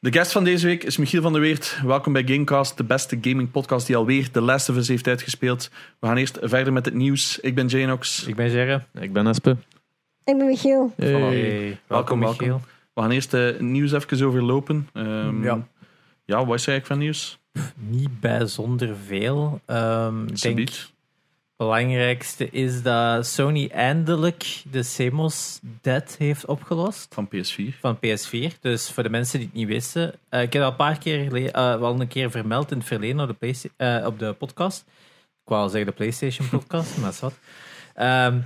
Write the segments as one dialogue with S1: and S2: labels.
S1: De guest van deze week is Michiel van der Weert. Welkom bij Gamecast, de beste gaming podcast die alweer The Last of Us heeft uitgespeeld. We gaan eerst verder met het nieuws. Ik ben Janox.
S2: Ik ben Gerre.
S3: Ik ben Espe.
S4: Ik ben Michiel.
S1: Welkom, welkom. We gaan eerst het nieuws even overlopen. Ehm,
S2: Ja.
S1: ja, wat is er eigenlijk van nieuws?
S2: Niet bijzonder veel. Ehm ik denk het
S1: Alsjeblieft.
S2: belangrijkste is dat Sony eindelijk de Semos dead heeft opgelost
S1: Van PS4.
S2: van PS4. Dus voor de mensen die het niet wisten, eh, ik heb dat een paar keer gele- eh, wel een keer vermeld in het verleden op de, Playsta- eh, op de podcast. Ik wou al zeggen de PlayStation podcast, maar dat is wat. Ehm,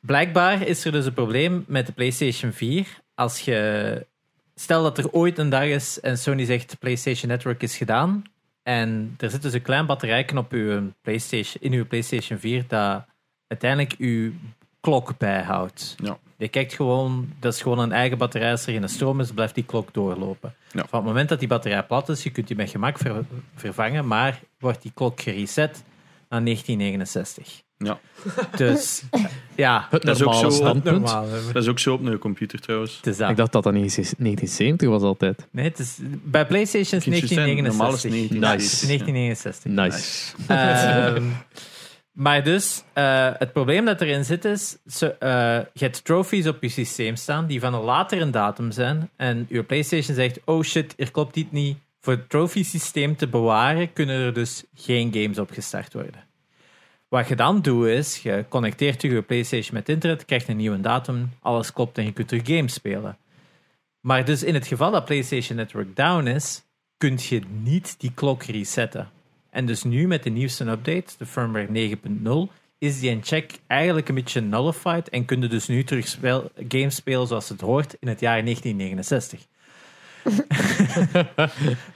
S2: blijkbaar is er dus een probleem met de PlayStation 4. Als je stel dat er ooit een dag is en Sony zegt PlayStation Network is gedaan en er zit dus een klein batterijken op uw PlayStation, in uw PlayStation 4 dat uiteindelijk uw klok bijhoudt.
S1: Ja.
S2: Je kijkt gewoon, dat is gewoon een eigen batterij. Als er geen stroom is, blijft die klok doorlopen.
S1: Ja.
S2: Van het moment dat die batterij plat is, je kunt die met gemak ver- vervangen, maar wordt die klok gereset aan 1969.
S1: Ja.
S2: Dus ja,
S3: Het
S1: Dat is ook
S3: normale
S1: zo.
S3: standpunt.
S2: normaal. hè.
S1: Dat is ook zo op een computer trouwens.
S2: Het is dat.
S3: Ik dacht dat dat 1970 was altijd.
S2: Nee, het is, bij PlayStation is
S1: Kindjes zijn, normaal is het
S2: 1969.
S1: Hmm.
S2: Nice.
S1: 1969.
S2: 1969.
S3: Nice.
S2: Ehm, maar dus, eh, het probleem dat erin zit is, ze, eh, je hebt trophies op je systeem staan die van een latere datum zijn. En je PlayStation zegt, oh shit, hier klopt dit niet. Voor het trophy systeem te bewaren, kunnen er dus geen games op gestart worden. Wat je dan doet is, je connecteert je PlayStation met internet, krijgt een nieuwe datum, alles klopt en je kunt er games spelen. Maar dus in het geval dat PlayStation Network down is, kun je niet die klok resetten. En dus nu met de nieuwste update, de firmware 9.0, is die een check eigenlijk een beetje nullified en kun je dus nu terug speel, games spelen zoals het hoort in het jaar 1969.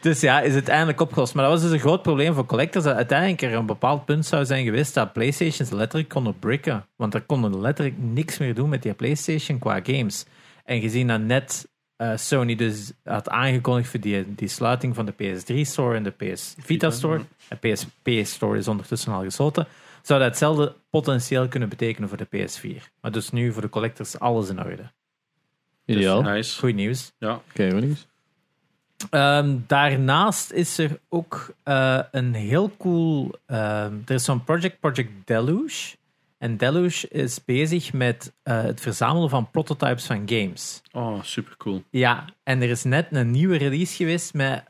S2: dus ja, is het eindelijk opgelost. Maar dat was dus een groot probleem voor collectors. Dat uiteindelijk er een bepaald punt zou zijn geweest dat PlayStations letterlijk konden bricken. Want er konden letterlijk niks meer doen met die PlayStation qua games. En gezien dat net eh, Sony dus had aangekondigd voor die, die sluiting van de PS3 Store en de PS Vita Store. eh, De PSP Store is ondertussen al gesloten. Zou dat hetzelfde potentieel kunnen betekenen voor de PS4. Maar dus nu voor de collectors alles in orde.
S3: Ideaal. Oké,
S1: Nice.
S2: Goed nieuws.
S1: Ja.
S3: wat nieuws.
S2: Ehm, daarnaast is er ook eh, een heel cool. ehm, er is zo'n project, Project Deluge. En Deluge is bezig met eh, het verzamelen van prototypes van games.
S1: Oh, super cool.
S2: Ja, en er is net een nieuwe release geweest met,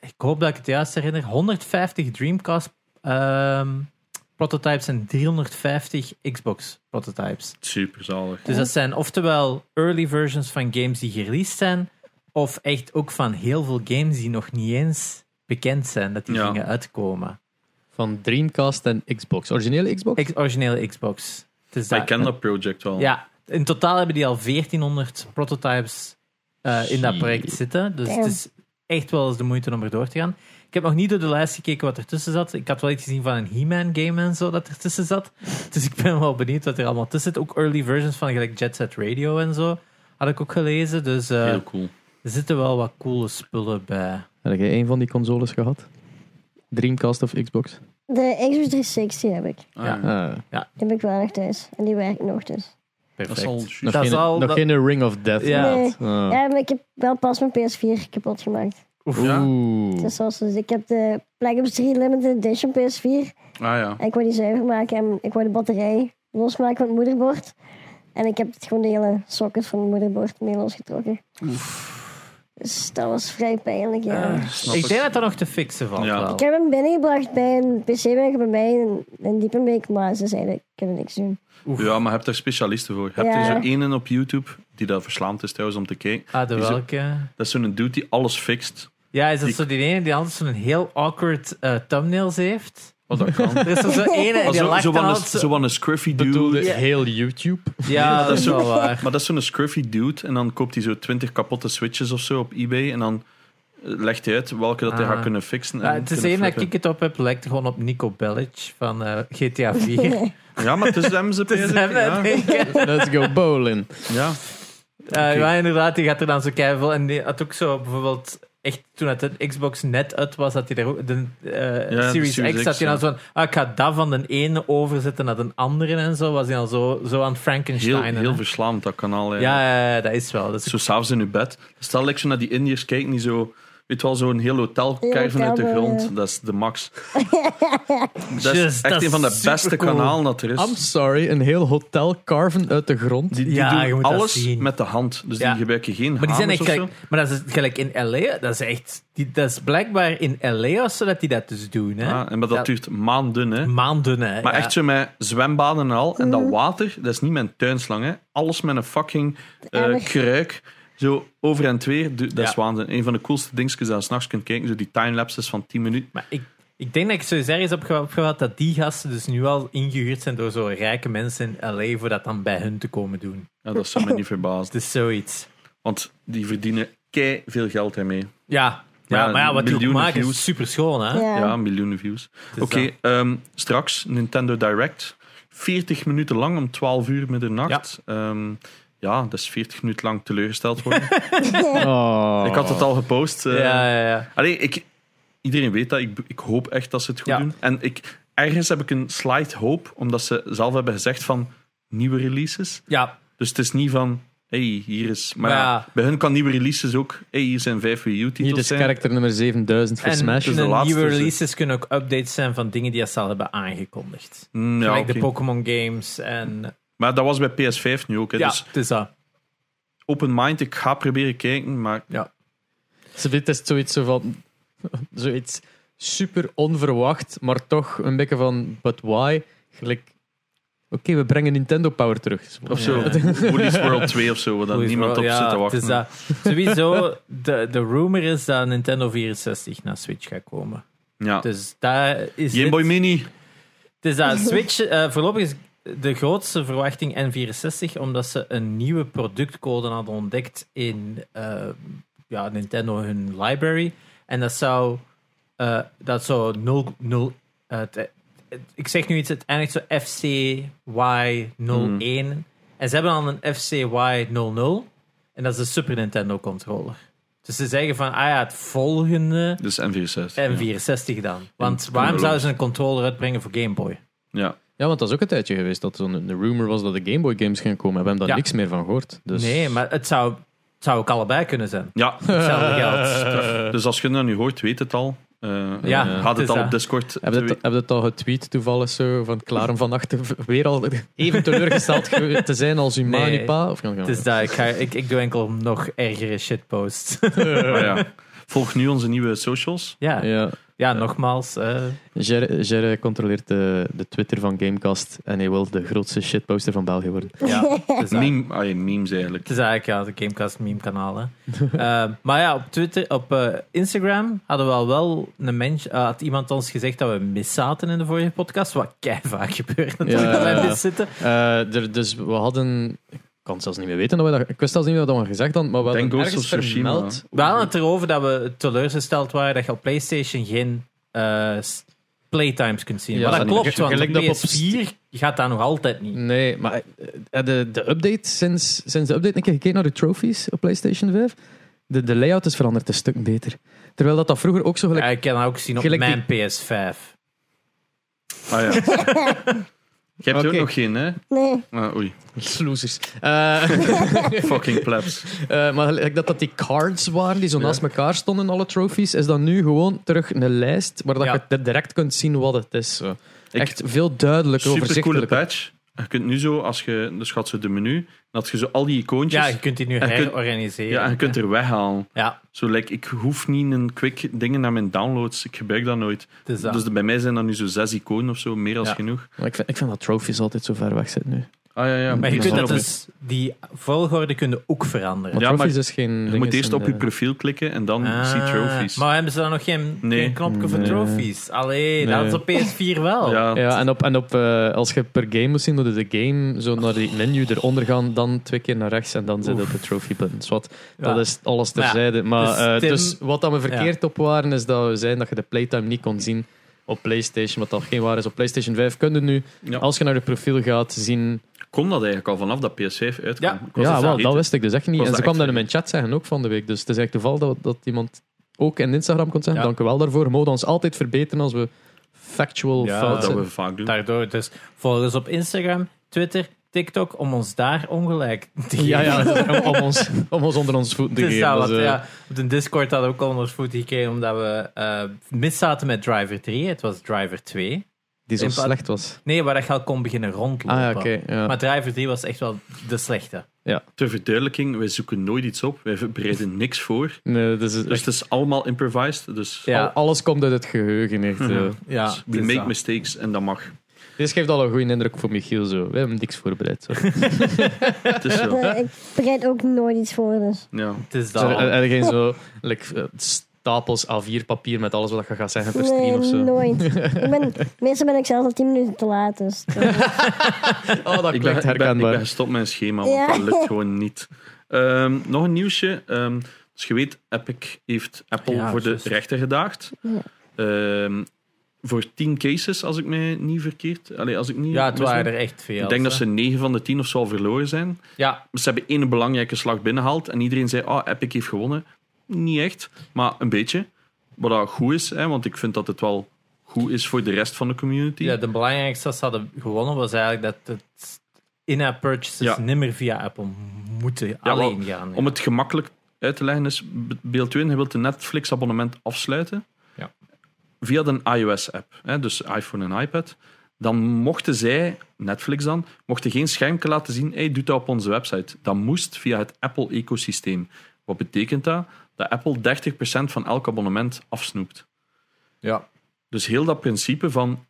S2: ik hoop dat ik het juist herinner, 150 Dreamcast ehm, prototypes en 350 Xbox prototypes.
S1: Super zalig.
S2: Dus dat zijn oftewel early versions van games die gereleased zijn, of echt ook van heel veel games die nog niet eens bekend zijn dat die
S1: Ja.
S2: gingen uitkomen.
S3: Van Dreamcast en Xbox. Originele Xbox?
S2: Ex- originele Xbox. Het is
S1: Ik ken dat project wel.
S2: Ja, in totaal hebben die al 1400 prototypes eh, in dat project
S3: Shit.
S2: zitten. Dus het is echt wel eens de moeite om er door te gaan. Ik heb nog niet door de lijst gekeken wat ertussen zat. Ik had wel iets gezien van een He-Man game en zo dat ertussen zat. Dus ik ben wel benieuwd wat er allemaal tussen zit. Ook early versions van gelijk Jet Set Radio en zo had ik ook gelezen. Dus eh,
S1: Heel cool.
S2: er zitten wel wat coole spullen bij.
S3: Heb jij een van die consoles gehad? Dreamcast of Xbox?
S4: De Xbox 360 heb ik.
S1: Ah,
S2: Ja.
S3: Ah,
S4: Die heb ik wel nog thuis. En die werkt nog dus.
S1: Dat is al juist.
S3: nog
S2: Dat
S3: geen,
S2: is al-
S3: nog
S2: dat-
S3: geen Ring of Death.
S2: Ja.
S3: gehad. Ah.
S4: Ja, maar ik heb wel pas mijn PS4 kapot gemaakt.
S1: Ja.
S3: Oeh.
S4: Dus, zoals, dus ik heb de Black Ops 3 Limited Edition PS4.
S1: Ah ja.
S4: En ik wou die zuiver maken en ik wou de batterij losmaken van het moederbord. En ik heb het gewoon de hele socket van het moederbord mee losgetrokken. Dus dat was vrij pijnlijk, ja.
S1: Snap
S2: Ik
S1: ik.
S2: denk dat dat nog te fixen valt
S1: Ja.
S2: wel.
S4: Ik heb hem binnengebracht bij een pc bij mij in, in Diepenbeek, maar ze zeiden, ik kan er niks doen.
S1: Ja, maar heb daar specialisten voor. Heb
S4: Ja.
S1: er zo één op YouTube die daar verslaand is trouwens om te kijken.
S2: Ah, de
S1: Die zo-
S2: welke?
S1: Dat is zo'n dude die alles fixt.
S2: Ja, is dat
S1: Die-
S2: zo die ene die altijd zo'n heel awkward eh, thumbnails heeft?
S1: Wat Oh, dat kan.
S2: Er is er zo ene en
S1: Maar
S2: die
S1: zo-
S2: lacht
S1: Zo'n
S2: dan
S1: zo
S2: altijd zo-
S1: zo zo scruffy dude.
S3: Bedoelde
S2: Ja.
S3: heel YouTube.
S2: Ja, dat is
S1: zo-
S2: wel waar.
S1: Maar dat is zo'n scruffy dude. En dan koopt hij zo 20 kapotte switches of zo op eBay. En dan eh, legt hij uit welke dat hij
S2: Ah.
S1: gaat kunnen fixen. En
S2: Ja, het is
S1: kunnen
S2: één dat ik
S1: flippen.
S2: het op heb, lijkt gewoon op Nico Bellic van eh, GTA 4.
S1: Ja, maar het is hem ze
S2: Dus hem,
S1: ja.
S2: denk ik.
S3: Let's go bowling.
S1: ja.
S2: Eh, Ja, inderdaad, die gaat er dan zo keihard En die had ook zo bijvoorbeeld echt toen het de Xbox net uit was, dat hij daar ook, de, eh,
S1: de
S2: Series,
S1: Series
S2: X,
S1: X,
S2: dat hij dan
S1: ja.
S2: zo van, ah, ik ga dat van de ene overzetten naar de andere en zo, was hij dan zo, zo aan het
S1: Heel,
S2: Frankenstein.
S1: heel verslaand, dat kanaal. Ja.
S2: ja, ja, ja, dat is wel. Dat is
S1: Zo s'avonds in je bed. Stel dat ik zo naar die Indiërs kijk, die zo... Weet wel, zo'n heel hotel kijken vanuit de
S4: hotel,
S1: grond.
S4: ja.
S1: Dat is de max. Dat is
S2: Yes,
S1: echt
S2: dat is
S1: een van de beste
S2: supercool.
S1: kanalen dat er is.
S3: I'm sorry, een heel hotel carven uit de grond.
S1: Die, die
S2: Ja, je
S1: doen
S2: moet dat
S1: alles
S2: zien.
S1: met de hand. Dus
S2: Ja.
S1: die gebruiken geen
S2: Maar die zijn echt
S1: hamers
S2: gelijk,
S1: of zo.
S2: maar dat is gelijk in LA, dat is echt, die, dat is blijkbaar in LA of zo dat die dat dus doen. Hè?
S1: Ja, Ah, en maar dat duurt maanden, hè.
S2: maanden. Hè?
S1: Maar
S2: ja.
S1: echt zo met zwembaden en al. En dat
S4: Mm.
S1: water, dat is niet mijn tuinslang, hè. Alles met een fucking eh,
S4: Erg.
S1: kruik. Zo over en twee, dat is
S2: Ja.
S1: waanzin. Een van de coolste dingetjes dat je s'nachts kunt kijken. Zo die timelapses van 10 minuten.
S2: Maar ik, ik denk dat ik sowieso ergens heb opge- opgevat dat die gasten dus nu al ingehuurd zijn door zo rijke mensen in LA voor dat dan bij hun te komen doen.
S1: Ja, dat zou me niet verbazen.
S2: Dus zoiets.
S1: Want die verdienen kei veel geld ermee.
S2: Ja, ja,
S1: Ja,
S2: maar ja, wat die ook
S1: miljoenen
S2: maken
S1: views.
S2: is super schoon, hè?
S4: Ja.
S1: Ja, miljoenen views. Oké,
S2: is dat.
S1: ehm, straks Nintendo Direct. 40 minuten lang om 12 uur middernacht. Ja, ja dat is 40 minuten lang teleurgesteld worden.
S3: Oh.
S1: Ik had het al gepost. eh.
S2: Ja, ja, ja.
S1: Allee, ik, iedereen weet dat. Ik, ik hoop echt dat ze het goed
S2: Ja.
S1: doen. En ik, ergens heb ik een slight hoop, omdat ze zelf hebben gezegd van nieuwe releases.
S2: ja.
S1: Dus het is niet van, hey, hier is... Maar
S2: Maar
S1: ja,
S2: ja.
S1: bij hun kan nieuwe releases ook, hey, hier zijn vijf Wii
S3: Hier
S1: U-titels.
S3: is
S1: zijn.
S3: karakter nummer 7000 voor
S2: En
S3: Smash.
S1: Dus de
S2: de
S1: laatste
S2: nieuwe
S1: is het.
S2: releases kunnen ook updates zijn van dingen die ze al hebben aangekondigd.
S1: Mm, ja,
S2: Gelijk
S1: oké.
S2: de Pokémon games en...
S1: Maar dat was bij PS5 nu ook. Hè.
S2: Ja,
S1: Dus
S2: het is dat.
S1: open mind, ik ga proberen kijken, maar
S3: Ze vindt het zoiets zo van. Zoiets super onverwacht, maar toch een beetje van. But why? Gelijk. Oké, we brengen Nintendo Power terug.
S1: of zo, Woolies World 2 of zo, waar dan
S2: Hoe is
S1: niemand op
S2: wel- ja,
S1: zit te
S2: het
S1: wachten.
S2: is dat. Sowieso, de, de rumor is dat Nintendo 64 naar Switch gaat komen.
S1: Ja.
S2: Dus daar is
S1: Game
S2: dit-
S1: Boy Mini.
S2: Het is dat Switch, eh, voorlopig is de grootste verwachting N64, omdat ze een nieuwe productcode hadden ontdekt in eh, ja, Nintendo hun library. En dat zou, eh, dat zou 0, 0 eh, het- het- ik zeg nu iets, het eindigt zo FCY01.
S1: Hmm.
S2: En ze hebben dan een FCY00. En dat is de Super Nintendo controller. Dus ze zeggen van, ah ja, het volgende
S1: Dus N64.
S2: Eh.
S1: ja.
S2: N64 dan. Want
S1: En
S2: waarom
S1: Color.
S2: zouden ze een controller uitbrengen voor Game Boy?
S1: Ja.
S3: Ja, want dat is ook een tijdje geweest dat zo'n de rumor was dat de Game Boy games gingen komen. We hebben daar
S2: Ja.
S3: niks meer van gehoord. Dus...
S2: Nee, maar het zou, het zou ook allebei kunnen zijn.
S1: Ja.
S2: Hetzelfde geld.
S1: Dus als je dat nu hoort, weet het al. Eh,
S2: Ja,
S1: eh,
S2: het
S1: Gaat
S2: is
S1: het al
S2: dat.
S1: op Discord.
S3: Heb je het,
S1: te-
S3: heb je het al getweet toevallig zo van Klaren van Achten weer al even teleurgesteld ge- te zijn als uw ma en
S2: Nee.
S3: uw pa? Of kan
S2: Het is dat, ik, ga, ik, ik doe enkel nog ergere shitposts.
S1: Ah, ja. Volg nu onze nieuwe socials.
S2: ja, ja.
S3: Ja,
S2: nogmaals. eh,
S3: Jerry Jerry controleert de, de Twitter van Gamecast en hij wil de grootste shitposter van België worden.
S2: ja, het is dat.
S1: Meme, ah, ja, memes eigenlijk.
S2: Het is eigenlijk ja, de Gamecast meme kanaal. Hè. Eh, maar ja, op Twitter, op eh, Instagram hadden we al wel een mens, eh, had iemand ons gezegd dat we miszaten in de vorige podcast. Wat kei vaak gebeurt natuurlijk
S3: Ja,
S2: dat wij
S3: ja, ja.
S2: miszitten.
S3: Eh, er- dus we hadden. Ik kan zelfs niet meer weten. Dat we dat, ik wist zelfs niet meer wat we gezegd hadden, maar we hadden
S1: Denk Ghost
S3: ergens
S1: of Tsushima.
S3: vermeld.
S2: We hadden het erover dat we teleurgesteld waren dat je op PlayStation geen eh, s- playtimes kunt zien.
S3: Ja,
S2: maar dat
S3: en
S2: klopt,
S3: ge-
S2: want
S3: gelijk
S2: op
S3: dat op
S2: PS4 gaat dat nog altijd niet.
S3: Nee, maar eh, de, de update, sinds, sinds de update, een keer gekeken naar de trophies op PlayStation 5. De, de layout is veranderd een stuk beter. Terwijl dat, dat vroeger ook zo gelijk.
S2: Ja, ik kan dat ook zien op
S3: gelijk
S2: mijn PS5.
S1: Ah, ja. Je hebt er ook
S3: Oké.
S1: nog geen, hè?
S4: Nee,
S1: Ah, oei.
S3: Losers. Eh,
S1: Fucking plebs.
S3: Eh, maar gelijk dat dat die cards waren die zo naast elkaar stonden, alle trophies, is dan nu gewoon terug een lijst waar dat
S2: Ja.
S3: je di- direct kunt zien wat het is. zo.
S1: Ik-
S3: Echt veel duidelijker,
S1: Super coole
S3: overzichtelijker.
S1: patch. Je kunt nu zo, als je, dus gaat zo de menu, dan had je zo al die icoontjes.
S2: Ja, je kunt die nu
S1: En je kunt-
S2: herorganiseren.
S1: Ja, en je kunt er weghalen.
S2: Ja,
S1: Zo, like, ik hoef niet een quick dingen naar mijn downloads. Ik gebruik dat nooit.
S2: het is dat.
S1: Dus bij mij zijn dat nu zo zes iconen of zo, meer als
S2: Ja.
S1: genoeg.
S3: Maar ik, vind, ik vind dat trophies altijd zo ver weg zitten nu.
S1: Ah ja, ja.
S2: maar je
S1: Ja.
S2: kunt dat
S1: Ja.
S2: dus, die volgorde kunnen ook veranderen.
S3: Maar
S1: Ja,
S3: trophies
S1: maar
S3: is eh, geen...
S1: Je
S3: dinges
S1: moet eerst
S3: in
S1: op
S3: de-
S1: je profiel klikken en dan
S2: Ah,
S1: zie trophies.
S2: Maar hebben ze dan nog geen,
S1: Nee.
S2: geen knopje voor
S3: Nee.
S2: trophies? Allee, dat is
S3: Nee.
S2: op PS4 wel.
S1: Ja,
S3: Ja, en, op, en op, eh, als je per game moet zien, moet je de game zo naar die menu eronder gaan, dan twee keer naar rechts en dan zit op de trophy buttons. Wat,
S2: Ja.
S3: Dat is alles
S2: Maar ja,
S3: terzijde. maar
S2: dus
S3: eh, dus,
S2: Tim-
S3: wat dat we verkeerd op waren, is dat we zeiden dat je de playtime niet kon zien op PlayStation, wat dat geen waar is. Op PlayStation 5 kun je nu,
S1: Ja.
S3: als je naar je profiel gaat, zien...
S1: kon dat eigenlijk al vanaf dat PS5 uitkwam.
S2: Ja.
S1: Ik was
S3: Ja,
S1: dus
S3: wel,
S1: vergeten.
S3: dat wist ik dus echt niet.
S1: was
S3: En
S1: dat
S3: ze kwam
S1: echt
S3: dat in mijn chat zeggen ook van de week. Dus het is echt toeval dat, dat iemand ook in Instagram kunt zijn.
S2: Ja.
S3: Dank u wel daarvoor. We mogen ons altijd verbeteren als we factual
S2: Ja,
S3: fout
S2: dat
S1: dat
S3: zijn.
S1: we vaak doen.
S2: Daardoor dus volg ons op Instagram, Twitter, TikTok om ons daar ongelijk te geven.
S3: Ja, ja, om, om ons, om ons onder onze voeten te
S2: Dus
S3: geven.
S2: ja, wat,
S3: Dus, eh,
S2: ja, op de Discord hadden we ook al onder voet gekregen omdat we eh mis zaten met Driver 3. Het was Driver 2.
S3: Die zo
S2: in plaats-
S3: slecht was.
S2: Nee, waar dat je al kon beginnen rondlopen.
S3: Ah ja, oké. ja.
S2: Maar Driver 3 was echt wel de slechte.
S1: Ter verduidelijking, wij zoeken nooit iets op. Wij bereiden niks voor.
S3: Nee, dus, het is
S1: Dus
S3: echt-
S1: het is allemaal improvised. Dus
S2: Ja.
S3: al- alles komt uit het geheugen. Echt,
S1: Mhm.
S3: eh.
S2: Oh, Ja,
S1: we
S2: het is
S1: make
S2: dat.
S1: mistakes en dat mag.
S3: Dit geeft al een goede indruk voor Michiel. Zo. We hebben niks voorbereid. Zo.
S1: Het is zo.
S4: Eh, ik bereid ook nooit iets voor, dus.
S1: Ja.
S2: Het is dat.
S3: Er, er, er eh, geen zo like, eh, stapels A4 papier met alles wat je gaat zeggen per stream
S4: Nee,
S3: of zo.
S4: nooit. ik ben, meestal ben ik zelfs al 10 minuten te laat, dus.
S3: Oh, dat
S1: Ik ben,
S3: klinkt
S1: ik, ben, ik ben
S3: herkenbaar.
S1: gestopt met een schema, want
S4: Ja.
S1: dat lukt gewoon niet. Ehm, nog een nieuwsje. Ehm, dus je weet, Epic heeft Apple
S2: Ja,
S1: voor de
S2: juist.
S1: rechter gedaagd.
S4: Ja.
S1: Ehm, voor 10 cases, als ik mij niet verkeerd... Allee, als ik niet
S2: Ja, het
S1: mis-
S2: waren er echt veel.
S1: Ik denk dat
S2: hè.
S1: ze 9 van de 10 of zo al verloren zijn.
S2: Ja,
S1: Ze hebben één belangrijke slag binnengehaald en iedereen zei, ah, Epic heeft gewonnen. Niet echt, maar een beetje. Wat dat goed is, hè, want ik vind dat het wel goed is voor de rest van de community.
S2: ja, de belangrijkste dat ze hadden gewonnen was eigenlijk dat het in-app purchases
S1: Ja.
S2: niet meer via Apple moeten alleen gaan. ja.
S1: Om het gemakkelijk uit te leggen is, be- beeld 2, je wilt een Netflix abonnement afsluiten
S2: Ja.
S1: via de iOS app, hè, dus iPhone en iPad. Dan mochten zij, Netflix dan, mochten geen schermpje laten zien, hey, doe dat op onze website. Dat moest via het Apple-ecosysteem. Wat betekent dat? Dat Apple 30% van elk abonnement afsnoept.
S2: Ja.
S1: Dus heel dat principe van,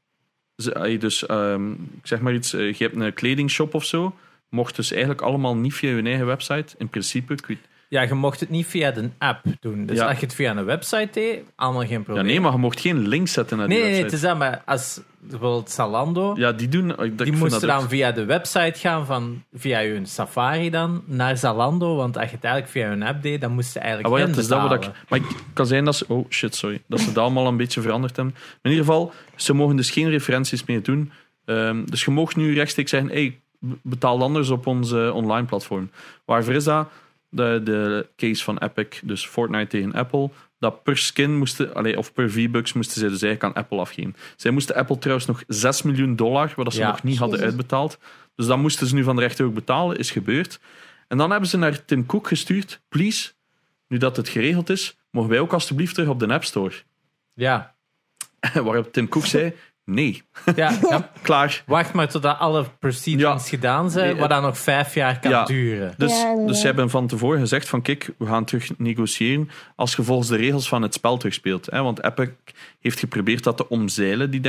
S1: ze- ey, dus, ehm, ik zeg maar iets, eh, je hebt een kledingshop of zo, mocht dus eigenlijk allemaal niet via hun eigen website. In principe, ik weet-
S2: Ja, je mocht het niet via de app doen. Dus
S1: Ja.
S2: als je het via een website deed, allemaal geen
S1: Ja,
S2: probleem.
S1: nee, maar je mocht geen link zetten naar die
S2: nee, nee, nee, het
S1: website.
S2: is dat, maar als bijvoorbeeld Zalando,
S1: Ja, die doen... Ik,
S2: die moesten
S1: dat
S2: dan via de website gaan, van, via hun Safari dan, naar Zalando, want als je het eigenlijk via hun app deed, dan moesten ze
S1: Ah,
S2: eigenlijk
S1: wel, ja,
S2: hen
S1: het is dat wat ik,
S2: betalen.
S1: maar ik kan zijn dat ze... Oh, shit, sorry. Dat ze dat allemaal een beetje veranderd hebben. Maar in ieder geval, ze mogen dus geen referenties meer doen. Ehm, dus je mag nu rechtstreeks zeggen... Hey, b- betaal anders op ons eh, online platform. Waarvoor is dat? De, de case van Epic, dus Fortnite tegen Apple... Dat per skin moesten, allee, of per V-Bucks moesten zij dus eigenlijk aan Apple afgeven. Zij moesten Apple trouwens nog 6 miljoen dollar, wat dat ze
S2: Ja.
S1: nog niet hadden
S4: Jezus.
S1: uitbetaald. Dus dat moesten ze nu van de rechter ook betalen, is gebeurd. En dan hebben ze naar Tim Cook gestuurd: Please, nu dat het geregeld is, mogen wij ook alstublieft terug op de App Store.
S2: Ja.
S1: Waarop Tim Cook zei: Nee,
S2: Ja, ja,
S1: klaar.
S2: wacht maar totdat alle proceedings
S1: Ja.
S2: gedaan zijn,
S1: Nee,
S2: wat dan nog vijf jaar kan
S1: Ja.
S2: duren.
S1: Dus,
S4: Ja, inderdaad.
S1: dus ze hebben van tevoren gezegd: van kijk, we gaan terug negociëren als je volgens de regels van het spel terugspeelt. Hè? Want Epic heeft geprobeerd dat te omzeilen, die 30%.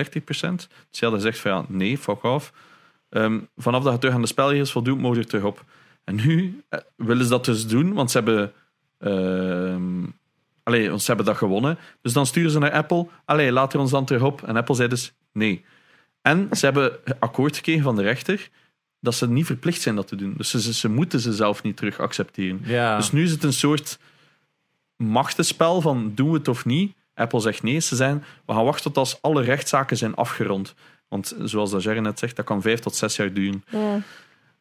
S1: Dus ze hadden gezegd: van ja, nee, fuck off. Ehm, vanaf dat je terug aan de spelregels voldoet, mogen je er terug op. En nu eh, willen ze dat dus doen, want ze hebben, ehm, allee, want ze hebben dat gewonnen. Dus dan sturen ze naar Apple: allee, laat er ons dan terug op. En Apple zei dus: nee. En ze hebben akkoord gekregen van de rechter dat ze niet verplicht zijn dat te doen. Dus ze, ze- ze moeten ze zelf niet terug accepteren.
S2: Ja.
S1: Dus nu is het een soort machtenspel van doen we het of niet. Apple zegt nee, ze zijn. We gaan wachten tot als alle rechtszaken zijn afgerond. Want zoals dat Jerry net zegt, dat kan vijf tot zes jaar duren.
S4: Ja.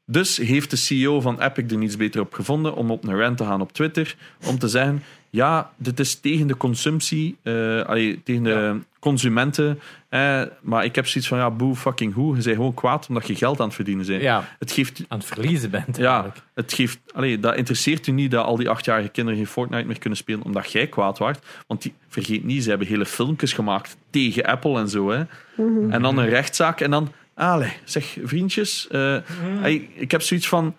S1: Dus heeft de CEO van Epic er niets beter op gevonden om op een rant te gaan op Twitter. Om te zeggen: Ja, dit is tegen de consumptie, eh, allee, tegen de consumenten. eh, maar ik heb zoiets van: Ja, boe, fucking hoe. Je bent gewoon kwaad omdat je geld aan het verdienen bent.
S2: ja,
S1: Het geeft.
S2: aan het verliezen bent
S1: Ja,
S2: eigenlijk.
S1: het geeft, allee, dat interesseert u niet dat al die achtjarige kinderen geen Fortnite meer kunnen spelen omdat jij kwaad waart. Want die, vergeet niet, ze hebben hele filmpjes gemaakt tegen Apple en zo. Hè. En dan een rechtszaak en dan... Allee, zeg, vriendjes. eh,
S2: Mhm.
S1: hey, ik heb zoiets van...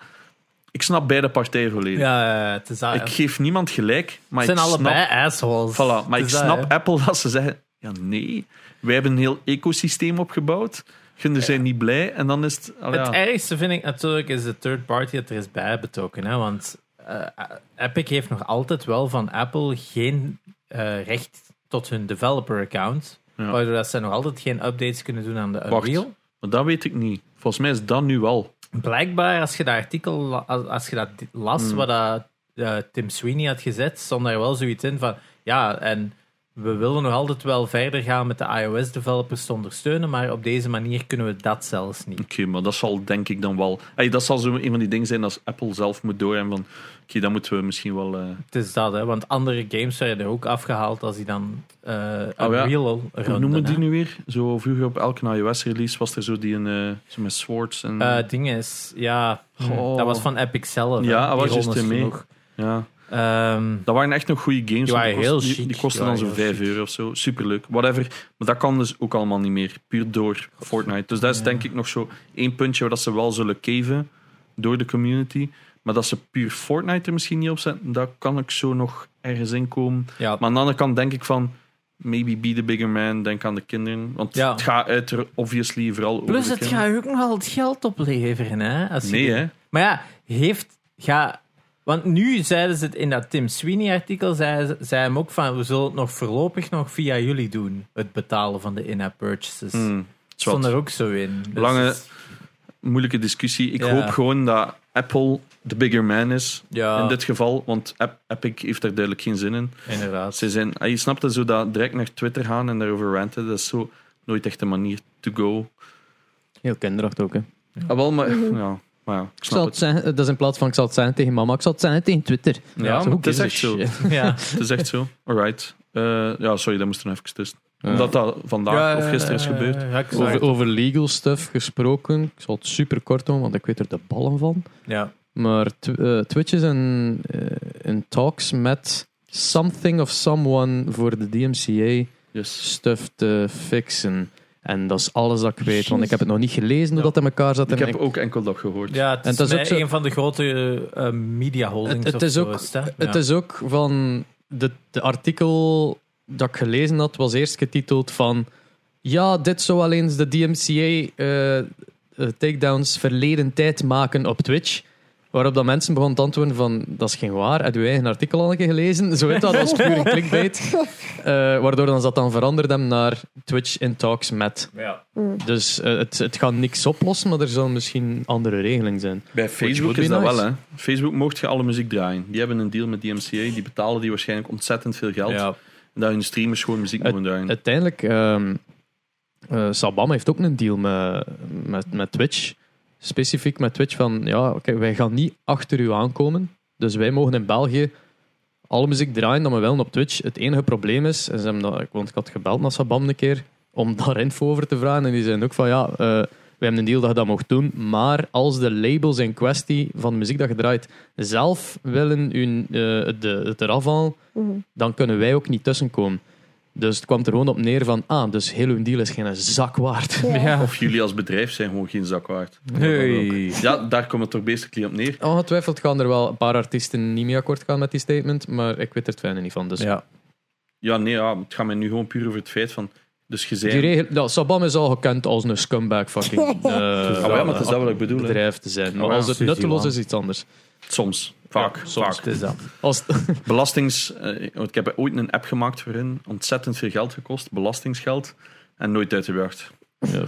S1: Ik snap beide partijen volledig.
S2: Ja, eh, het is dat,
S1: Ik geef niemand gelijk, maar
S2: het zijn
S1: ik snap...
S2: allebei assholes.
S1: Voilà, maar
S2: Het
S1: ik
S2: is dat,
S1: snap
S2: hè.
S1: Apple dat ze zeggen... Ja, nee. Wij hebben een heel ecosysteem opgebouwd. Gunden zijn niet blij. En dan is het... allee,
S2: Het
S1: ja.
S2: ergste vind ik natuurlijk is de third party dat er is bij betrokken. Hè? Want eh, Epic heeft nog altijd wel van Apple geen eh, recht tot hun developer account.
S1: Ja.
S2: Waardoor dat ze nog altijd geen updates kunnen doen aan de
S1: Wacht.
S2: Unreal.
S1: Maar dat weet ik niet. Volgens mij is dat nu al.
S2: Blijkbaar, als je dat artikel la- als, als je dat
S1: Hmm.
S2: las, wat dat, eh, Tim Sweeney had gezet, stond daar wel zoiets in van ja, en we willen nog altijd wel verder gaan met de iOS-developers te ondersteunen, maar op deze manier kunnen we dat zelfs niet.
S1: Oké, maar dat zal denk ik dan wel. Ey, dat zal zo een van die dingen zijn als Apple zelf moet doorheen van. Oké, dan moeten we misschien wel. eh,
S2: Het is dat, hè, want andere games werden er ook afgehaald als die dan eh
S1: Oh ja.
S2: Unreal
S1: Hoe
S2: runden.
S1: noemen die
S2: hè.
S1: nu weer? Zo vroeger op elke iOS-release was er zo die een, eh, zo met swords en.
S2: Eh, ding is, ja,
S1: Oh.
S2: dat was van Epic zelf. hè,
S1: Ja, dat
S2: die
S1: was juist
S2: rondes
S1: ermee.
S2: genoeg.
S1: ja.
S2: Ehm,
S1: Dat waren echt nog goede games.
S2: Die
S1: want
S2: waren
S1: kosten-
S2: heel
S1: die,
S2: chic.
S1: die kosten
S2: Die
S1: dan
S2: waren
S1: zo'n
S2: heel
S1: 5
S2: chic.
S1: euro of zo. Superleuk. Whatever. Maar dat kan dus ook allemaal niet meer. Puur door Fortnite. Dus dat is
S2: Ja.
S1: denk ik nog zo één puntje waar dat ze wel zullen caven door de community. Maar dat ze puur Fortnite er misschien niet op zetten, dat kan ik zo nog ergens in komen.
S2: ja.
S1: Maar aan de andere kant denk ik van. Maybe be the bigger man. Denk aan de kinderen. Want
S2: Ja.
S1: het gaat uit, obviously, vooral over
S2: Plus,
S1: de
S2: het
S1: kinderen.
S2: gaat ook nogal het geld opleveren. Hè, als je
S1: Nee, hè?
S2: Maar ja, heeft. Ga, want nu zeiden ze het in dat Tim Sweeney-artikel, zei, ze- zei hem ook van: we zullen het nog voorlopig nog via jullie doen. Het betalen van de in-app purchases.
S1: Hmm,
S2: Het
S1: zwart.
S2: stond er ook zo in. Dus
S1: Lange-
S2: het is-
S1: moeilijke discussie. Ik
S2: Ja.
S1: hoop gewoon dat Apple de bigger man is.
S2: Ja.
S1: In dit geval, want App- Epic heeft daar duidelijk geen zin in.
S2: Inderdaad.
S1: Ze zijn, Ah, je snapt dat zo dat direct naar Twitter gaan en daarover ranten. Dat is zo nooit echt een manier to go.
S3: Heel kinderachtig ook, hè.
S1: Ah, wel, maar, ja, maar ja, ik
S3: Ik zal
S1: snap
S3: het
S1: het.
S3: zeggen, eh, dat is in plaats van ik zal het zeggen tegen mama, ik zal het zeggen tegen Twitter.
S1: Ja,
S2: Ja,
S1: maar
S3: Who
S1: het is
S3: gives a
S1: echt zo.
S3: shit?
S2: Ja.
S1: Het is echt zo. Alright. Eh, ja, sorry, dat moest er nog even tussen.
S3: Ja.
S1: Omdat dat vandaag
S2: Ja,
S1: of gisteren is
S2: eh,
S1: gebeurd.
S2: Ja, ik zag
S3: Over,
S2: het.
S3: over legal stuff gesproken. Ik zal het super kort doen, want ik weet er de ballen van.
S2: ja.
S3: Maar tw eh, Twitch is in, eh, in talks met something of someone voor de DMCA
S1: Yes.
S3: stuff te fixen. En dat is alles dat ik weet, want ik heb het nog niet gelezen hoe
S2: Ja.
S3: dat in elkaar zat.
S1: Ik
S3: en
S1: heb ook enkel dat gehoord.
S2: ja, het
S3: En
S2: is,
S3: dat is
S2: mij
S3: ook zo-
S2: een van de grote eh, media holdings.
S3: Het- het
S2: of
S3: is
S2: zo
S3: ook-
S2: hè.
S3: Het
S2: Ja.
S3: is ook van. De, de artikel dat ik gelezen had, was eerst getiteld van. Ja, dit zou wel eens de DMCA eh, eh, takedowns verleden tijd maken op Twitch. Waarop dan mensen begonnen te antwoorden van, dat is geen waar, heb je eigen artikel al een keer gelezen? Zo weet dat, dat was puur een clickbait. Eh, waardoor dan dat dan veranderd hem naar Twitch in talks met.
S2: Ja.
S3: Dus eh, het, het gaat niks oplossen, maar er zal misschien andere regeling zijn.
S1: Bij
S3: would
S1: Facebook
S3: be
S1: is dat
S3: nice.
S1: wel, hè. Facebook mocht je alle muziek draaien. Die hebben een deal met DMCA, die betalen die waarschijnlijk ontzettend veel geld.
S2: Ja.
S1: En dat hun streamers gewoon muziek mogen draaien.
S3: uiteindelijk, ehm eh, Sabam heeft ook een deal met, met, met Twitch. Specifiek met Twitch van, ja, oké, wij gaan niet achter u aankomen. Dus wij mogen in België alle muziek draaien dat we willen op Twitch. Het enige probleem is, en ze hebben dat, want ik had gebeld naar Sabam een keer om daar info over te vragen. En die zeiden ook van, ja, eh, we hebben een deal dat je dat mocht doen. Maar als de labels in kwestie van de muziek dat je draait zelf willen hun, eh, de, het eraf halen,
S4: Mhm.
S3: dan kunnen wij ook niet tussenkomen. Dus het kwam er gewoon op neer van, ah, dus heel hun deal is geen zak waard.
S2: Ja.
S1: Of jullie als bedrijf zijn gewoon geen zak waard.
S2: Hey.
S1: Ja, daar komt het toch basically op neer.
S3: Ongetwijfeld gaan er wel een paar artiesten niet mee akkoord gaan met die statement, maar ik weet er het fijne niet van. Dus
S2: Ja.
S1: Ja, nee, ja, het gaat mij nu gewoon puur over het feit van... Dus je
S3: die
S1: zei...
S3: regel, nou, Sabam is al gekend als een scumbag fucking eh,
S1: Ah, maar ja, maar dat is dat wat ik bedoel. hè.
S3: bedrijf te zijn. Maar
S1: Ah, ja,
S3: als het
S2: precies,
S3: nutteloos
S2: Oh, man.
S3: is, iets anders.
S1: Soms. Vaak.
S3: soms.
S1: vaak.
S2: Het is dat.
S3: Als het-
S1: Belastings... eh, want ik heb ooit een app gemaakt voor hen. Ontzettend veel geld gekost. Belastingsgeld. En nooit uitgebracht.
S3: ja.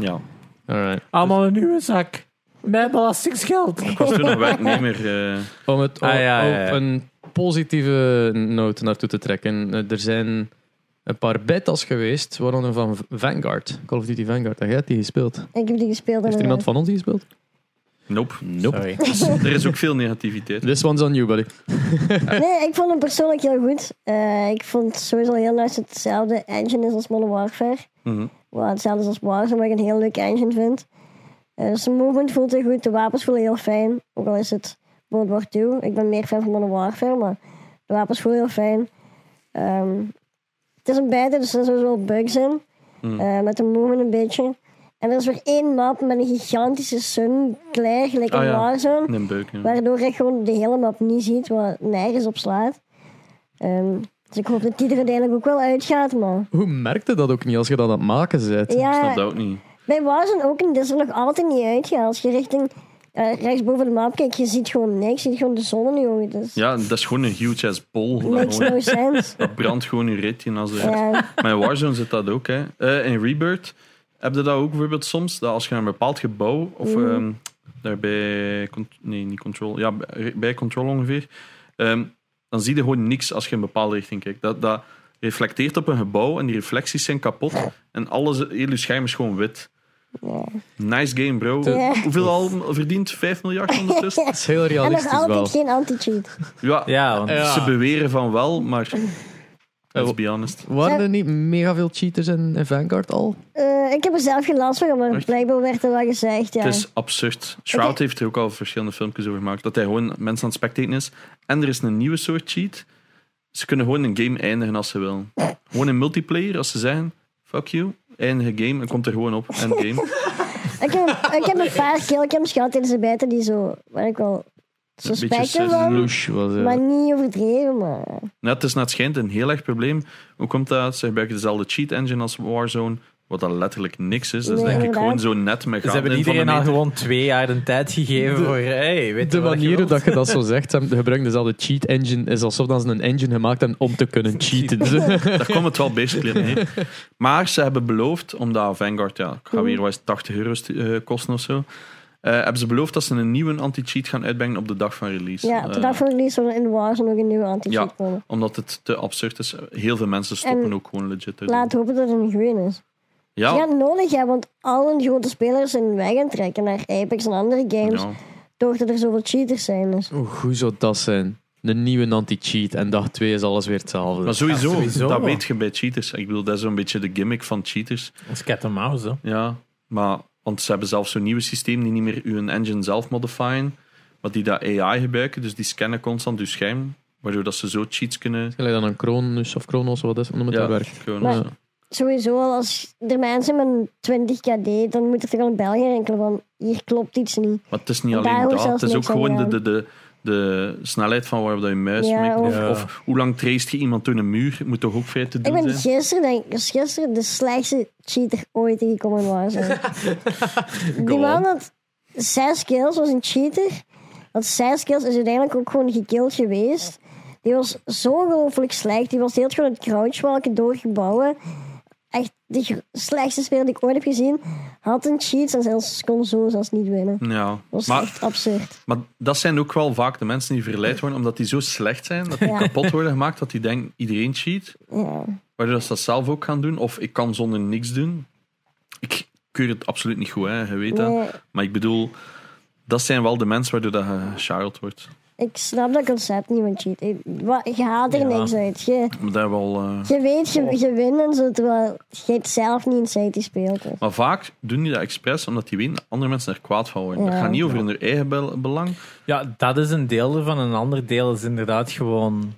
S1: Ja.
S3: Alright.
S2: Allemaal een nieuwe zak. Met belastingsgeld.
S1: Ik was toen een werknemer... eh,
S3: Om het
S2: Ah,
S3: op-
S2: ja, ja, ja.
S3: op een positieve noot naartoe te trekken. eh, Er zijn een paar betas geweest, waaronder van Vanguard. Call of Duty Vanguard. Heb jij die gespeeld?
S4: Ik heb die gespeeld
S2: Eh.
S3: Heeft er iemand van ons die gespeeld?
S1: nope. Dus
S3: Nope.
S2: Sorry.
S1: Er is ook veel negativiteit.
S3: This one's on you, buddy.
S4: Nee, ik vond hem persoonlijk heel goed. Eh, ik vond sowieso heel nice dat hetzelfde engine is als Modern Warfare.
S1: Mhm.
S4: Wat hetzelfde is als Warzone, wat ik een heel leuk engine vind. Eh, dus de movement voelt heel goed, de wapens voelen heel fijn. Ook al is het World War II. Ik ben meer fan van Modern Warfare, maar de wapens voelen heel fijn. Ehm, het is een beta, dus er zijn sowieso bugs in.
S1: Hmm.
S4: Eh, met de movement een beetje. En er is weer één map met een gigantische sun, glare, gelijk in
S1: Ah, ja.
S4: Warzone.
S1: In een beuk, ja.
S4: Waardoor je gewoon de hele map niet ziet wat nergens op slaat. Ehm, dus ik hoop dat die er uiteindelijk ook wel uitgaat, maar...
S3: Hoe merkte dat ook niet als je dat aan het maken bent?
S1: Ik snap
S4: Ja,
S1: dat ook niet.
S4: bij Warzone ook, en dat is er nog altijd niet uitgehaald. Als je richting eh, rechtsboven de map kijkt, je ziet gewoon niks. Je ziet gewoon de zon in je ogen. Dus
S1: Ja, dat is gewoon een huge-ass bol.
S4: makes
S1: Gewoon-
S4: no sense.
S1: Dat brandt gewoon in retina. Als er-
S4: Ja,
S1: Maar in Warzone zit dat ook. Hè. Eh, in Rebirth heb je dat ook bijvoorbeeld soms. Dat als je naar een bepaald gebouw, of
S4: Mhm.
S1: ehm, daar bij, con- nee, niet control, ja, bij- bij control ongeveer, ehm, dan zie je gewoon niks als je in een bepaalde richting kijkt. Dat, dat, reflecteert op een gebouw en die reflecties zijn kapot en alles, heel je scherm is gewoon wit.
S4: Ja.
S1: Nice game, bro.
S4: Ja.
S1: Hoeveel al verdiend? 5 miljard ondertussen?
S3: Dat is heel
S4: En nog
S3: realistisch
S4: altijd
S3: wel.
S4: geen anti-cheat.
S1: Ja,
S2: Ja, want
S3: Ja.
S1: ze beweren van wel, maar let's be honest.
S3: Waren er niet mega veel cheaters in, in Vanguard al?
S4: Eh, ik heb er zelf geen last van, maar
S1: Echt? Dus-
S4: blijkbaar werd er wel gezegd. Ja.
S1: Het is absurd. Shroud
S4: Oké.
S1: heeft er ook al verschillende filmpjes over gemaakt. Dat hij gewoon mensen aan het spectaten is. En er is een nieuwe soort cheat. Ze kunnen gewoon een game eindigen als ze willen. Gewoon in multiplayer, als ze zeggen: fuck you, eindige game. En komt er gewoon op, end game.
S4: Ik, heb, ik heb een paar killcams gehad tijdens de beta die zo, waar ik wel suspecten van,
S1: sus-
S3: Lush was eh,
S4: maar niet overdreven. Maar
S1: Net het is net schijnt een heel erg probleem. Hoe komt dat? Ze gebruiken dezelfde cheat engine als Warzone. Wat dat letterlijk niks is. Dat is
S4: Nee,
S1: denk ik
S4: inderdaad.
S1: gewoon zo net met
S2: Ze
S1: gaten
S2: hebben
S1: in van
S2: iedereen
S1: een
S2: al
S1: meter.
S2: gewoon twee jaar de tijd gegeven voor... Hey, weet
S3: De
S2: je wat je
S3: manier
S2: wilt?
S3: dat je dat zo zegt, ze gebruiken dezelfde cheat engine, is alsof dat ze een engine gemaakt hebben om te kunnen cheaten.
S1: Daar komt het wel basically op neer. Maar ze hebben beloofd, omdat Vanguard, ja, ik ga weer wel eens 80 euro st- eh, kosten of zo. eh, hebben ze beloofd dat ze een nieuwe anti-cheat gaan uitbrengen op de dag van release.
S4: ja, op de
S1: Eh,
S4: dag van release zou er in Warzone ook een nieuwe
S1: ja,
S4: anti-cheat komen.
S1: omdat het te absurd is. Heel veel mensen stoppen
S4: En
S1: ook gewoon legit. erin.
S4: Laat hopen dat het een gewin is.
S1: ja,
S4: Je gaat het nodig hebben, want alle grote spelers zijn weg aan het trekken naar Apex en andere games,
S1: ja.
S4: doordat er zoveel cheaters zijn. Dus.
S3: Oeh, Hoe zou dat zijn? Een nieuwe anti-cheat en dag 2 is alles weer hetzelfde.
S1: Maar sowieso,
S2: Ja, sowieso,
S1: dat
S2: man.
S1: weet je bij cheaters. Ik bedoel, dat is zo'n beetje de gimmick van cheaters.
S2: Dat is cat and mouse, hè.
S1: Ja, maar, want ze hebben zelfs zo'n nieuwe systeem die niet meer uw engine zelf modifieren, maar die dat AI gebruiken. Dus die scannen constant uw scherm, waardoor dat ze zo cheats kunnen
S3: Gelijk dan een Kronus of Kronos, wat is, hoe noem het dat werk?
S1: gewoon
S4: Maar-
S1: zo.
S4: Sowieso, al als er mensen met een 20 kd, dan moet er toch al een België enkele van, hier klopt iets niet.
S1: Maar het is niet
S4: En daar
S1: alleen
S4: hoeft
S1: dat.
S4: zelfs
S1: Het is ook
S4: niks aan
S1: gewoon de,
S4: gedaan.
S1: de, de, de snelheid van waarop dat je muis
S4: Ja,
S1: mee
S4: ook.
S1: of,
S2: Ja.
S1: of hoe lang trace je iemand door een muur. Het moet toch ook vrij te
S4: Ik
S1: doen
S4: ben
S1: zijn?
S4: gisteren, denk ik, was gisteren de slechtste cheater ooit tegengekomen in Warzone.
S3: Go
S4: Die
S3: on.
S4: man had zes kills, was een cheater. Had zes kills, is uiteindelijk ook gewoon gekillt geweest. Die was zo ongelooflijk slecht. Die was heel gewoon het crouchwalken doorgebouwen. Echt de gr- slechtste speler die ik ooit heb gezien. Had een cheat en zelfs kon zo zelfs niet winnen.
S1: Ja,
S4: Dat was
S1: maar,
S4: echt absurd.
S1: maar dat zijn ook wel vaak de mensen die verleid worden, omdat die zo slecht zijn, dat die
S4: Ja.
S1: kapot worden gemaakt, dat die denken iedereen cheat.
S4: Ja.
S1: Waardoor dat ze dat zelf ook gaan doen. Of ik kan zonder niks doen. Ik keur het absoluut niet goed, hè. je weet dat.
S4: Nee,
S1: Maar ik bedoel, dat zijn wel de mensen waardoor dat je gecharreld wordt.
S4: ik snap dat concept niet van cheat. Ik- wa- Je haalt er
S2: Ja.
S4: niks uit. Je,
S1: Maar dat wel... eh,
S4: je weet, je, je wint en zo, terwijl je het zelf niet in safety speelt. Dus.
S1: Maar vaak doen die dat expres omdat die weten dat andere mensen er kwaad van worden. Dat
S4: Ja.
S1: gaat niet over hun eigen bel- belang.
S2: Ja, dat is een deel ervan. Een ander deel is inderdaad gewoon...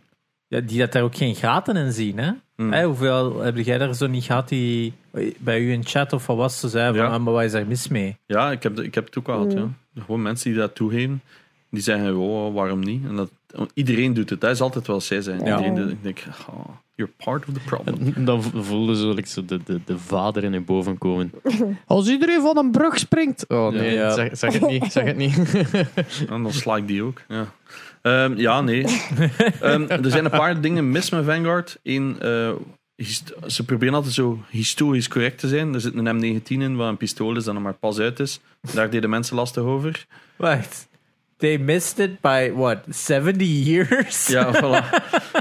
S2: Ja, die dat daar ook geen gaten in zien, hè?
S1: Hmm.
S2: Hè, hoeveel heb jij daar zo niet gehad die bij u in chat of wat was ze zei van,
S1: Ja.
S2: ah, maar wat is daar mis mee?
S1: Ja, ik heb, de- ik heb het ook gehad.
S4: Mm.
S1: Ja. Gewoon mensen die dat toegeven, die zeggen, oh, waarom niet? En dat, iedereen doet het. Dat is altijd wel zij zijn.
S4: Ja.
S1: Iedereen doet het. Ik denk, oh, you're part of the problem.
S3: Dan vo- voelde ze like, zo de, de, de vader in hun boven komen. Als iedereen van een brug springt. Oh nee,
S2: Ja.
S3: zeg, zeg het niet. Zeg het niet.
S1: En dan sla ik die ook. Ja, Ehm, ja nee. Ehm, er zijn een paar dingen mis met Vanguard. Eén, eh, hist- ze proberen altijd zo historisch correct te zijn. Er zit een M19 in waar een pistool is dat er maar pas uit is. Daar deden mensen lastig over.
S2: Wacht. They missed it by, what, 70 years?
S1: Ja, voilà.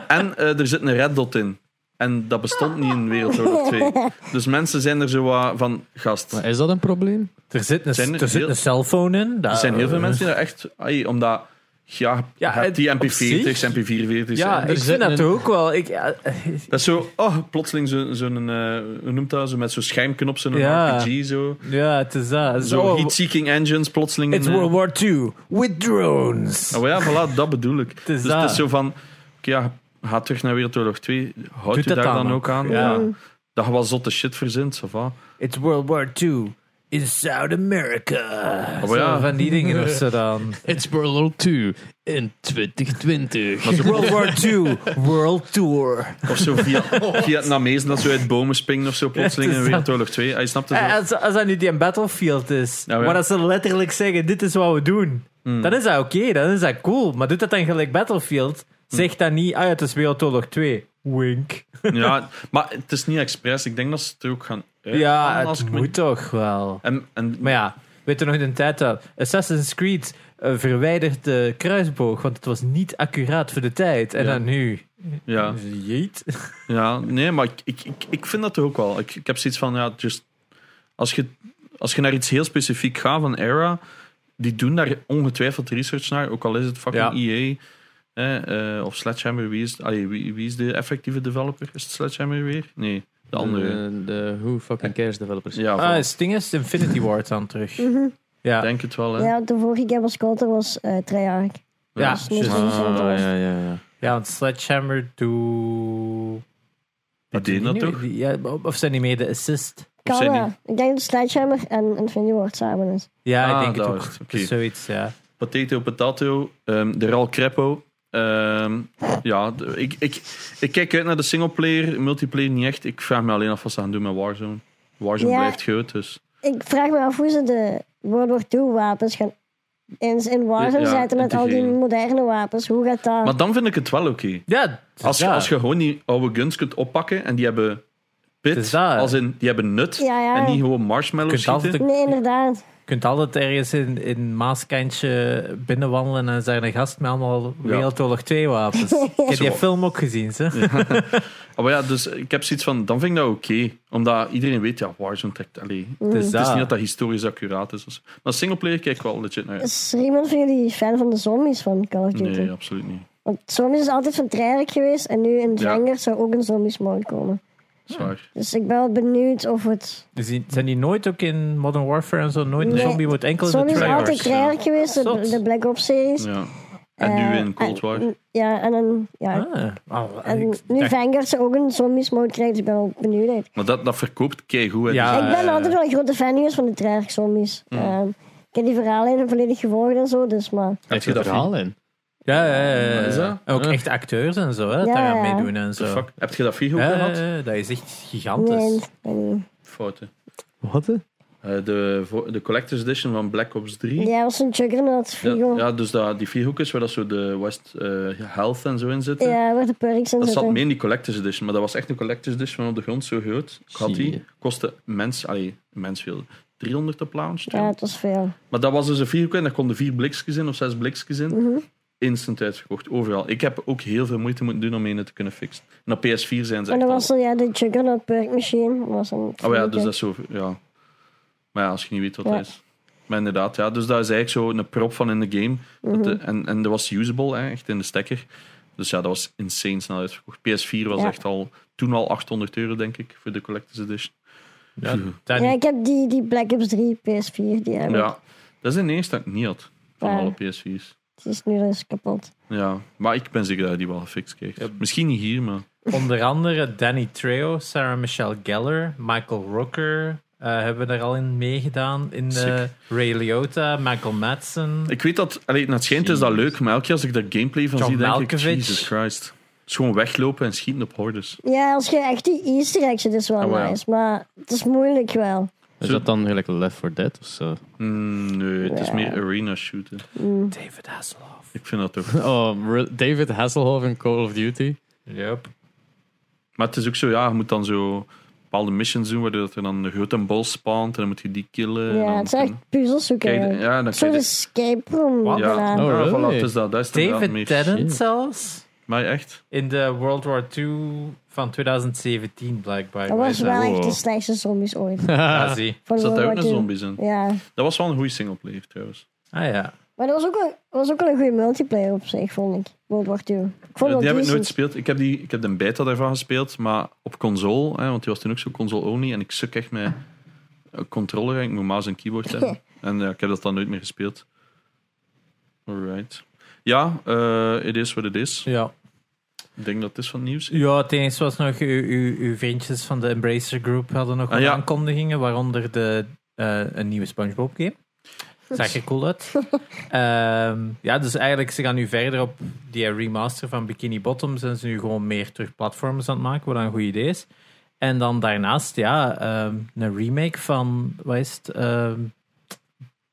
S1: En eh, er zit een red dot in. En dat bestond niet in Wereldoorlog 2. Dus mensen zijn er zo wat van gast.
S3: Maar is dat een probleem?
S2: Er zit een,
S1: Zijn er
S2: er zit
S1: heel-
S2: een cellphone in.
S1: Er zijn heel veel mensen die daar echt... ai, omdat... Ja,
S2: eh, Ja,
S1: je hebt die
S2: het- op
S1: MP40's,
S2: zich-
S1: MP44's.
S2: Ja,
S1: en-
S2: ik
S3: zit
S2: vind dat
S3: een-
S2: ook wel. Ik, ja,
S1: Dat is zo... Oh, plotseling zo'n... Zo hoe noemt dat? Zo met zo'n schuimknop, zo'n
S2: Ja.
S1: RPG zo.
S2: ja, het is dat.
S1: Zo
S2: Zo,
S1: heat-seeking engines plotseling...
S2: it's
S1: in, eh,
S2: World War II with drones.
S1: Oh ja, voilà, dat bedoel ik.
S2: is
S1: dus
S2: dat.
S1: het is zo van... oké, ja, ga terug naar Wereldoorlog 2. Houd
S2: Doet
S1: je
S2: dat
S1: daar
S2: dan
S1: dan
S2: ook.
S1: ook aan?
S2: Ja.
S1: Ja. Dat je wel zotte shit verzint, of wat?
S2: It's World War II in South America.
S1: Oh ja.
S2: Zo Van die dingen of zo dan.
S3: It's World War 2 in 2020.
S2: World War II World Tour.
S1: Of zo via, Vietnamezen dat zo uit bomen springen of zo plotseling
S2: Ja,
S1: in
S2: het is
S1: Wereldoorlog 2. Hij snapt het
S2: Eh,
S1: wel.
S2: Als, als dat nu die een battlefield is,
S1: Nou, Ja, Hmm. ja.
S2: maar als ze letterlijk zeggen: dit is wat we doen, dan is dat oké, dan is dat cool. Maar doet dat dan gelijk battlefield?
S1: Hmm.
S2: Zeg dat niet, ah ja, het is Wereldoorlog 2. Wink.
S1: Ja, maar het is niet expres. Ik denk dat ze het er ook gaan uithalen
S2: Ja,
S1: als
S2: het
S1: ik
S2: moet toch wel.
S1: En, en
S2: Maar ja, weet je nog in de tijd dat Assassin's Creed eh, verwijderde kruisboog, want het was niet accuraat voor de tijd. En
S1: Ja.
S2: dan nu,
S1: Ja,
S2: Jeet.
S1: ja nee, maar ik, ik, ik, ik vind dat toch ook wel. Ik, ik heb zoiets van, ja, just, als, je, als je naar iets heel specifiek gaat van Era, die doen daar ongetwijfeld research naar, ook al is het fucking EA. Hè, eh, of Sledgehammer, wie is, allee, wie, wie is de effectieve developer? Is het Sledgehammer weer? Nee, de
S2: Eh,
S1: andere.
S3: De, Eh, de Who Fucking Cares developers.
S1: ja, voilà.
S2: Ah, Sting is Infinity Ward dan terug.
S4: Mhm.
S1: ik
S2: Ja.
S1: denk het wel. Hè.
S4: Ja, de vorige keer was Coulter was eh Treyarch.
S2: Ja,
S4: Dus niet
S2: juist.
S4: zo'n
S1: Oh,
S3: Ah,
S4: soort was.
S3: ja, ja, ja.
S2: ja, want Sledgehammer doe...
S1: Die
S2: Wat doen
S1: deden dat
S2: nu?
S1: toch?
S2: Die- ja, of zijn die mee de assist?
S1: Of
S4: Kan
S1: zijn
S4: wel.
S1: die-
S4: Ik denk dat Sledgehammer en Infinity Ward samen is.
S2: Ja,
S1: Ah,
S2: ik denk het
S1: dat
S2: ook.
S1: was het.
S2: Het
S1: Oké.
S2: is zoiets, ja.
S1: Potato, potato, ehm, de Ral Crepo. Ehm, ja, de- ik, ik, ik kijk uit naar de singleplayer, multiplayer niet echt. Ik vraag me alleen af wat ze gaan doen met Warzone. Warzone
S4: Ja.
S1: blijft groot, dus...
S4: Ik vraag me af hoe ze de World War II wapens gaan in, in Warzone
S1: Ja,
S4: zetten met al die
S1: integreren.
S4: moderne wapens. Hoe gaat dat?
S1: Maar dan vind ik het wel oké.
S2: Ja,
S1: Als, je-
S2: ja.
S1: als je gewoon die oude guns kunt oppakken en die hebben
S2: Het
S1: pit,
S2: is dat.
S1: als in die hebben nut,
S4: Ja, ja.
S1: en niet gewoon
S2: je
S1: marshmallows
S2: kunt altijd,
S1: schieten.
S2: je
S4: nee, inderdaad.
S2: kunt altijd ergens in, in Maaskijntje binnenwandelen en is daar een gast met allemaal Wereldoorlog 2 wapens. Ik heb die
S1: Zo.
S2: film ook gezien, ze.
S1: Ah, maar ja, dus ik heb zoiets van, dan vind ik dat oké. Omdat iedereen weet, ja, Warzone trekt... Allee,
S2: Het is,
S1: Het is
S2: dat.
S1: niet dat dat historisch accuraat is. of zo. Maar singleplayer kijk ik wel legit naar uit.
S4: Is er iemand van jullie fan van de zombies van Call of Duty?
S1: Nee, absoluut niet.
S4: Want zombies is altijd van Treyarch geweest en nu in
S1: Ja.
S4: Django zou ook een zombies mode komen.
S1: Zwaar.
S4: Dus ik ben wel benieuwd of het...
S2: Dus die- zijn die nooit ook in Modern Warfare en zo? Nooit een
S4: Nee.
S2: zombie wordt enkel in de
S4: Zombies is
S1: Treyarch,
S4: altijd
S1: ja.
S4: Treyarch geweest, de,
S2: Zot.
S4: de Black Ops series.
S1: Ja. En nu
S4: Eh,
S1: in Cold War.
S4: en- ja, en, dan, ja.
S2: Ah, ah,
S4: en
S2: ik
S4: nu
S2: dacht-
S4: Vanguard zou ook een zombies mode krijgen, dus ik ben wel benieuwd. eigenlijk.
S1: Maar dat, dat verkoopt keigoed. hè.
S2: Ja.
S1: Dus-
S4: ik ben altijd wel een grote fan geweest van de Treyarch zombies.
S1: Mm.
S4: Ehm, ik heb die verhalen volledig gevolgd en zo, dus maar...
S1: Heb je
S3: Een
S1: dat
S3: verhaal in.
S2: ja, ja, ja, ja.
S1: Wat is dat?
S2: En Ook
S3: Ah.
S2: echt acteurs en zo, hè, dat
S4: Ja,
S2: daar aan
S4: ja.
S2: meedoen en
S1: The
S2: zo.
S1: fuck? Heb je dat frigo
S2: Ja,
S1: gehad?
S2: ja, ja, dat is echt gigantisch.
S4: Nee, ik weet niet.
S1: Fouten.
S3: Wat? hè?
S1: Eh, de, vo- de Collector's Edition van Black Ops 3.
S4: Ja, was een juggernaut,
S1: Ja,
S4: Frigo. Ja,
S1: ja, dus dat, die vierhoekjes waar dat zo de West eh, Health en zo in zitten.
S4: waar de perks in
S1: Dat zat
S4: zitten.
S1: meer in die Collector's Edition. Maar dat was echt een Collector's Edition van op de grond zo groot. Ik had die.
S3: Zie.
S1: Kostte mens, allee, mens veel. 300 op launch.
S4: Ja, het was veel.
S1: Maar dat was dus een vierhoek en daar konden vier blikjes in of zes blikjes in.
S4: Mhm.
S1: Instant uitverkocht, overal. Ik heb ook heel veel moeite moeten doen om ene te kunnen fixen. En op PS4 zijn ze
S4: En
S1: echt
S4: dan
S1: al-
S4: was er ja, de juggernaut perk machine. Was een
S1: Oh ja,
S4: Frigo.
S1: dus dat is zo. Ja. Maar ja, als je niet weet wat
S4: Ja.
S1: dat is. Maar inderdaad, ja, dus dat is eigenlijk zo een prop van in de game. Dat
S4: Mhm.
S1: de- en, en dat was usable, hè, echt in de stekker. Dus ja, dat was insane snel uitverkocht. PS4 was
S4: Ja.
S1: echt al toen al 800 euro, denk ik, voor de Collector's Edition.
S2: Ja, dat
S4: Ja,
S2: niet.
S4: ik heb die, die Black Ops 3 PS4, die heb ik.
S1: Ja, dat is de eerste dat ik niet had van
S4: Ja.
S1: alle PS4's.
S4: Die is nu dus kapot.
S1: Ja, maar ik ben zeker dat je die wel gefixt kreeg.
S2: Ja.
S1: Misschien niet hier, maar
S2: Onder andere Danny Trejo, Sarah Michelle Gellar, Michael Rooker eh, hebben er al in meegedaan. In eh, Ray Liotta, Michael Madsen.
S1: ik weet dat. Allee, naar het schijnt is dat leuk, maar elke keer als ik daar gameplay van
S2: John
S1: zie, denk ik:
S2: Malkovich.
S1: Jesus Christ. Het is gewoon weglopen en schieten op hordes.
S4: Ja, als je echt die easter eggs zit, is wel
S1: Oh, ja.
S4: nice. Maar het is moeilijk wel.
S3: Is
S1: Zo-
S3: dat dan gelijk Left 4 Dead of zo?
S1: Mm, nee, het is
S4: Ja.
S1: meer arena shooten.
S2: David Hasselhoff.
S1: Ik vind dat toch.
S3: Oh, Re- David Hasselhoff in Call of Duty.
S2: Yep.
S1: Maar het is ook zo, ja, je moet dan zo bepaalde missions doen, waardoor dat er dan een grote bol spawnt en dan moet je die killen. en
S4: ja,
S1: dan
S4: het is echt puzzels zoeken.
S1: Kijk,
S4: eigenlijk.
S1: ja, dan
S4: Een soort
S1: krijg je...
S4: escape room.
S2: Wat?
S1: Ja,
S4: bijna.
S1: ja,
S3: Oh,
S1: voilà,
S3: really?
S1: het is dat. Dat is inderdaad meer
S2: David Tennant
S1: shit.
S2: zelfs.
S1: Maar echt,
S2: In de World War II van 2017 blijkbaar.
S4: Dat was
S2: Wij
S4: wel
S3: wow.
S4: echt de slechtste zombies ooit.
S2: zijn- Ah, zie.
S4: Van
S1: zat daar
S4: World War
S1: Oh. ook een
S4: II.
S1: zombies in.
S4: Ja,
S1: Dat was wel een goede singleplayer trouwens.
S2: Ah ja.
S4: maar dat was ook, wel, was ook wel een goede multiplayer op zich, vond ik. World War II. Ik vond
S1: Ja,
S4: dat
S1: Eh,
S2: Oh,
S1: die heb ik
S4: decent.
S1: nooit gespeeld. Ik heb, die, ik heb de beta daarvan gespeeld, maar op console, hè, want die was toen ook zo console-only. En ik suk echt met een controller en ik moet mouse en keyboard hebben. en ja, ik heb dat dan nooit meer gespeeld. Alright. Ja, eh it is what it is.
S2: Ja.
S1: Ik denk dat het is van het nieuws.
S2: ja, het enige was nog, uw, uw, uw vriendjes van de Embracer Group hadden nog
S1: Ah,
S2: wat
S1: ja.
S2: aankondigingen, waaronder de, eh, een nieuwe SpongeBob game. Zag er cool uit. Ehm, ja, dus eigenlijk, ze gaan nu verder op die remaster van Bikini Bottom. Zijn ze nu gewoon meer terug platforms aan het maken, wat dan een goed idee is. En dan daarnaast, ja, ehm, een remake van, wat is het? ehm,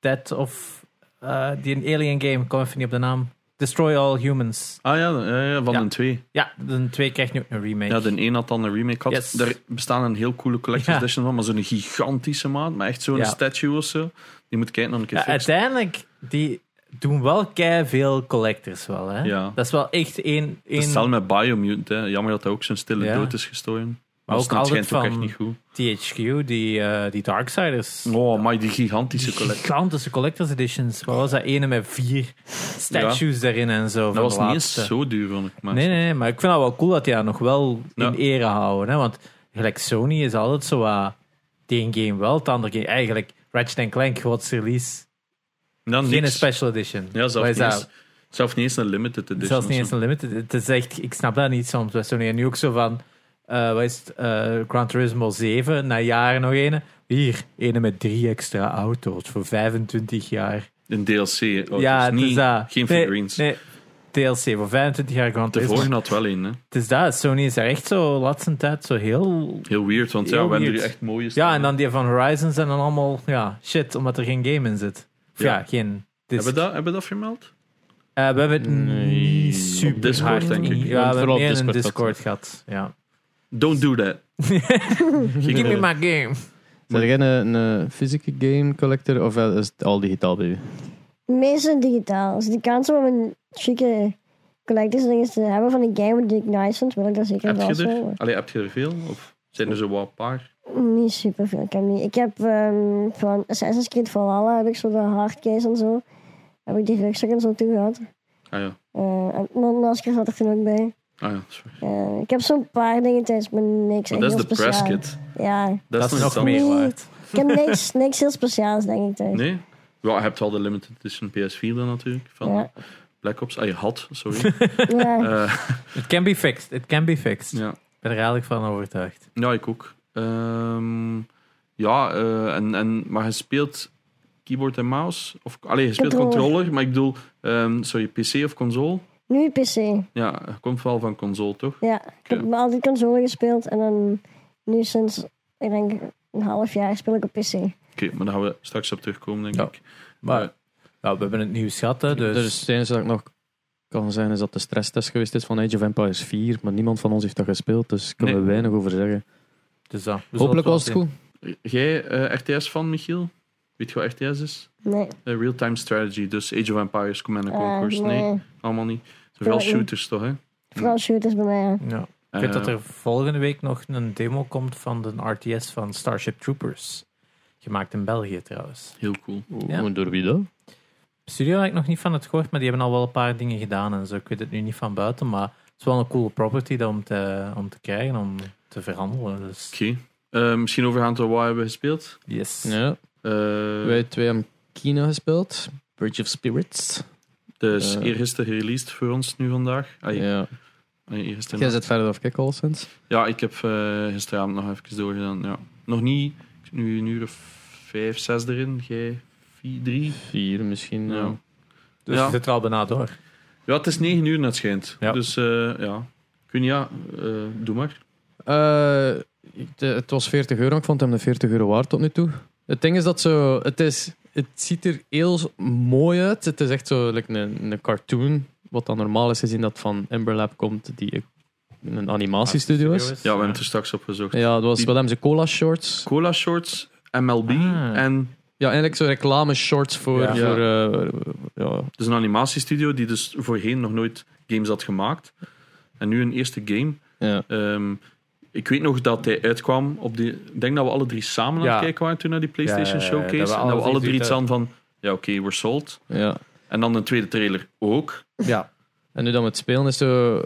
S2: Dead of, eh, die een alien game, ik kom even niet op de naam. Destroy All Humans.
S1: Ah ja, ja, ja, van
S2: Ja.
S1: de twee.
S2: Ja, de twee krijgt nu ook een remake.
S1: Ja, de een had dan een remake had.
S2: Yes.
S1: Daar bestaan een heel coole collector's
S2: Ja.
S1: edition van, maar zo'n gigantische maat. Maar echt zo'n
S2: Ja.
S1: statue of zo. Die moet kijken naar een keer
S2: Ja,
S1: fixen.
S2: uiteindelijk, die, doen wel kei veel collectors wel. Hè?
S1: Ja.
S2: Dat is wel echt één.
S1: Het is
S2: één
S1: hetzelfde met Biomutant. Hè. Jammer dat hij ook zijn stille
S2: Ja.
S1: dood is gestolen.
S2: Maar
S1: Maar
S2: ook
S1: ook dat
S2: altijd
S1: schijnt ook
S2: van-
S1: echt niet goed.
S2: THQ, die, eh die Darksiders.
S1: Oh, maar die gigantische collectie.
S2: Gigantische collectors editions. Wat was dat? Ene met vier statues daarin en zo.
S1: Dat was niet eens
S2: laatste.
S1: zo duur, vond ik. Maar
S2: Nee, nee, nee, maar ik vind het wel cool dat die dat nog wel
S1: Ja.
S2: in ere houden. Hè? Want gelijk Sony is altijd zo wat. De ene game wel, het andere game. Eigenlijk Ratchet Clank, grootste release.
S1: Dan
S2: Geen
S1: niks.
S2: special edition.
S1: Ja,
S2: Wat
S1: zelfs
S2: is
S1: niet,
S2: dat?
S1: eens, zelfs niet eens een limited edition.
S2: Zelfs niet
S1: of
S2: eens
S1: Dus zo.
S2: een limited. Het is echt, ik snap dat niet soms. bij Sony en nu ook zo van, eh wat is het, eh, Gran Turismo 7, na jaren nog ene. Hier, ene met drie extra auto's voor 25 jaar.
S1: Een DLC. Oh,
S2: ja,
S1: het Oh, is niet,
S2: dat.
S1: Geen
S2: Nee,
S1: figurines.
S2: Nee, DLC voor 25 jaar Gran
S1: De
S2: Turismo.
S1: vorige had wel één, hè.
S2: Het is dat. Sony is daar echt zo, laatste tijd, zo heel...
S1: Heel weird, want
S2: Heel
S1: ja, we hebben
S2: weird.
S1: er echt mooie staan,
S2: Ja, en
S1: hè.
S2: dan die van Horizons en dan allemaal, ja, shit, omdat er geen game in zit. Of ja,
S1: Ja.
S2: geen... disc.
S1: Hebben we dat, hebben we dat vermeld?
S2: Eh, we hebben het
S3: Nee.
S2: niet super
S1: Op Discord,
S2: hard.
S1: denk ik.
S2: Ja, we hebben
S3: Vooral op
S2: meer een
S3: Discord dat-
S2: Discord gehad. Ja.
S1: Don't do that. Geen
S2: Give me
S1: idee.
S2: my game.
S3: Zijn jij eh, een, een fysieke game collector of is het al digitaal bij u?
S4: Meestal digitaal. Als ik de kans heb om een chique collectors dingen te hebben van een game die ik nice vind, wil ik dat zeker
S1: Heb
S4: wel
S1: je
S4: zo.
S1: er?
S4: maar
S1: Allee, heb je er veel? Of zijn er zo wat paar?
S4: Niet super veel. Ik heb, niet. Ik heb ehm, van Assassin's Creed Valhalla heb ik zo de hardcase en zo. Heb ik die rugzak en zo toe gehad.
S1: Ah ja,
S4: Eh, en Mondmasker zat er toen ook bij.
S1: ah, ja sorry.
S4: Eh, ik heb zo'n paar dingen thuis, maar niks.
S1: Maar
S4: echt
S1: dat is
S4: heel
S1: de press
S4: speciaal.
S1: kit.
S4: Ja,
S1: Dat,
S2: Dat is
S1: nog
S2: nog
S1: iets
S4: meer.
S1: anders.
S2: meer waard.
S4: ik heb niks, niks heel speciaals, denk ik thuis.
S1: Nee? Ja, je hebt al de limited edition PS4 dan natuurlijk. Van
S4: Ja.
S1: Black Ops. Ah, je had, sorry.
S4: Ja.
S1: Eh,
S2: It can be fixed. It can be fixed.
S1: ja.
S2: Ik ben er eigenlijk van overtuigd.
S1: Ja, ik ook. Ehm, ja, eh, en, en, maar je speelt keyboard en mouse? Of, allee, je speelt
S4: Controller.
S1: controller, maar ik bedoel, ehm, sorry, PC of console?
S4: Nu PC.
S1: Ja, je komt wel van console, toch?
S4: Ja, ik heb altijd console gespeeld en dan nu sinds, ik denk, een half jaar speel ik op PC.
S1: Oké, maar daar gaan we straks op terugkomen, denk
S3: Ja.
S1: ik.
S2: Maar nou, we hebben het nieuws gehad, hè, dus...
S3: Dus, het enige dat ik nog kan zijn is dat de stresstest geweest is van Age of Empires 4, maar niemand van ons heeft dat gespeeld, dus kunnen we
S1: Nee.
S3: weinig over zeggen.
S2: dus dat. We zullen
S3: Hopelijk
S2: wel
S3: was het
S2: zien.
S3: goed.
S1: Eh, jij RTS-fan, Michiel? Weet je wat RTS is?
S4: Nee.
S1: Eh, Real-time strategy, dus Age of Empires, Command and
S4: eh,
S1: Conquers. Nee, allemaal niet.
S4: Speel
S1: Zoveel
S4: ik niet.
S1: shooters, toch, hè?
S4: Vooral shooters bij mij. ja.
S2: Ja. Ik
S1: Eh,
S2: weet dat er volgende week nog een demo komt van de RTS van Starship Troopers. Gemaakt in België trouwens.
S1: Heel cool.
S2: Ja.
S3: Door wie dan?
S2: Studio heb ik nog niet van het gehoord, maar die hebben al wel een paar dingen gedaan en zo. Ik weet het nu niet van buiten, maar het is wel een coole property dan om te, om te krijgen, om te verhandelen. Dus
S1: Oké. Eh, misschien overgaan tot wat hebben we gespeeld?
S2: yes.
S3: Ja,
S1: Eh,
S3: wij twee hebben Kina gespeeld, Bridge of Spirits.
S1: Dus
S3: Eh.
S1: eergisteren gereleased voor ons nu vandaag. Ah,
S3: Ja.
S1: nee, eergisteren
S3: Jij
S1: nog.
S3: zit verder of kijk al sinds.
S1: Ja, ik heb eh, gisteravond nog even doorgedaan. Ja. Nog niet, ik zit nu een uur of vijf, zes erin. Jij vier, drie.
S3: Vier misschien.
S1: Ja.
S3: ja.
S2: Dus
S1: Ja.
S2: je zit er al bijna door.
S1: Ja, het is negen uur net schijnt.
S2: Ja.
S1: Dus eh, ja, kun je, ja, eh, doe maar.
S3: Eh, ik- de- het was 40 euro. Ik vond hem de 40 euro waard tot nu toe. Het ding is dat zo. Het, is, het ziet er heel s- mooi uit. Het is echt zo like een, een cartoon. Wat dan normaal is gezien dat van Ember Lab komt, die een animatiestudio is.
S1: Ja, we hebben het er straks op gezocht.
S3: Ja, dat was
S1: Die-
S3: wel hem zijn cola shorts.
S1: Cola shorts, MLB
S2: Ah.
S1: en
S3: Ja, eigenlijk zo reclame shorts voor.
S2: Ja.
S3: voor eh, ja.
S1: dus een animatiestudio die dus voorheen nog nooit games had gemaakt. En nu een eerste game.
S3: Ja.
S1: Ehm, ik weet nog dat hij uitkwam op die. Ik denk dat we alle drie samen aan
S2: Ja.
S1: het kijken waren toen naar die PlayStation
S2: Ja, ja, ja, ja.
S1: Showcase.
S2: Dat we
S1: en
S2: alle
S1: dat we alle
S2: drie
S1: drie iets
S2: zoiets
S1: aan van. Ja, oké, we're sold.
S3: ja.
S1: En dan een tweede trailer ook.
S3: Ja. En nu dat we het spelen is zo...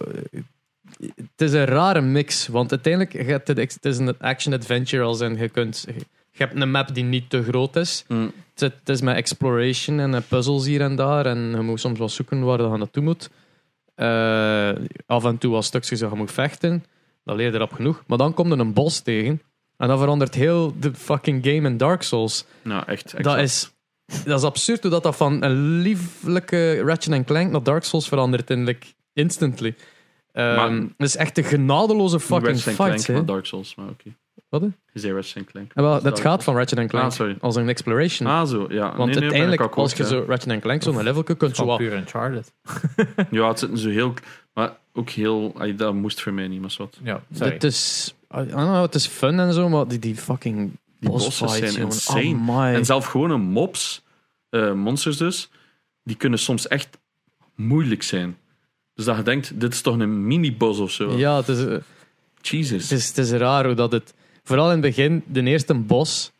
S3: Het is een rare mix, want uiteindelijk je hebt het, het is een action-adventure als en je kunt... Je hebt een map die niet te groot is.
S1: Mm.
S3: Het, is- het is met exploration en eh, puzzels hier en daar. En je moet soms wel zoeken waar je naartoe moet. Eh, af en toe als stukjes dat je moet vechten. Dat leer je erop genoeg. Maar dan komt er een boss tegen. En dat verandert heel de fucking game in Dark Souls.
S1: Nou, echt.
S3: Dat
S1: exact.
S3: is, dat is absurd hoe dat, dat van een lieflijke Ratchet Clank naar Dark Souls verandert in like, instantly. Ehm,
S1: Maar-
S3: dat is echt een genadeloze
S1: Niet
S3: fucking
S1: Ratchet
S3: fight.
S1: Clank,
S3: hè.
S1: maar Dark Souls. Maar oké.
S3: Wat, hè?
S1: Is hij Ratchet Clank?
S3: En wel,
S1: Dark
S3: dat gaat van Ratchet Clank
S1: Ah, sorry.
S3: als een exploration.
S1: Ah, zo. Ja.
S3: Want
S1: Nee, nee,
S3: uiteindelijk,
S1: ben ik akkoord,
S3: als je
S1: ja.
S3: zo Ratchet Clank zo'n level kunt, zo
S2: Van
S3: wat
S2: puur Uncharted.
S1: Ja, het zit zo heel. Maar ook heel. ay, dat moest voor mij niet, maar wat.
S2: Ja, sorry.
S3: Het is, I don't know, het is fun en zo, maar die, die fucking
S1: Die
S3: boss
S1: bossen
S3: fights,
S1: zijn
S3: jongen. Oh
S1: insane.
S3: Amai.
S1: En zelf gewoon een mobs. eh, monsters dus. die kunnen soms echt moeilijk zijn. Dus dat je denkt, dit is toch een mini-boss of zo.
S3: Ja, het is, eh,
S1: Jesus.
S3: Het is, het is raar hoe dat het... Vooral in het begin, de eerste bos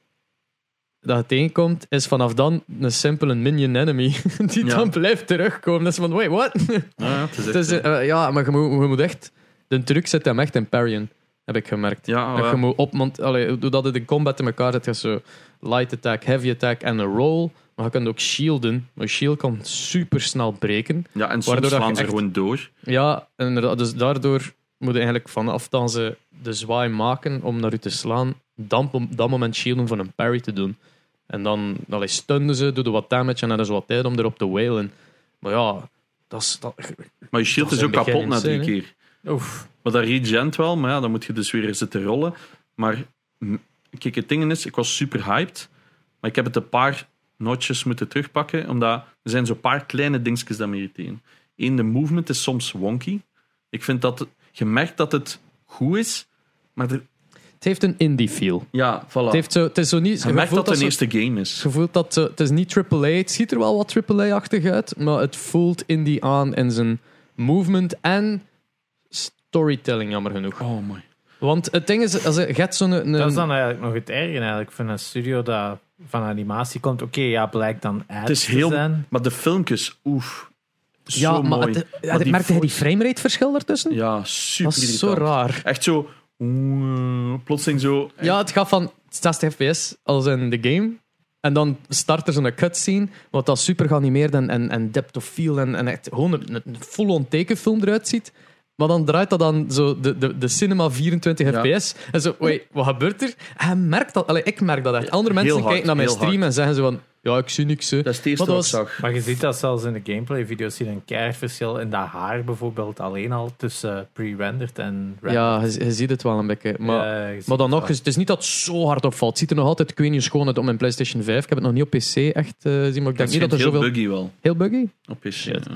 S3: dat je tegenkomt, is vanaf dan een simpele minion enemy. Die
S1: Ja.
S3: dan blijft terugkomen. Dat is van, wait, what?
S1: Ja, ja, het is
S3: Het
S1: echt,
S3: is,
S1: eh,
S3: eh, ja, maar je moet, je moet echt... De truc zit hem echt in parryen, heb ik gemerkt.
S1: ja, oh,
S3: dat
S1: ja.
S3: je moet op... Want, allee, doordat het in combat in elkaar zit, je zo light attack, heavy attack en een roll. Maar je kunt ook shielden. Maar shield kan super snel breken.
S1: Ja, en soms
S3: waardoor dat je
S1: slaan ze
S3: echt-
S1: gewoon door.
S3: Ja, inderdaad. Dus daardoor moet je eigenlijk vanaf dat ze de zwaai maken om naar u te slaan, dan op dat moment shielden van een parry te doen. En dan allee, stunnen ze, doen wat damage en dan is wat tijd om erop te wailen. Maar ja, dat is... Dat,
S1: Maar je shield
S3: Dat
S1: is
S3: is
S1: ook
S3: in het
S1: kapot
S3: begin
S1: na drie
S3: insane,
S1: keer.
S2: Oef.
S1: Maar dat regent wel, maar ja, dan moet je dus weer zitten rollen. Maar m, kijk, het ding is, ik was super hyped. Maar ik heb het een paar notjes moeten terugpakken. Omdat er zijn zo'n paar kleine dingetjes dat me irriteren. Eén, de movement is soms wonky. Ik vind dat... Je merkt dat het goed is, maar er,
S3: het heeft een indie feel.
S1: ja, voilà.
S3: Het, heeft zo, het is zo niet...
S1: je merkt
S3: voelt
S1: dat het een
S3: zo-
S1: eerste game is.
S3: je voelt dat zo- het is niet AAA. Het ziet er wel wat AAA-achtig uit, maar het voelt indie aan in zijn movement en storytelling, jammer genoeg.
S1: Oh my.
S3: Want het ding is, als je je hebt zo'n... een-
S2: Dat is dan eigenlijk nog het erge eigenlijk van een studio dat van animatie komt. Oké, ja, blijkt dan ads
S1: Het is heel...
S2: te zijn.
S1: Maar de filmpjes, oef. Zo
S3: Ja, maar,
S1: mooi.
S3: het, ja,
S1: Maar die
S3: merkte je die
S1: voice-
S3: framerate verschil daartussen?
S1: Ja, super
S3: dat is zo
S1: irritant.
S3: raar.
S1: Echt zo... oeh, Plotseling zo...
S3: Ja, het gaat van 60 fps als in de game. En dan start er zo'n cutscene, wat dat super geanimeerd en, en, en depth of feel en, en echt gewoon een, een full-on tekenfilm eruit ziet. Maar dan draait dat dan zo de, de, de cinema 24
S1: Ja.
S3: fps. En zo, wait, wat gebeurt er? Hij merkt dat, allee, ik merk dat echt. Andere
S1: Heel
S3: mensen
S1: hard,
S3: kijken naar mijn
S1: heel
S3: stream
S1: hard.
S3: en zeggen ze van, ja, ik zie niks. hè."
S1: Dat is het eerste
S3: Maar
S1: wat
S3: dat
S1: ik
S3: was-
S1: zag.
S2: Maar je ziet dat zelfs in de gameplay-video's zie je een keihard verschil in dat haar bijvoorbeeld alleen al tussen pre-rendered en rendered.
S3: Ja, je, je ziet het wel een beetje. Maar
S2: Ja, je ziet
S3: Maar dan
S2: het
S3: nog,
S2: wel.
S3: eens, het is niet dat het zo hard opvalt. Het ziet er nog altijd, ik weet niet schoon uit op mijn PlayStation 5. Ik heb het nog niet op PC echt eh zien, maar ik
S1: Dat
S3: denk
S1: is
S3: niet dat er
S1: heel
S3: zoveel...
S1: buggy wel.
S3: Heel buggy?
S1: Op PC,
S3: Shit.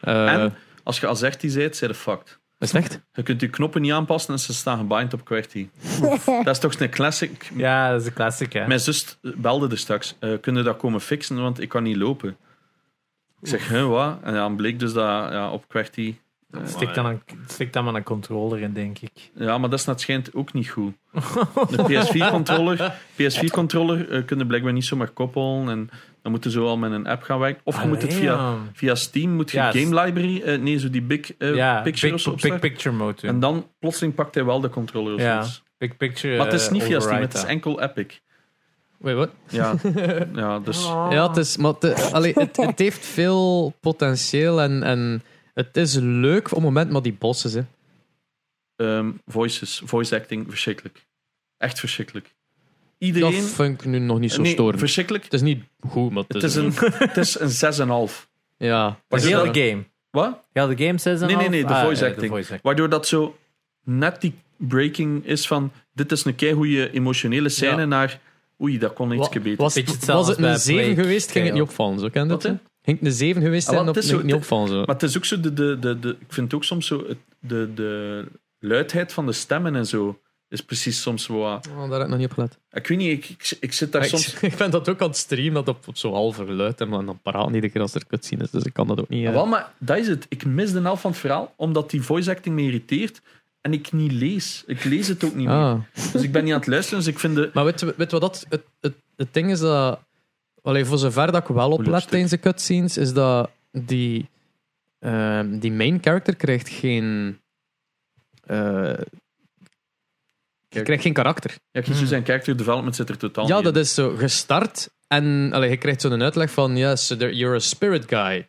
S1: ja.
S3: Eh,
S1: En als je Azerty zijt, zijn de fucked.
S3: is het echt?
S1: Je kunt je knoppen niet aanpassen en ze staan gebind op QWERTY. dat is toch een classic.
S2: Ja, dat is een classic, hè.
S1: Mijn zus belde er straks. eh kunnen dat komen fixen, want ik kan niet lopen. Ik zeg, hè, wat? En dan bleek dus dat ja, op QWERTY... eh,
S2: Stik dan, een, stik dan maar een controller in, denk ik.
S1: Ja, maar dat is naar het schijnt ook niet goed. De PS4-controller PS4 eh kunnen blijkbaar niet zomaar koppelen. En dan moeten ze wel met een app gaan werken. Of je moet het via,
S2: Allee,
S1: via Steam, moet je
S2: Ja,
S1: Game Library, eh, nee, zo die Big eh,
S2: ja. Ja,
S1: Picture of zo
S2: big,
S1: opstarten.
S2: big picture mode. doen.
S1: En dan plotseling pakt hij wel de controller of
S2: Ja.
S1: zoiets.
S2: Big picture.
S1: Maar het is
S2: eh,
S1: niet via Steam,
S2: override
S1: het is
S2: dat.
S1: enkel Epic.
S3: Wait, what?
S1: Ja, ja dus...
S3: Ja, het, is, maar het, allee, het, het heeft veel potentieel en, en het is leuk op het moment, maar die bossen, hè.
S1: ehm, voices, voice acting, verschrikkelijk. Echt verschrikkelijk.
S3: dat
S1: Iedereen...
S3: vind ik nu nog niet zo
S1: nee,
S3: storend.
S1: verschrikkelijk.
S3: Het is niet goed, maar het,
S1: Het is een, het is een 6,5.
S3: Ja.
S1: Maar
S3: Het is
S2: Heel
S3: wel-
S2: de game.
S1: Wat?
S2: Heel de game 6
S1: Nee, nee,
S2: Ah,
S1: nee, de
S3: Ah, eh,
S1: voice acting. Waardoor dat zo net die breaking is van... Dit is een keigoeie emotionele scène
S3: Ja.
S1: naar... Oei, dat kon iets
S3: Wa-
S1: beter.
S3: was,
S2: Beetje
S3: was,
S2: hetzelfde als
S3: het
S2: bij
S3: een 7
S2: Plague
S3: geweest, ging het
S2: Tale.
S3: niet opvallen. Zo, ken je
S1: Wat,
S3: dat?
S1: hè?
S3: hè? Ging het een 7 geweest
S1: Ah,
S3: zijn,
S1: wel,
S3: op,
S1: het is zo-
S3: niet opvallen. Zo.
S1: Maar het is ook zo... De, de, de, de, ik vind het ook soms zo... het- De, de luidheid van de stemmen en zo is precies soms wat...
S3: Oh, daar heb ik nog niet op gelet.
S1: Ik weet niet, ik, ik, ik zit daar
S3: Maar
S1: soms...
S3: Ah,
S1: Ah,
S3: Ik, ik ben dat ook aan het streamen, dat op, op zo'n half geluid en dan paraat niet keer als er cutscene is, dus ik kan dat ook niet. eh.
S1: Ja. Ah, Wel, maar dat is het. Ik mis de helft van het verhaal, omdat die voice acting me irriteert en ik niet lees. Ik lees het ook niet meer.
S3: ah.
S1: Dus ik ben niet aan het luisteren, dus ik vind de...
S3: Maar weet, je- weet je wat dat, het, het, het ding is dat, allee, voor zover dat ik wel oplet
S1: Moeilijk
S3: tijdens de cutscenes, is dat die, ehm, die main character krijgt geen, eh, je krijgt geen karakter.
S1: Ja, ik zo zijn character development zit er totaal
S3: Hmm. Ja,
S1: niet
S3: dat
S1: in.
S3: is zo gestart en allee, je krijgt zo'n uitleg van: Yes, there- you're a spirit guide.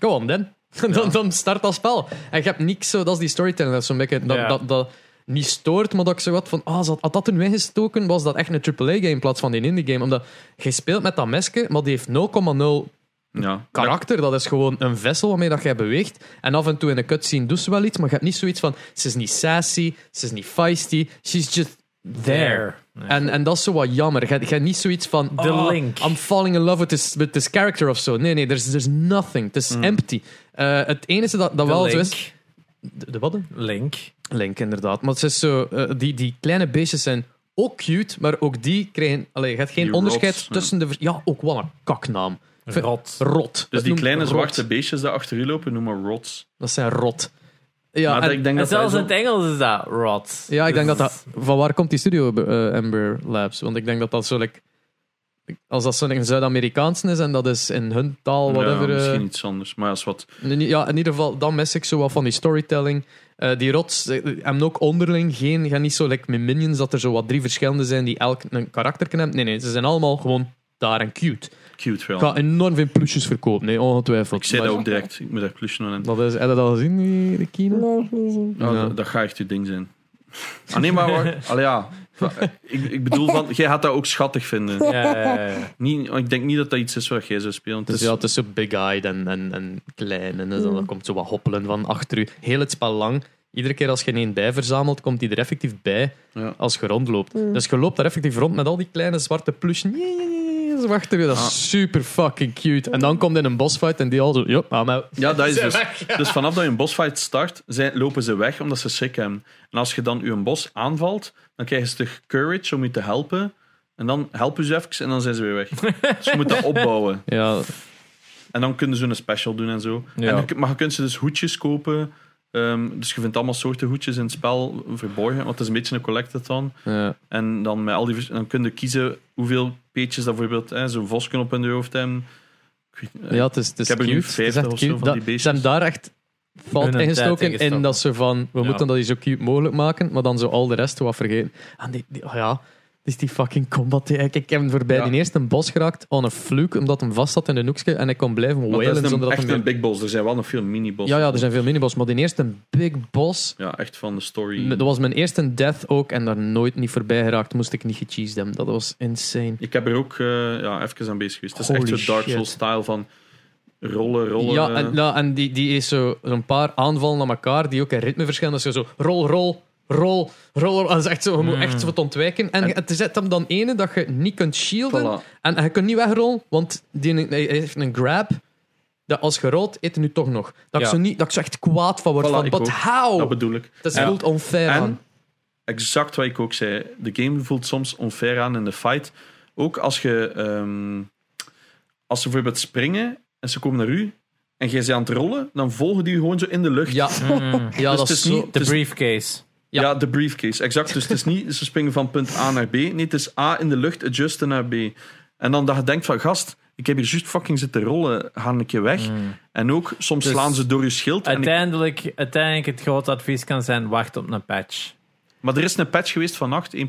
S3: Go on then. dan, dan start dat spel. En je hebt niks zo, dat is die storytelling, dat is zo'n beetje dat,
S2: Ja.
S3: dat, dat niet stoort, maar dat ik zo wat van: ah, zat- had dat toen weggestoken, was dat echt een AAA-game in plaats van een indie-game. Omdat je speelt met dat mesje, maar die heeft 0,0
S1: Ja.
S3: karakter. Dat is gewoon een vessel waarmee dat jij beweegt. En af en toe in een cutscene doet ze wel iets, maar je hebt niet zoiets van: ze is niet sassy, ze is niet feisty, she's just there.
S2: Nee.
S3: En, en dat is zo wat jammer. Je hebt niet zoiets van.
S2: De
S3: "Ah,
S2: link."
S3: I'm falling in love with this, with this character of zo. Nee, nee, there's, there's nothing. Het is empty. Eh, het enige dat, dat
S2: Mm. De
S3: wel zo
S2: Link.
S3: is. De, de wat?
S2: Link.
S3: Link, inderdaad. Maar het is zo, eh, die, die kleine beestjes zijn ook cute, maar ook die krijgen. Allee, je hebt geen
S1: Die
S3: onderscheid
S1: rots, ja.
S3: tussen de. ver- Ja, ook wel een kaknaam.
S2: Rot.
S3: Rot.
S1: Dus
S3: Het
S1: die
S3: noemt
S1: kleine
S3: rot.
S1: zwarte beestjes die achter u lopen noemen rots.
S3: Dat zijn rot. Ja,
S1: maar
S3: en-
S1: ik denk
S2: En
S1: dat wij
S2: zelfs
S1: zo-
S2: in het Engels is dat rot.
S3: Ja, ik denk dat
S2: Dus-
S3: dat... Van waar komt die studio, eh, Amber Labs? Want ik denk dat dat zo... like, als dat zo'n Zuid-Amerikaanse is en dat is in hun taal, whatever...
S1: Ja,
S3: eh,
S1: misschien iets anders. Maar als wat.
S3: in- ja, in ieder geval, dan mis ik zo wat van die storytelling. Eh, die rots eh, hebben ook onderling geen... Gaan niet zo like, met Minions, dat er zo wat drie verschillende zijn die elk een karakter kunnen hebben. Nee, nee, ze zijn allemaal gewoon daar en cute.
S1: Cute wel.
S3: Ik ga enorm veel plusjes verkopen, nee, ongetwijfeld.
S1: Ik zei
S3: Maar-
S1: dat ook direct. Ik moet daar plusje aan in.
S3: Dat is, heb je dat al gezien, die, de kino?
S4: Nee, niet zien.
S1: Oh,
S3: Ja.
S1: dat, dat gaat echt je ding zijn. Ah nee, maar hoor. Allee, ja. eh, Ik, ik bedoel, van, jij gaat dat ook schattig vinden.
S2: Ja, ja, ja, ja.
S1: Niet, ik denk niet dat dat iets is wat jij zou spelen. Het
S3: Dus
S1: is,
S3: ja, het is zo big-eyed en, en, en klein. En dus dan komt zo wat hoppelen van achter u. Heel het spel lang. Iedere keer als je er één bij verzamelt, komt die er effectief bij
S1: Ja.
S3: als je rondloopt. Dus je loopt daar effectief rond met al die kleine zwarte pluchen. Jee, jee, jee, jee, Zo achter je. Dat is
S1: Ah.
S3: super fucking cute. En dan komt in een bossfight en die al zo... Yep, I'm out.
S1: ja, dat is
S3: Ze
S1: dus.
S3: weg,
S1: Dus vanaf dat je een bosfight start, zijn, lopen ze weg omdat ze schrik hebben. En als je dan je bos aanvalt, dan krijgen ze de courage om je te helpen. En dan helpen ze even en dan zijn ze weer weg. Dus je moet dat opbouwen.
S3: Ja,
S1: En dan kunnen ze een special doen en zo.
S2: Ja.
S1: En dan kun- maar je kunt ze dus hoedjes kopen. Ehm, dus je vindt allemaal soorten hoedjes in het spel verborgen. Want het is een beetje een collectathon.
S3: ja.
S1: En dan, met al die, vers- dan kun je kiezen hoeveel peetjes dat bijvoorbeeld hè, zo'n vosken op hun hoofd hebben. Ik weet- eh,
S3: ja het is, het is
S1: Ik heb er nu
S3: cute. Het is
S1: 50
S3: echt
S1: of zo
S3: cute.
S1: van die
S3: Dat-
S1: beestjes.
S3: Ze hebben daar echt
S2: Hun
S3: valt
S2: tijd
S3: ingestoken in
S2: ingestoken.
S3: dat ze van... We
S2: Ja.
S3: moeten dat hier zo cute mogelijk maken, maar dan zo al de rest wat vergeten. En die, die- oh ja... Het is die fucking combat. die- Ik, ik heb hem voorbij
S1: Ja.
S3: die eerste bos geraakt aan een fluke, omdat hem vast zat in een hoekje en ik kon blijven
S1: want dat
S3: wailen
S1: is een,
S3: zonder dat
S1: echt
S3: hem...
S1: een big boss. Er zijn wel nog veel mini-bossen.
S3: Ja, dus- ja, er zijn veel minibos, maar die eerste big boss...
S1: Ja, echt van de story.
S3: Dat was mijn eerste death ook en daar nooit niet voorbij geraakt. Moest ik niet gecheesed hebben. Dat was insane.
S1: Ik heb er ook eh, ja, even aan bezig geweest. Het is
S3: Holy
S1: echt zo'n Dark
S3: shit.
S1: Souls-style van rollen, rollen.
S3: Ja,
S1: eh.
S3: en, ja, en die, die is zo zo'n paar aanvallen aan elkaar die ook in ritme verschillen. Dat is zo rol, rol, rol, rol. rol. Dat is echt zo, je moet
S1: Mm.
S3: echt zo wat ontwijken. En, het zet hem dan ene dat je niet kunt shielden.
S1: Voilà.
S3: En je kunt niet wegrollen, want die hij heeft een grab. Dat als je rolt, eet hij nu toch nog. Dat, ik
S2: Ja.
S3: zo niet, dat ik zo echt kwaad van word.
S1: Voilà,
S3: van,
S1: ik
S3: but
S1: ook.
S3: how?
S1: Dat
S3: Dat,
S1: bedoel ik.
S3: is
S1: Ja.
S3: voelt onfair
S1: En-
S3: aan.
S1: exact wat ik ook zei. De game voelt soms onfair aan in de fight. Ook als je... ehm, als ze bijvoorbeeld springen en ze komen naar u en jij bent aan het rollen, dan volgen die je gewoon zo in de lucht.
S3: Ja,
S2: Mm.
S3: ja
S1: Dus
S3: dat
S1: het
S3: is
S1: is
S3: zo...
S1: niet-
S2: De
S1: Dus-
S2: briefcase.
S1: Ja,
S3: Ja.
S1: de briefcase, exact. Dus het is niet, ze springen van punt A naar B. Nee, het is A in de lucht, adjusten naar B. En dan dat je denkt van, gast, ik heb hier juist fucking zitten rollen, ga een keer weg. En ook, soms
S2: Dus
S1: slaan ze door je schild. En ik-
S2: Uiteindelijk, uiteindelijk het grote advies kan zijn: wacht op een patch.
S1: maar er is een patch geweest vannacht, 1.08.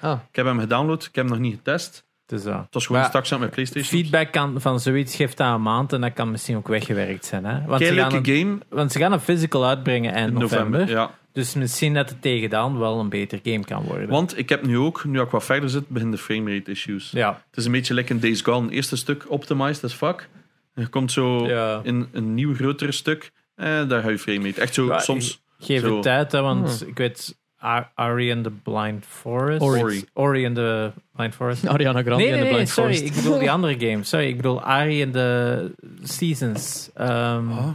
S3: Ah,
S1: Ik heb hem gedownload, ik heb hem nog niet getest. Het
S2: Dus ja.
S1: was gewoon
S2: Maar
S1: straks aan mijn
S2: Dus-
S1: Playstation.
S2: Feedback kan, van zoiets geeft dat een maand en dat kan misschien ook weggewerkt zijn. Hè? Want, ze
S1: Kei
S2: gaan
S1: leuke
S2: een,
S1: game,
S2: want ze gaan een physical uitbrengen eind
S1: in
S2: november.
S1: november. Ja.
S2: Dus misschien dat het tegen dan wel een beter game kan worden.
S1: Want ik heb nu ook, nu ik wat verder zit, beginnen de framerate issues.
S2: ja.
S1: Het is een beetje lekker in Days Gone. Eerste stuk optimized as fuck. En je komt zo
S2: Ja.
S1: in een nieuw, grotere stuk. Eh, daar hou je framerate. Echt zo
S2: Ja,
S1: soms.
S2: Geef
S1: Zo.
S2: het tijd, hè, want ik weet. Ar- Ori and the Blind Forest.
S3: Ori.
S1: Ori.
S2: Hmm. Ori and the Blind Forest.
S3: Ariana Grande
S2: Nee,
S3: en
S2: nee,
S3: de
S2: nee,
S3: Blind
S2: sorry.
S3: Forest.
S2: Ik bedoel die andere game. Sorry, ik bedoel Ari en de Seasons. Ehm Oh,
S1: Ah.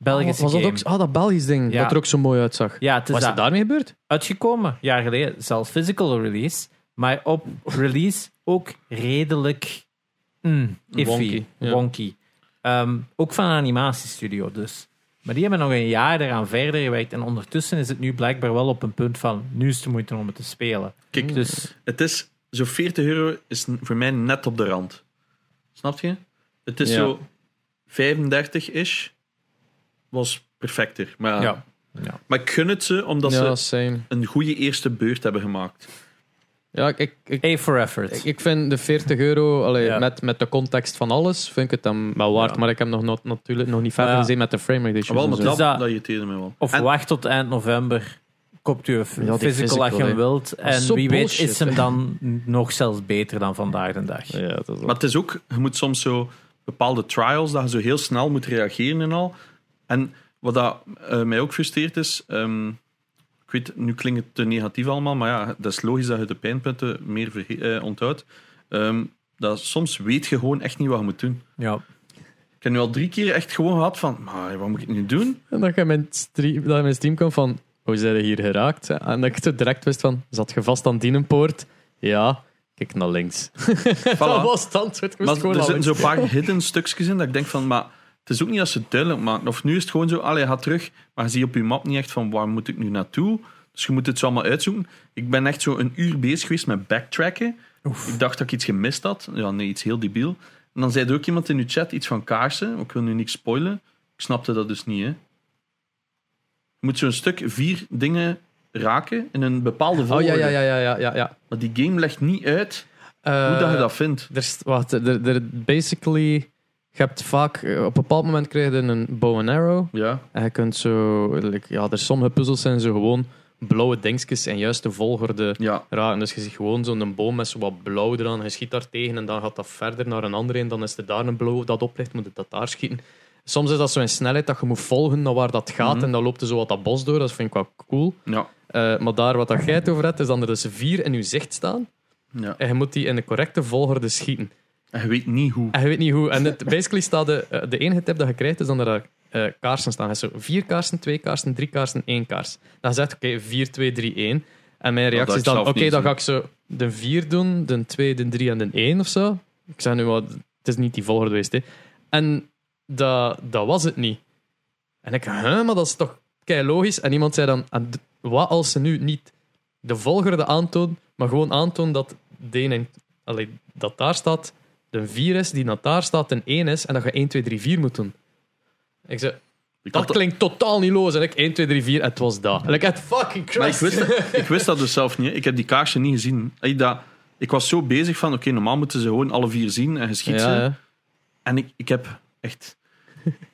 S2: Belgische
S3: was dat
S2: game.
S3: ook, ah, dat Belgisch ding,
S2: Ja.
S3: dat er ook zo mooi uitzag.
S2: Ja, het is
S3: Wat is
S2: dat.
S3: er daarmee gebeurd?
S2: uitgekomen, een jaar geleden. Zelfs physical release. Maar op release ook redelijk mm, iffy,
S3: Wonky,
S2: wonky.
S3: ja.
S2: Ehm, ook van een animatiestudio dus. Maar die hebben nog een jaar eraan verder gewerkt. En ondertussen is het nu blijkbaar wel op een punt van... Nu is het de moeite om het te spelen.
S1: Kijk,
S2: Dus
S1: het is zo'n 40 euro is n- voor mij net op de rand. Snap je? Het is
S3: Ja.
S1: zo 35-ish. Was perfecter. Maar,
S2: ja.
S1: maar ik gun het ze omdat
S3: ja,
S1: ze
S3: same.
S1: een goede eerste beurt hebben gemaakt.
S3: Ja, ik, ik,
S2: A for effort.
S3: ik, ik vind de 40 euro, allee,
S2: Ja.
S3: met, met de context van alles, vind ik het dan wel waard.
S2: Ja.
S3: Maar ik heb nog not- natuurlijk nog niet verder
S2: Maar ja.
S3: gezien met de frame rate issues
S1: Ah, Wel,
S3: en
S1: maar
S3: zo.
S1: dat,
S2: Dus dat-
S1: dat irriteerde mij wel.
S2: Of
S1: En-
S2: wacht tot eind november. Koopt u een
S3: die
S2: physical,
S3: physical,
S2: als je
S3: hè.
S2: hem wilt. En
S3: zo
S2: wie weet
S3: bullshit,
S2: is hem
S3: hè.
S2: dan nog zelfs beter dan vandaag de dag.
S3: Ja, dat is wel-
S1: Maar het is ook, je moet soms zo bepaalde trials, dat je zo heel snel moet reageren en al. En wat dat, eh, mij ook frustreert is, ehm, ik weet, nu klinkt het te negatief allemaal, maar ja, dat is logisch dat je de pijnpunten meer verge- eh, onthoudt. Ehm, dat soms weet je gewoon echt niet wat je moet doen.
S2: Ja.
S1: Ik heb nu al drie keer echt gewoon gehad van, maar wat moet ik nu doen?
S3: En dat je mijn stream, dat je mijn stream kwam van, hoe zijn je hier geraakt? En dat ik zo direct wist van, zat je vast aan Dienenpoort? Ja. Kijk naar links. dat was het antwoord. Ik moest
S1: Maar
S3: gewoon
S1: er
S3: naar
S1: zitten
S3: links.
S1: zo'n paar hidden stukjes in dat ik denk van, maar het is ook niet als ze het duidelijk maken. Of nu is het gewoon zo, allee, ga terug, maar je ziet op je map niet echt van waar moet ik nu naartoe. Dus je moet het zo allemaal uitzoeken. Ik ben echt zo een uur bezig geweest met backtracken. Ik dacht dat ik iets gemist had. Ja, nee, iets heel debiel. En dan zei er ook iemand in uw chat iets van kaarsen. Ik wil nu niks spoilen. Ik snapte dat dus niet, hè. Je moet zo'n stuk vier dingen raken in een bepaalde
S3: Oh
S1: volgorde.
S3: ja, ja, ja, ja, ja. ja, ja.
S1: Maar die game legt niet uit hoe
S3: Eh,
S1: dat je dat vindt.
S3: Er, is- wacht, er, er, basically, je hebt vaak, eh, op een bepaald moment krijg je een bow and arrow.
S1: Ja.
S3: En je kunt zo, like, ja, er sommige puzzels zijn zo gewoon blauwe dingetjes en juist de volgorde
S1: Ja.
S3: raken. Dus je ziet gewoon zo'n boom met zo wat blauw eraan, je schiet daar tegen en dan gaat dat verder naar een andere en dan is er daar een blauw dat oplicht, moet je dat daar schieten. Soms is dat zo'n snelheid dat je moet volgen naar waar dat gaat
S1: Mhm.
S3: en dan loopt er zo wat dat bos door, dat vind ik wel cool.
S1: Ja.
S3: Eh, maar daar wat dat jij het over hebt, is dat er dus vier in je zicht staan
S1: ja.
S3: en je moet die in de correcte volgorde schieten.
S1: En je weet niet hoe.
S3: En je weet niet hoe. En het, basically staat de, eh, de enige tip dat je krijgt, is dan dat er eh, kaarsen staan. Je hebt zo vier kaarsen, twee kaarsen, drie kaarsen, één kaars. Dan zegt oké, 4, 2, 3, 1. En mijn reactie
S1: dat
S3: is
S1: ik
S3: dan,
S1: zelf
S3: oké,
S1: niet
S3: dan
S1: zie.
S3: ga ik zo de 4 doen, de 2, de 3 en de 1 of zo. Ik zeg nu wat, het is niet die volgorde geweest. Hè. En dat, dat was het niet. En ik, huh, maar dat is toch kei logisch. En iemand zei dan, en d- wat als ze nu niet de volgorde aantoont, maar gewoon aantoont dat de een en- allee, dat daar staat de 4 is, die dat daar staat een 1 is, en dat je 1, 2, 3, 4 moet doen. Ik zei,
S1: Ik had
S3: dat klinkt totaal niet loos. En ik 1, 2, 3, 4, en het was dat. En ik had fucking
S1: Maar
S3: Christ.
S1: ik wist, ik wist dat dus zelf niet. hè. Ik heb die kaarsje niet gezien. Ey, dat, ik was zo bezig van, oké, normaal moeten ze gewoon alle vier zien en geschieden.
S3: ja, ja.
S1: En ik, ik heb echt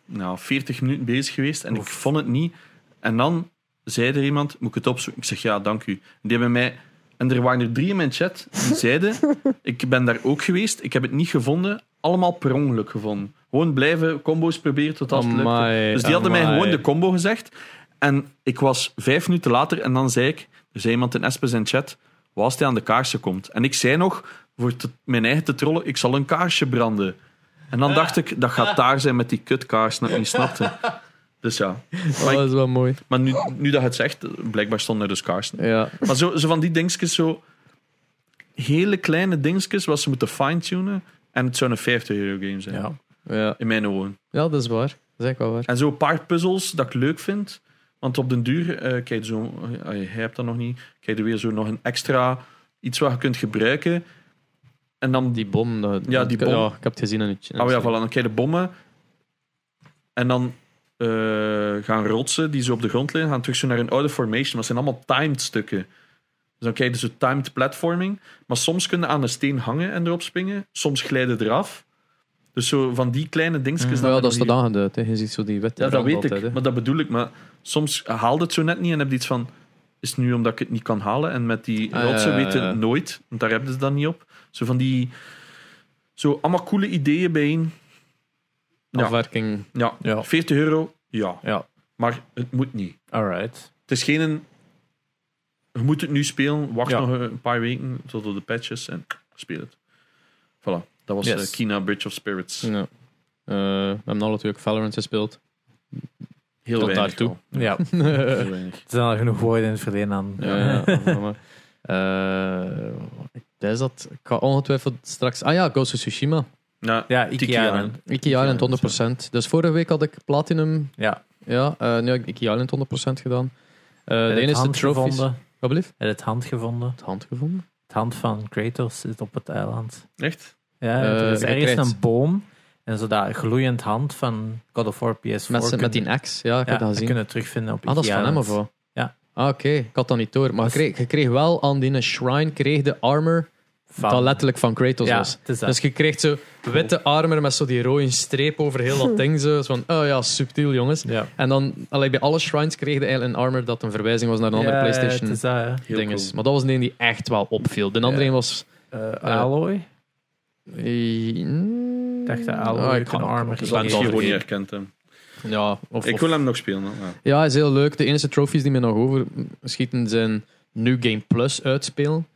S1: nou, 40 minuten bezig geweest en ik vond het niet. En dan zei er iemand, moet ik het opzoeken? Ik zeg, ja, dank u. En die hebben mij... En er waren er drie in mijn chat die zeiden, ik ben daar ook geweest, ik heb het niet gevonden. Allemaal per ongeluk gevonden. Gewoon blijven combo's proberen tot als het lukt.
S3: Amai,
S1: Dus die hadden mij
S3: amai.
S1: gewoon de combo gezegd. En ik was vijf minuten later en dan zei ik, er zei iemand in Espen zijn chat, waar als hij aan de kaarsen komt. En ik zei nog, voor te- mijn eigen te trollen, ik zal een kaarsje branden. En dan dacht ik, dat gaat daar zijn met die kutkaars, dat ik niet snapte. Dus ja.
S3: Oh, dat is wel mooi.
S1: Maar nu, nu dat je het zegt, blijkbaar stonden er dus kaarsen.
S3: Ja.
S1: Maar zo, zo van die dingetjes, zo... Hele kleine dingetjes wat ze moeten fine-tunen. En het zou een 50 euro game zijn.
S3: Ja. Ja.
S1: In mijn ogen.
S3: ja, dat is waar. Dat is eigenlijk wel waar.
S1: En zo'n paar puzzels dat ik leuk vind. Want op den duur, eh kijk, zo, eh, ah, je hebt dat nog niet. Kijk, er weer zo nog een extra iets wat je kunt gebruiken. En dan
S3: Die bom. Dat,
S1: Ja, die
S3: dat-
S1: bom.
S3: Ja, ik heb het gezien in het
S1: Oh ja, voilà. Dan krijg je de bommen. En dan eh, gaan rotsen die zo op de grond liggen, gaan terug zo naar een oude formation. Maar het zijn allemaal timed stukken. Dus dan krijg je zo timed platforming. Maar soms kunnen aan een steen hangen en erop springen. Soms glijden eraf. Dus zo van die kleine dingetjes.
S3: Nou ja, dat is
S1: dan
S3: tot aangeduid. hè. Je ziet zo die wet.
S1: ja, dat weet
S3: altijd,
S1: ik.
S3: hè.
S1: Maar dat bedoel ik. Maar soms haalt het zo net niet en heb je iets van... Is het nu omdat ik het niet kan halen? En met die
S3: Ah, ja,
S1: rotsen
S3: ja, ja,
S1: weten
S3: ja.
S1: het nooit. Want daar hebben ze dan niet op. Zo van die... Zo allemaal coole ideeën bijeen. Ja.
S3: Afwerking.
S1: Ja,
S2: Ja.
S1: 40 euro, ja.
S2: Ja.
S1: Maar het moet niet.
S2: Alright.
S1: Het is geen... een- je moet het nu spelen. Wacht
S2: Ja.
S1: nog een paar weken tot op de patches en speel het. Voilà. Dat was
S3: Yes.
S1: eh, Kina Bridge of Spirits.
S3: Ja. Eh, we hebben al natuurlijk Valorant gespeeld.
S1: Heel
S3: Tot
S1: weinig
S3: daartoe.
S1: al.
S2: Ja, er
S1: Heel weinig.
S2: zijn al genoeg woorden in het verleden aan.
S1: Ja.
S3: Ja, ja, maar, eh, dat is dat. Ik ga ongetwijfeld straks. Ah ja, Ghost of Tsushima.
S1: Ja,
S2: Ja, Ikea.
S1: Ikea.
S3: Iki Island 100%. Dus vorige week had ik Platinum.
S2: Ja.
S3: Ja, eh, nu heb ik Iki Island 100% gedaan. Eh de
S2: Het
S3: ene is de
S2: hand
S3: trophies.
S2: gevonden.
S3: Wat blieft?
S2: Het het hand gevonden.
S3: Het hand gevonden.
S2: Het hand van Kratos zit op het eiland.
S1: echt?
S2: Ja,
S3: Eh,
S2: er is
S3: je
S2: ergens
S3: krijgt-
S2: een boom. En zo dat gloeiend hand van God of War PS4.
S3: Met, z'n-
S2: kunnen-
S3: met die axe. Ja, ik
S2: ja,
S3: heb dat
S2: we
S3: gezien.
S2: kunnen het terugvinden op
S3: Ah, dat is
S2: Ikea
S3: van hem of
S2: Island.
S3: wat?
S2: Ja.
S3: Ah, oké. Ik had dat niet door. Maar je kreeg, je kreeg wel aan die shrine kreeg de armor
S2: Van-
S3: dat letterlijk van Kratos
S2: Ja,
S3: was.
S2: het is dat.
S3: Dus je kreeg zo witte armor met zo die rode streep over heel dat ding. Zo Zo van, oh ja, subtiel jongens.
S2: Ja.
S3: En dan, allee, bij alle shrines kreeg je eigenlijk een armor dat een verwijzing was naar een andere
S2: Ja,
S3: PlayStation
S2: Het is dat, ja.
S1: Heel
S3: ding is.
S1: cool.
S3: Maar dat was een die echt wel opviel. De andere
S2: Ja.
S3: een was...
S2: Eh, Alloy.
S3: oh, Ik
S2: dacht dat Alloy ook een armor
S1: Ik
S2: Ik
S1: heb
S2: heb
S1: hem
S2: het al
S1: gewoon niet herkend. hè.
S3: Ja, of,
S1: Ik
S3: of-
S1: wil hem nog spelen. hè. Ja.
S3: ja, is heel leuk. De enige trophies die me nog overschieten zijn New Game Plus uitspelen.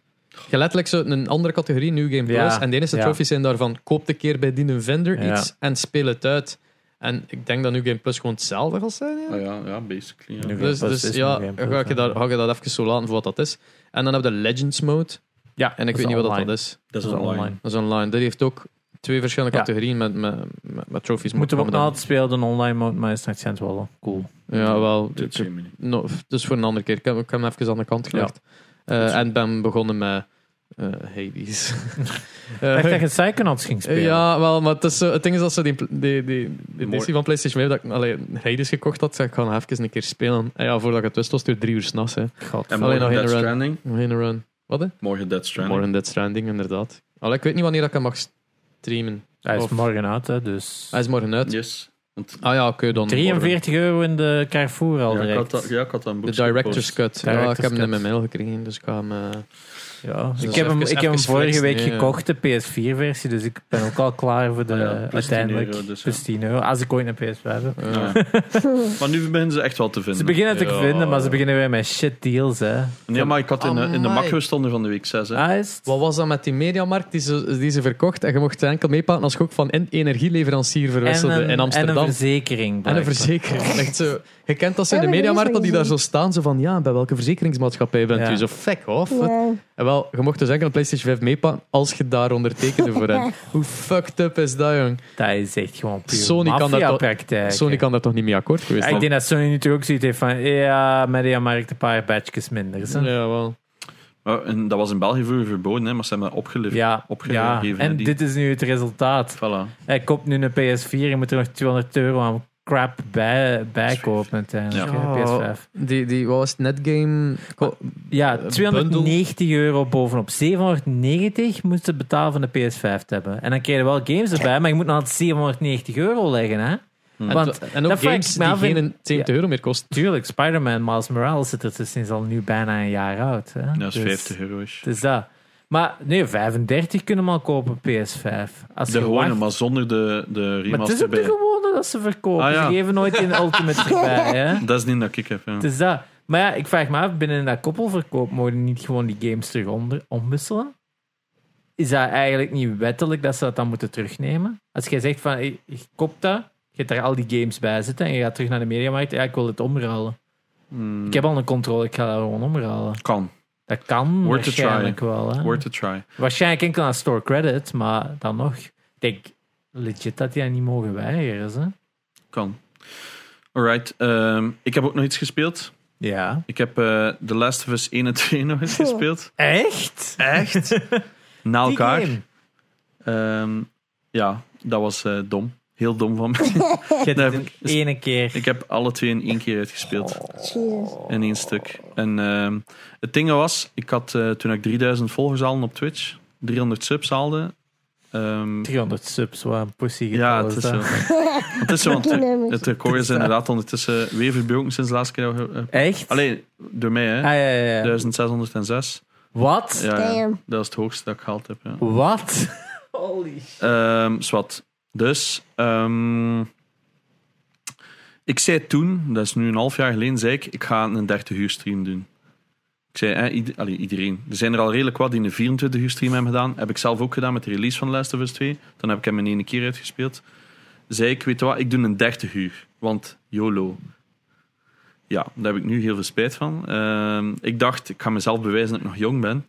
S3: Je letterlijk zo een andere categorie, New Game Plus.
S2: Ja,
S3: en de enige
S2: ja.
S3: trophies zijn daarvan, koop een keer bij die een vendor
S2: Ja.
S3: iets en speel het uit. En ik denk dat New Game Plus gewoon hetzelfde gaat zijn. ja.
S1: Ah ja, ja, basically. Ja.
S2: Nu- Game
S3: Dus,
S2: Plus
S3: dus
S2: is
S3: ja,
S2: New Game Plus,
S3: ga ik, je
S2: ja.
S3: daar, ga ik dat even zo laten voor wat dat is. En dan heb je de Legends mode.
S2: Ja,
S3: En ik weet niet wat dat dan is.
S1: Dat
S2: is online.
S3: Dat is online. Dat heeft ook twee verschillende
S2: Ja.
S3: categorieën met, met, met, met trophies.
S2: Moeten we ook
S3: Maar
S2: nog
S3: dan- Eh,
S2: altijd spelen, de online mode, maar is het accent wel cool.
S3: Ja, wel.
S1: Dit
S3: ik-
S1: zien we niet.
S3: No, dus voor een andere keer. Ik heb, ik heb hem even aan de kant gelegd. Eh, en ben begonnen met eh, Hades. Eh,
S2: Echt dat je Psychonauts ging spelen.
S3: ja, wel, maar het, is zo, het ding is dat ze die, pl- die, die, die
S1: Mooi.
S3: editie van PlayStation 5 dat ik allee, Hades gekocht had, zei ik ga nog even een keer spelen. En ja, voordat ik het wist, was het weer drie uur s'nachts.
S2: God.
S1: En
S3: Alleen
S1: morgen
S3: nog in
S1: Dead
S3: de run.
S1: Stranding.
S3: Heen run. Wat hè?
S1: Morgen Dead Stranding.
S3: Morgen Dead Stranding, inderdaad. Allee, ik weet niet wanneer dat ik hem mag streamen.
S2: Hij is
S3: Of-
S2: morgen uit, hè, dus...
S3: Hij is morgen uit.
S1: Yes. Want,
S3: Ah ja, oké, dan. morgen.
S2: 43 euro in de Carrefour al
S1: ja, ik had
S2: direct.
S1: dat, ja, ik had dat een
S3: De
S1: boekje
S3: director's
S1: gepost.
S3: cut. ja, ik
S2: Director's
S3: heb hem in
S2: cut.
S3: mijn mail gekregen, dus ik ga hem... eh,
S2: Ja, ik
S3: Dus dat
S2: heb
S3: is
S2: hem,
S3: even-
S2: ik heb hem
S3: even
S2: vorige
S3: flexen,
S2: week
S3: ja.
S2: gekocht, de PS4-versie, dus ik ben ook al klaar voor de
S1: Ah ja, plus 10
S2: uiteindelijk
S1: euro, dus ja.
S2: plus 10 euro, als ik ooit een PS5 heb.
S3: ja.
S1: Maar nu beginnen ze echt wel te
S2: Ze
S1: vinden.
S2: beginnen te
S3: Ja.
S2: vinden, maar ze beginnen weer met shit deals, hè.
S1: Nee, maar ik had in, de- in de
S3: Amai.
S1: macro stonden van de week 6. Hè.
S2: Ah, is het?
S3: Wat was dat met die mediamarkt die ze, die ze verkocht? En je mocht ze enkel meepakken als je ook van en- energieleverancier
S2: En
S3: verwisselde
S2: een,
S3: in Amsterdam.
S2: en een verzekering.
S3: En een
S2: blijkbaar.
S3: verzekering. Echt zo. Je kent dat ze in
S4: Ja,
S3: de
S4: maar dat is
S3: mediamarkt dat
S4: wel
S3: die daar zo staan. Zo van, ja, bij welke verzekeringsmaatschappij bent
S2: Ja.
S3: u? Zo, fuck off.
S4: Ja.
S3: En wel, je mocht dus enkel een PlayStation 5 meepakken als je daar ondertekende voor hen. Hoe fucked up is dat, jong?
S2: Dat is echt gewoon puur
S3: Sony kan dat toch-
S2: maffiapraktijk,
S3: Sony
S2: hè.
S3: kan daar toch niet mee akkoord geweest
S2: Ja, ik
S3: zijn?
S2: denk dat Sony nu toch ook zoiets heeft van, ja, Mediamarkt een paar badges minder. zo.
S3: Ja, wel.
S1: Maar, en dat was in België vroeger verboden, hè, maar ze hebben dat opgeleverd.
S2: Ja, ja.
S1: opgegeven. hè,
S2: en
S1: die-
S2: dit is nu het resultaat.
S1: Voilà.
S2: Hij koopt nu een PS4 en moet er nog 200 euro aan crap bij, bij kopen uiteindelijk.
S3: Ja.
S2: hè, PS5.
S3: Oh, Die, die, wat was het? Netgame... Ko-
S2: Ja,
S3: Een
S2: 290 euro bovenop. 790 moest je betalen van de PS5 te hebben. En dan krijg je wel games erbij, maar je moet nog altijd 790 euro leggen, hè?
S3: En,
S2: Want
S3: en ook
S2: dat vraag
S3: games
S2: ik me
S3: die
S2: af in-
S3: geen 70 euro meer kosten.
S2: Tuurlijk, Spider-Man Miles Morales zit er sinds al nu bijna een jaar oud. Hè?
S1: Ja, dat is
S2: Dus-
S1: 50 euro. is.
S2: Dus dat. Maar nee, 35 kunnen we al kopen op PS5. Als
S1: De
S2: je
S1: gewone,
S2: wacht-
S1: maar zonder de, de
S2: Maar het is
S1: remaster
S2: ook de
S1: bij.
S2: gewone dat ze verkopen.
S1: Ah, ja.
S2: Ze geven nooit een Ultimate erbij, hè?
S1: Dat is niet dat ik heb. Ja.
S2: Het is dat. Maar ja, ik vraag me af, binnen dat koppelverkoop mogen die niet gewoon die games terug onder, omwisselen? Is dat eigenlijk niet wettelijk dat ze dat dan moeten terugnemen? Als jij zegt van, ik, ik koop dat, je hebt daar al die games bij zitten en je gaat terug naar de mediamarkt, ja, ik wil het omruilen.
S1: Hmm,
S2: Ik heb al een controle, ik ga dat gewoon omruilen.
S1: Kan.
S2: Dat kan
S1: Worth a try.
S2: waarschijnlijk wel. Hè?
S1: Worth a try.
S2: Waarschijnlijk enkel aan store credit, maar dan nog. Ik denk legit dat die dat niet mogen weigeren. Hè?
S1: Kan. Alright. ehm, ik heb ook nog iets gespeeld.
S2: Ja.
S1: Ik heb eh The Last of Us 1 en 2 nog eens gespeeld.
S2: Echt? Echt?
S1: Na
S2: Die
S1: elkaar.
S2: game.
S1: Ehm, ja, dat was eh, dom. Heel dom van mij.
S2: Je
S1: Nee,
S2: hebt het
S1: is-
S2: ene keer.
S1: Ik heb alle twee in één keer uitgespeeld.
S4: Jezus.
S2: Oh.
S1: In één stuk. En ehm, het ding was, ik had eh, toen ik 3000 volgers haalde op Twitch, 300 subs haalde. ehm,
S2: 300 subs, waar een pussy
S1: ja, het
S2: gekozen,
S1: is
S2: hè?
S1: zo. het is zo, want
S4: Fucking
S1: het,
S4: nummers.
S1: het record is inderdaad ondertussen weer verbroken sinds de laatste keer. dat we- eh,
S2: Echt?
S1: Alleen door mij, hè?
S2: Ah, ja, ja, ja.
S1: 1606.
S2: Wat?
S1: dus- Ja, ja.
S4: Damn.
S1: dat is het hoogste dat ik gehaald heb. Ja.
S2: Wat? Holy
S1: Ehm, zwart. Dus, ehm, ik zei toen, dat is nu een half jaar geleden, zei ik, ik ga een 30 uur stream doen. Ik zei, hè, ied- allee, iedereen. Er zijn er al redelijk wat die een 24 uur stream hebben gedaan. Heb ik zelf ook gedaan met de release van The Last of Us 2. Dan heb ik hem in één keer uitgespeeld. Zei ik, weet je wat, ik doe een 30 uur. Want YOLO. Ja, daar heb ik nu heel veel spijt van. Ehm, ik dacht, ik ga mezelf bewijzen dat ik nog jong ben.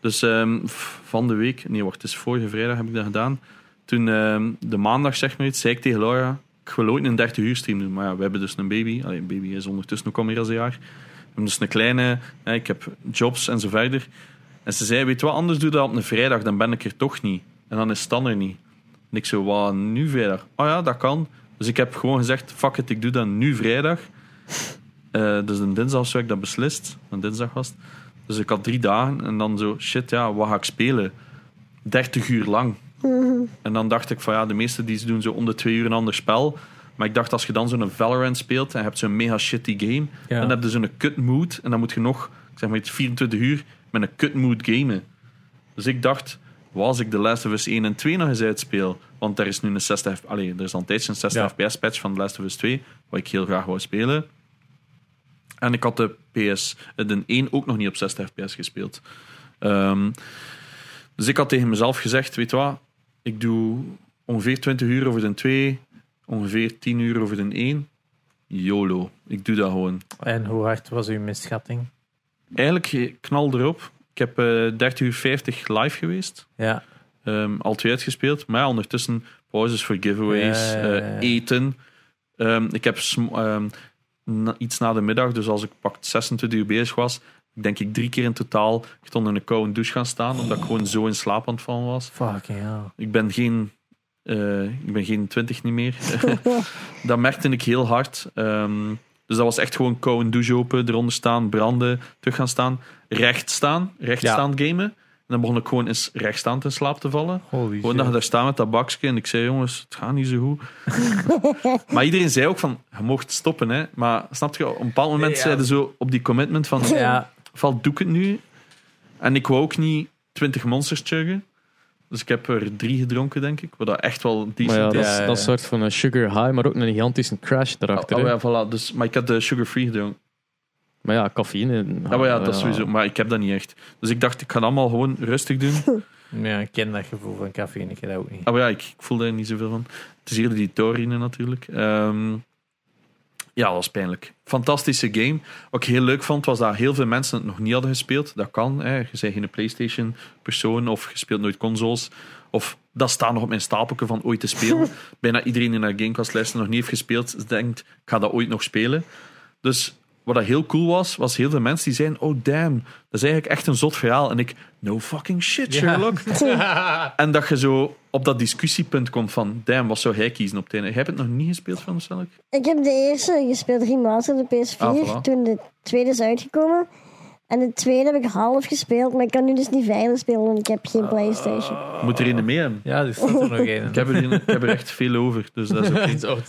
S1: Dus ehm, v- van de week, nee wacht, het is vorige vrijdag heb ik dat gedaan. Toen ehm, de maandag zeg maar iets, zei ik tegen Laura, ik wil ooit een 30 uur stream doen. Maar ja, we hebben dus een baby. Allee, een baby is ondertussen ook al meer dan een jaar. We hebben dus een kleine, hè, ik heb jobs en zo verder. En ze zei, weet je wat, anders doe dat op een vrijdag, dan ben ik er toch niet. En dan is Stan er niet. En ik zo, wat, nu vrijdag? Oh ja, dat kan. Dus ik heb gewoon gezegd, fuck it, ik doe dat nu vrijdag. Eh, dus een dinsdag of zo heb ik dat beslist. Een dinsdag was het. Dus ik had drie dagen en dan zo, shit, ja, wat ga ik spelen? 30 uur lang. En dan dacht ik van ja, de meesten die doen zo om de twee uur een ander spel. Maar ik dacht, als je dan zo'n Valorant speelt en je hebt zo'n mega shitty game,
S2: Ja.
S1: dan heb je zo'n cut mood en dan moet je nog, ik zeg maar iets, 24 uur met een cut mood gamen. Dus ik dacht, wat als ik de Last of Us 1 en 2 nog eens uitspeel? Want er is nu een 60 F- allee, er is al een tijdje een 60
S2: Ja.
S1: FPS patch van The Last of Us 2, wat ik heel graag wou spelen. En ik had de PS, eh, de 1 ook nog niet op 60 FPS gespeeld. Ehm, dus ik had tegen mezelf gezegd, weet je wat, ik doe ongeveer 20 uur over de 2, ongeveer 10 uur over de 1. YOLO, ik doe dat gewoon.
S2: En hoe hard was uw misschatting?
S1: Eigenlijk eh, knal erop. Ik heb eh 30 uur 50 live geweest.
S2: Ja.
S1: Ehm, al twee uitgespeeld. Maar ja, ondertussen pauzes voor giveaways,
S2: Ja, ja,
S1: eh,
S2: ja, ja.
S1: eten. Ehm, ik heb sm- ehm, na- iets na de middag, dus als ik pak 26 uur bezig was, denk ik drie keer in totaal, ik stond in een koude douche gaan staan, omdat ik gewoon zo in slaap aan het vallen was.
S2: Fucking hell.
S1: Ik ben geen, eh, ik ben geen 20 niet meer. dat merkte ik heel hard. Ehm, dus dat was echt gewoon kou een douche open, eronder staan, branden, terug gaan staan, recht staan, recht
S2: Ja.
S1: staan gamen. En dan begon ik gewoon eens rechtstaand in slaap te vallen.
S2: Holy
S1: Gewoon dat je daar staat met dat bakje en ik zei, jongens, het gaat niet zo goed. maar iedereen zei ook van, je mocht stoppen, hè. Maar snap je, op een bepaald moment
S2: Ja.
S1: zeiden zo op die commitment van,
S2: Ja,
S1: valt doe ik het nu? En ik wou ook niet 20 monsters chuggen. Dus ik heb er drie gedronken, denk ik. Wat dat echt wel
S3: Maar ja,
S1: decent
S3: dat
S1: is.
S3: is
S2: ja,
S3: dat
S2: ja.
S3: soort van een sugar high, maar ook een gigantische crash erachter.
S1: Oh,
S3: hè.
S1: ja, voilà. dus, maar ik had de sugar-free gedronken.
S3: Maar ja, cafeïne.
S1: Ah, maar ja, dat is sowieso. Maar ik heb dat niet echt. Dus ik dacht, ik ga het allemaal gewoon rustig doen.
S2: ja, ik ken dat gevoel van cafeïne. Ik ken dat ook niet.
S1: Ah, maar ja, ik, ik voel daar niet zoveel van. Het is hier die taurine natuurlijk. Ehm, ja, dat was pijnlijk. Fantastische game. Wat ik heel leuk vond, was dat heel veel mensen het nog niet hadden gespeeld. Dat kan, hè. je bent geen PlayStation-persoon of je speelt nooit consoles. Of dat staat nog op mijn stapelke van ooit te spelen. Bijna iedereen in haar Gamecast-lijst nog niet heeft gespeeld, dus denkt, ik ga dat ooit nog spelen. Dus wat dat heel cool was, was heel veel mensen die zeiden, oh damn, dat is eigenlijk echt een zot verhaal. En ik, no fucking shit,
S2: Ja.
S1: Sherlock. En dat je zo op dat discussiepunt komt van, damn, wat zou hij kiezen op het einde? Jij hebt het nog niet gespeeld, van Selk?
S4: Ik heb de eerste gespeeld remastered op de PS4.
S1: Ah, voilà.
S4: Toen de tweede is uitgekomen. En de tweede heb ik half gespeeld, maar ik kan nu dus niet veilig spelen, want ik heb geen PlayStation.
S1: Moet er een mee hebben.
S2: Ja, er staat er nog één.
S1: Ik heb, er een- ik heb er echt veel over, dus dat is oké.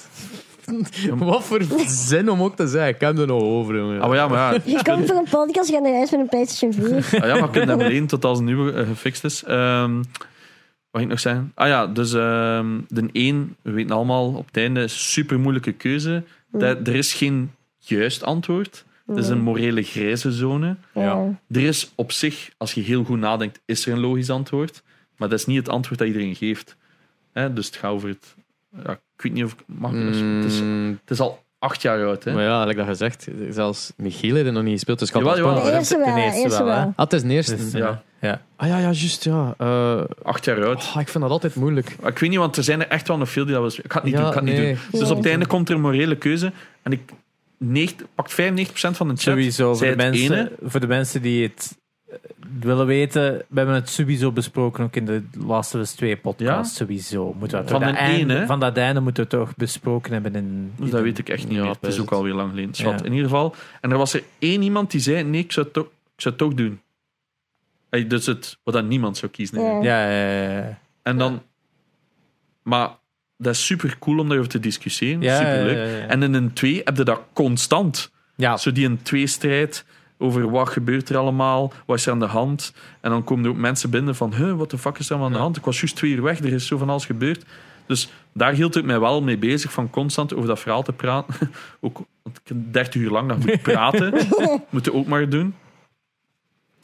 S3: Wat voor zin om ook te zeggen, ik heb er nog over. jongen.
S1: Ah, maar ja, maar ja.
S4: Je komt voor een podcast gaan naar huis met een PlayStation 4.
S1: Ah, ja, maar ik kan hem lenen tot als een nieuwe eh, gefixt is. Ehm, wat ging ik nog zeggen? Ah ja, dus ehm, de 1, we weten allemaal, op het einde, super moeilijke keuze. Da- er is geen juist antwoord. Het is een morele grijze zone.
S4: Ja. Ah,
S1: Er is op zich, als je heel goed nadenkt, is er een logisch antwoord. Maar dat is niet het antwoord dat iedereen geeft. Hè, dus het gaat over het... Ja, ik weet niet of ik mag... ik dat zo- Het, is, het
S3: Mm,
S1: is al acht jaar oud, hè?
S3: maar ja, like dat gezegd, zelfs Michiel heeft het nog niet gespeeld, dus ik had
S1: Jawel,
S3: het
S1: jawel.
S4: De
S3: spannend.
S4: eerste wel, de eerste wel.
S3: Ah, het is de eerste.
S2: Dus,
S1: Ja.
S2: eh, ja.
S3: Ah ja, ja, juist, ja. Eh,
S1: Acht jaar oud.
S3: ah, ik vind dat altijd moeilijk.
S1: Maar Ik weet niet, want er zijn er echt wel nog veel die dat... wel- Ik ga het niet
S3: Ja,
S1: doen, ik ga het
S3: nee.
S1: niet doen. Dus op het einde komt er een morele keuze. En ik... neigt- pakt 95% van de chat.
S2: Sowieso, voor
S1: Zij
S2: de,
S1: het
S2: mensen,
S1: ene?
S2: voor de mensen die het eh, willen weten, we hebben het sowieso besproken, ook in de Last of Us 2 podcast, sowieso. Moeten we het
S1: Van
S2: dat
S1: de
S2: einde-
S1: ene?
S2: van dat einde moeten we toch besproken hebben in...
S1: Dus dat weet ik echt niet
S3: Ja,
S1: meer. Het is
S3: best.
S1: ook alweer lang geleden. Zwat,
S2: Ja.
S1: In ieder geval. En er was er één iemand die zei, nee, ik zou het toch, ik zou het toch doen. Hey, dus het, wat dan niemand zou kiezen.
S4: Ja.
S2: Ja, ja, ja, ja.
S1: En dan... Maar dat is super cool om daarover te discussiëren.
S2: Ja,
S1: super leuk.
S2: ja, ja, ja.
S1: En in een 2 heb je dat constant.
S2: Ja,
S1: Zo die een twee-strijd over wat gebeurt er allemaal, wat is er aan de hand. En dan komen er ook mensen binnen van, huh, wat de fuck is er aan de hand? Ik was juist twee uur weg, er is zo van alles gebeurd. Dus daar hield ik mij wel mee bezig, van constant over dat verhaal te praten. ook, want ik heb 30 uur lang dat moet praten. moet je ook maar doen.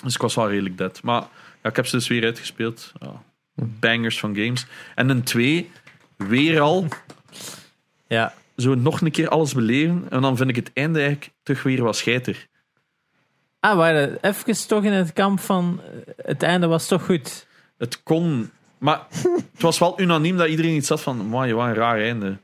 S1: Dus ik was wel redelijk dead. Maar ja, ik heb ze dus weer uitgespeeld. Ja, Bangers van games. En een twee, weer al
S2: ja.
S1: zo nog een keer alles beleven. En dan vind ik het einde eigenlijk terug weer wat scheiter.
S2: Ah, we waren even toch in het kamp van eh, het einde was toch goed.
S1: Het kon. Maar het was wel unaniem dat iedereen iets had van. Wauw, wat een raar einde.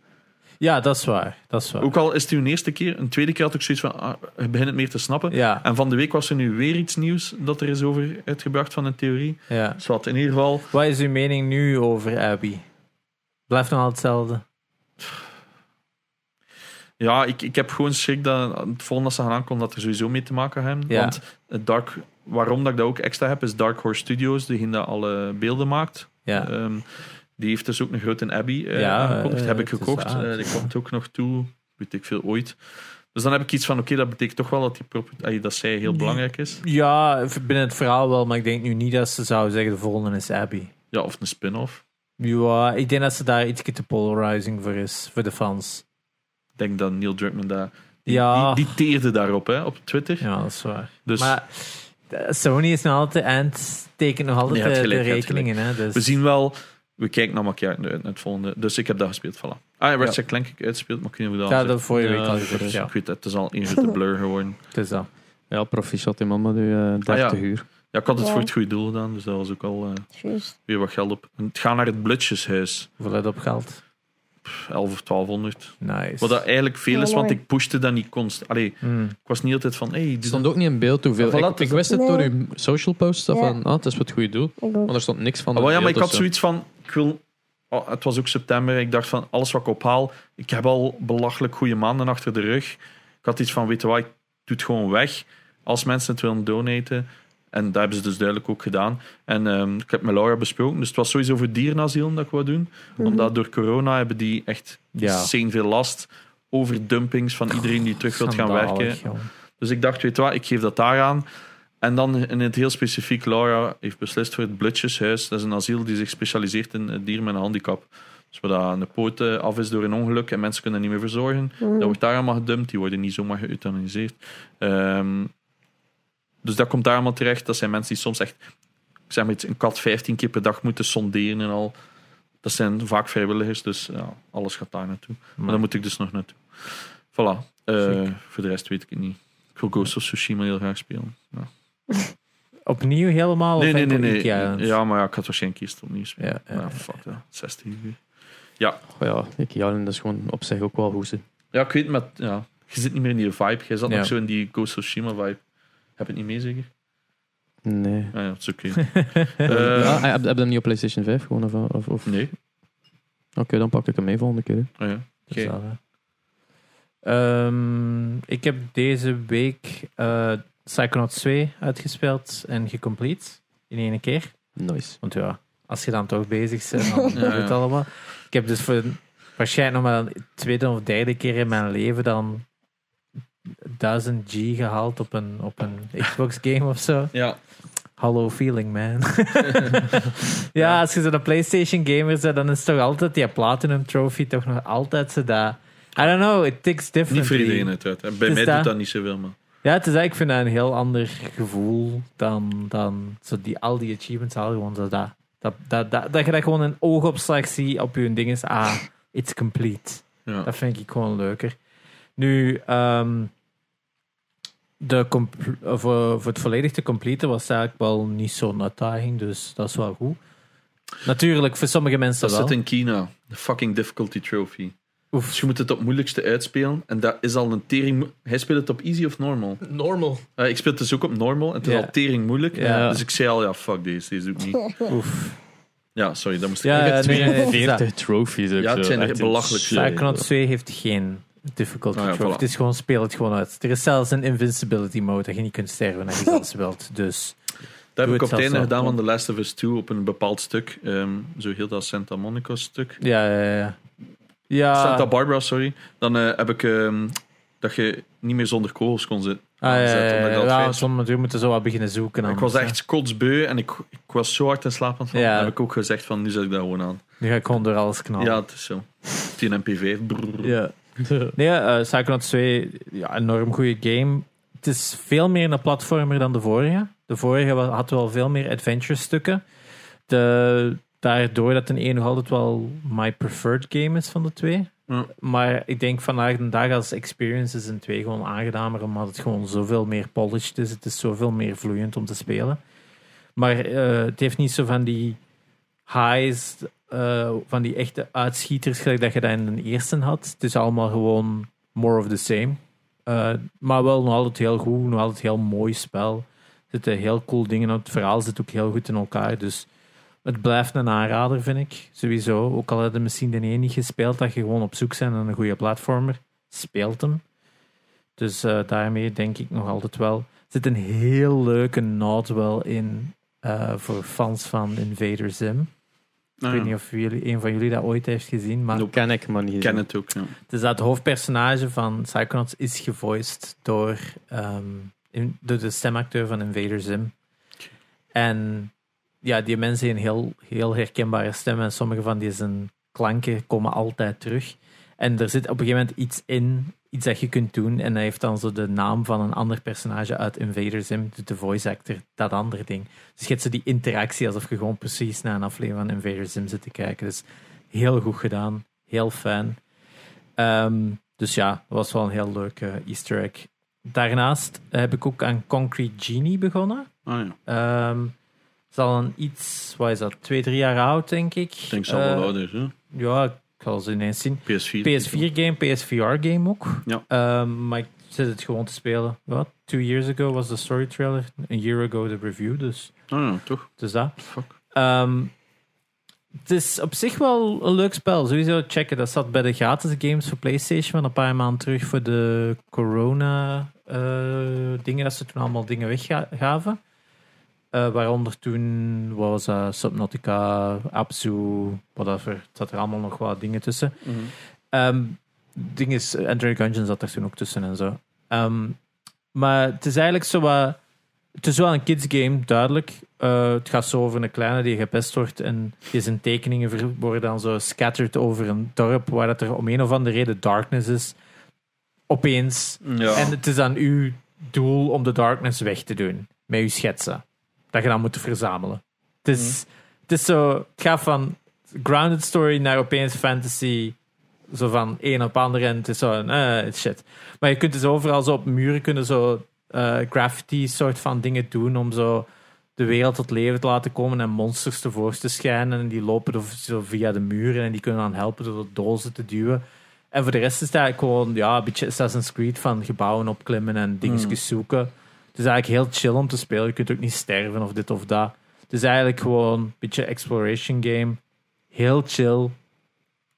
S2: Ja, dat is waar. Dat is waar.
S1: Ook al is het uw eerste keer. Een tweede keer had ik zoiets van. Ah, je begint het meer te snappen.
S2: Ja,
S1: En van de week was er nu weer iets nieuws dat er is over uitgebracht van een theorie.
S2: ja.
S1: Dus wat, in ieder geval.
S2: Wat is uw mening nu over Abby? Blijft nog altijd hetzelfde.
S1: Ja, ik, ik heb gewoon schrik dat het volgende dat ze gaan aankomen dat er sowieso mee te maken hebben.
S2: Ja.
S1: Want het Dark, waarom dat ik dat ook extra heb, is Dark Horse Studios, degene die alle beelden maakt.
S2: Ja.
S1: Ehm, die heeft dus ook een grote Abbey eh
S2: Ja,
S1: aangekondigd.
S2: eh,
S1: heb ik
S2: het is
S1: gekocht.
S2: uit.
S1: Eh, die komt ook nog toe. Weet ik veel, ooit. Dus dan heb ik iets van, oké, dat betekent toch wel dat, die prop- eh, dat zij heel belangrijk is.
S2: Ja, binnen het verhaal wel, maar ik denk nu niet dat ze zou zeggen de volgende is Abby.
S1: Ja, of een spin-off.
S2: Ja, ik denk dat ze daar iets te polarizing voor is, voor de fans.
S1: Ik denk dat Neil Druckmann daar... Die,
S2: Ja.
S1: die, die teerde daarop, hè, op Twitter.
S2: Ja, dat is waar.
S1: Dus
S2: Maar eh, Sony is nog altijd eind, tekent nog
S1: Nee,
S2: altijd
S1: je hebt
S2: de-
S1: gelijk,
S2: de
S1: je hebt
S2: rekeningen. Hè, dus.
S1: we zien wel... We kijken naar elkaar uit naar het volgende. Dus ik heb dat gespeeld, voilà. Ah ja, Ratchet Clank heb ik uitspeeld, maar ik weet niet hoe
S2: Ja,
S1: dat
S2: dat vorige week al
S1: zit.
S2: gezegd. Ja,
S1: Ik weet het, het is al een grote blur geworden.
S2: het is dat.
S3: Ja, proficiat in man met uw eh, 30
S1: Ah, ja.
S3: uur.
S1: Ja, ik had het
S4: Ja.
S1: voor het goede doel gedaan, dus dat was ook al eh,
S4: Juist.
S1: weer wat geld op. En het gaat naar het Blutjeshuis,
S2: Vooruit op geld.
S1: 11 of 1200.
S2: Nice.
S1: Wat dat eigenlijk veel is,
S4: Ja,
S1: want
S4: mooi.
S1: ik pushte dat niet constant. Allee,
S2: Hmm.
S1: ik was niet altijd van, hey,
S3: Het
S1: dit
S3: stond ook niet in beeld hoeveel.
S1: Maar Ah, voilà, dus het is-
S3: ik, ik wist het
S4: Nee.
S3: door uw social posts. dat
S4: Ja.
S3: Van, ah, het is wat goede doel.
S4: Ik ook.
S3: Maar er stond niks van.
S1: Ah,
S3: in
S1: wel, ja, maar
S3: beeld
S1: ik had
S3: of zo.
S1: zoiets van, ik wil... oh, het was ook september, ik dacht van, alles wat ik ophaal, ik heb al belachelijk goede maanden achter de rug. Ik had iets van, weet je wat, ik doe het gewoon weg. Als mensen het willen donaten. En dat hebben ze dus duidelijk ook gedaan. En ehm, ik heb met Laura besproken, dus het was sowieso voor dierenasiel dat ik wou doen.
S4: Mhm.
S1: Omdat door corona hebben die echt
S2: Ja.
S1: insane veel last over dumpings van iedereen die terug wil gaan
S2: Schandalig,
S1: werken.
S2: jong.
S1: Dus ik dacht, weet je wat, ik geef dat daar aan. En dan in het heel specifiek, Laura heeft beslist voor het Blutjeshuis. Dat is een asiel die zich specialiseert in eh, dieren met een handicap. Dus waar dat een poot eh, af is door een ongeluk en mensen kunnen dat niet meer verzorgen. Dat wordt daar allemaal gedumpt, die worden niet zomaar geëuthaniseerd. Ehm, dus dat komt daar allemaal terecht. Dat zijn mensen die soms echt, ik zeg maar iets, een kat 15 keer per dag moeten sonderen en al. Dat zijn vaak vrijwilligers, dus ja, alles gaat daar naartoe. Maar daar moet ik dus nog naartoe. Voilà. Eh, voor de rest weet ik het niet. Ik wil Ghost of Tsushima heel graag spelen. Ja.
S2: Opnieuw helemaal?
S1: Nee,
S2: of
S1: nee, nee.
S2: enkel
S1: nee.
S2: Oh, Ikea? Eh,
S1: Ja, maar ja, ik had waarschijnlijk eerst opnieuw spelen.
S2: Ja, ja,
S1: Maar
S2: ja.
S1: fuck dat. 16 uur.
S3: Oh ja, ik Jalen, dat is gewoon op zich ook wel goed. hè.
S1: Ja, ik weet maar ja, je zit niet meer in die vibe. Je zat
S2: Ja.
S1: nog zo in die Ghost of Tsushima vibe. Heb je het niet mee, zeker?
S3: Nee.
S1: Ah, ja, dat is oké. Eh,
S3: Ah, heb, heb je hem niet op PlayStation 5 gewoon? Of, of, of-
S1: Nee.
S3: Oké, dan pak ik hem mee volgende keer. hè.
S1: Ah, ja.
S2: Dat is
S1: Oké.
S2: wel, hè. Ehm, ik heb deze week eh Psychonauts 2 uitgespeeld en gecomplete in één keer.
S3: Nice.
S2: Want ja, als je dan toch bezig bent, dan doe je
S1: Ja,
S2: het
S1: ja.
S2: allemaal. Ik heb dus voor waarschijnlijk nog maar een tweede of derde keer in mijn leven dan 1000 G gehaald op een, op een Xbox game of zo.
S1: Ja,
S2: Hallo feeling, man. ja, als je zo'n PlayStation gamer bent, dan is toch altijd die Platinum Trophy toch nog altijd zo dat... I don't know, it ticks differently.
S1: niet voor iedereen uiteraard. En Bij
S2: Dus
S1: mij
S2: dat-
S1: doet dat niet zoveel, maar...
S2: Ja, het is, eigenlijk- ik vind dat een heel ander gevoel dan, dan zo die, al die achievements halen. Gewoon zo dat, dat, dat, dat, dat je dat gewoon een oogopslag ziet op je ding is. Ah, it's complete.
S1: Ja.
S2: Dat vind ik gewoon leuker. Nu, ehm, de compl- eh, voor, voor het volledig te completen was eigenlijk wel niet zo'n uitdaging. Dus dat is wel goed. Natuurlijk, voor sommige mensen
S1: Dat
S2: wel.
S1: zit in China. De fucking difficulty trophy. Dus
S2: Oef.
S1: je moet het op het moeilijkste uitspelen. En dat is al een tering... mo- Hij speelt het op easy of normal?
S3: Normal.
S1: Eh, ik speel het dus ook op normal. En het is
S2: Ja.
S1: al tering moeilijk.
S2: Ja.
S1: Dus ik zei al, ja, fuck deze. Deze doe ik niet.
S2: Oef.
S1: Ja, sorry, dat moest ik...
S2: Ja,
S1: Ja,
S2: ja, nee, nee, nee,
S3: 40 trophies. ook
S1: Ja, het
S3: zo.
S1: zijn er
S3: Echt
S1: belachelijk veel.
S3: insane.
S2: Psychonauts 2 heeft geen difficulty
S1: Ah ja,
S2: trophy.
S1: voilà.
S2: Het is gewoon, speel het gewoon uit. Er is zelfs een invincibility mode dat je niet kunt sterven als je dat speelt. Dus
S1: dat
S2: doe
S1: heb ik
S2: het
S1: op het einde
S2: zelfs
S1: gedaan
S2: wel.
S1: van The Last of Us 2 op een bepaald stuk. Ehm, zo heel dat Santa Monica stuk.
S2: ja, ja, ja.
S1: Santa
S2: Ja,
S1: Barbara, sorry. Dan eh, heb ik... ehm, dat je niet meer zonder kogels kon zitten.
S2: ah, ja, ja,
S1: aanzetten,
S2: ja,
S1: omdat ik dat
S2: ja.
S1: feit-
S2: Sommigen moeten zo wat beginnen zoeken. dus,
S1: Ik
S2: anders,
S1: was
S2: hè.
S1: echt kotsbeu en ik, ik was zo hard in slaap aan het vallen.
S2: Ja. Ah.
S1: Dan heb ik ook gezegd van, nu zet ik dat gewoon aan.
S2: Nu ga ik gewoon door alles knallen.
S1: Ja, het is zo. 10 MP5. brrr.
S2: Ja. Nee, eh Psychonauts 2, ja, enorm goede game. Het is veel meer een platformer dan de vorige. De vorige wa- had wel veel meer adventure stukken. De, daardoor dat de een nog altijd wel my preferred game is van de twee.
S1: Ja.
S2: Maar ik denk vandaag de dag als experience is een twee gewoon aangenamer, omdat het gewoon zoveel meer polished is. Het is zoveel meer vloeiend om te spelen. Maar eh, het heeft niet zo van die highs, eh, van die echte uitschieters, gelijk dat je dat in de eerste had. Het is allemaal gewoon more of the same. Eh, maar wel nog altijd heel goed, nog altijd heel mooi spel. Er zitten heel cool dingen op. Het verhaal zit ook heel goed in elkaar. Dus het blijft een aanrader, vind ik. Sowieso. Ook al hadden misschien de ene niet gespeeld, dat je gewoon op zoek bent naar een goede platformer. Speelt hem. Dus eh, daarmee denk ik nog altijd wel. Er zit een heel leuke nod wel in eh, voor fans van Invader Zim. Ik
S1: Ah,
S2: weet
S1: ja.
S2: niet of jullie, een van jullie dat ooit heeft gezien, maar
S1: Nope.
S3: Ken ik, maar niet.
S1: Ik ken het ook, ja.
S2: het is dat het hoofdpersonage van Psychonauts is gevoiced door, ehm, in- door de stemacteur van Invader Zim. En ja, die mensen hebben heel, heel herkenbare stemmen en sommige van die zijn klanken komen altijd terug. En er zit op een gegeven moment iets in, iets dat je kunt doen. En hij heeft dan zo de naam van een ander personage uit Invader Zim, doet de voice actor, dat andere ding. Dus je hebt zo die interactie alsof je gewoon precies naar een aflevering van Invader Zim zit te kijken. Dus heel goed gedaan, heel fijn. Ehm, dus ja, dat was wel een heel leuk eh, easter egg. Daarnaast heb ik ook aan Concrete Genie begonnen.
S1: Ah ja,
S2: Ehm is al een iets, wat is dat, twee, drie jaar oud, denk ik.
S1: ik denk zo
S2: Eh,
S1: wel ouder. Hè?
S2: Ja, ik zal ze ineens zien.
S1: PS4.
S2: PS4-game, PSVR-game ook.
S1: Ja.
S2: Ehm, maar ik zit het gewoon te spelen. Wat? Two years ago was de story trailer. Een year ago de review, dus
S1: Ah ja, toch.
S2: dus dat.
S1: Fuck.
S2: Ehm, het is op zich wel een leuk spel. Sowieso checken. Dat zat bij de gratis games voor PlayStation van een paar maanden terug voor de corona eh, dingen. Dat ze toen allemaal dingen weggaven. Eh, waaronder toen, wat was dat, Subnautica, Abzu, whatever. Het zat er allemaal nog wat dingen tussen. Ehm ding is, eh, Enter Gungeon zat er toen ook tussen en zo. Ehm, maar het is eigenlijk zo wat... Het is wel een kids game, duidelijk. Eh, het gaat zo over een kleine die gepest wordt en die zijn tekeningen ver- worden dan zo scattered over een dorp waar dat er om een of andere reden darkness is. Opeens.
S1: Ja.
S2: En het is aan uw doel om de darkness weg te doen. Met uw schetsen. Dat je dan moet verzamelen. Het is, het is zo... Het gaat van grounded story naar opeens fantasy. Zo van een op ander en het is zo een eh, shit. Maar je kunt dus overal zo op muren kunnen zo eh, graffiti soort van dingen doen om zo de wereld tot leven te laten komen en monsters tevoorschijn te schijnen. En die lopen er zo via de muren en die kunnen dan helpen door de dozen te duwen. En voor de rest is het eigenlijk gewoon ja, een beetje Assassin's Creed van gebouwen opklimmen en
S1: Mm.
S2: dingetjes zoeken. Het is eigenlijk heel chill om te spelen. Je kunt ook niet sterven of dit of dat. Het is eigenlijk gewoon een beetje exploration game. Heel chill.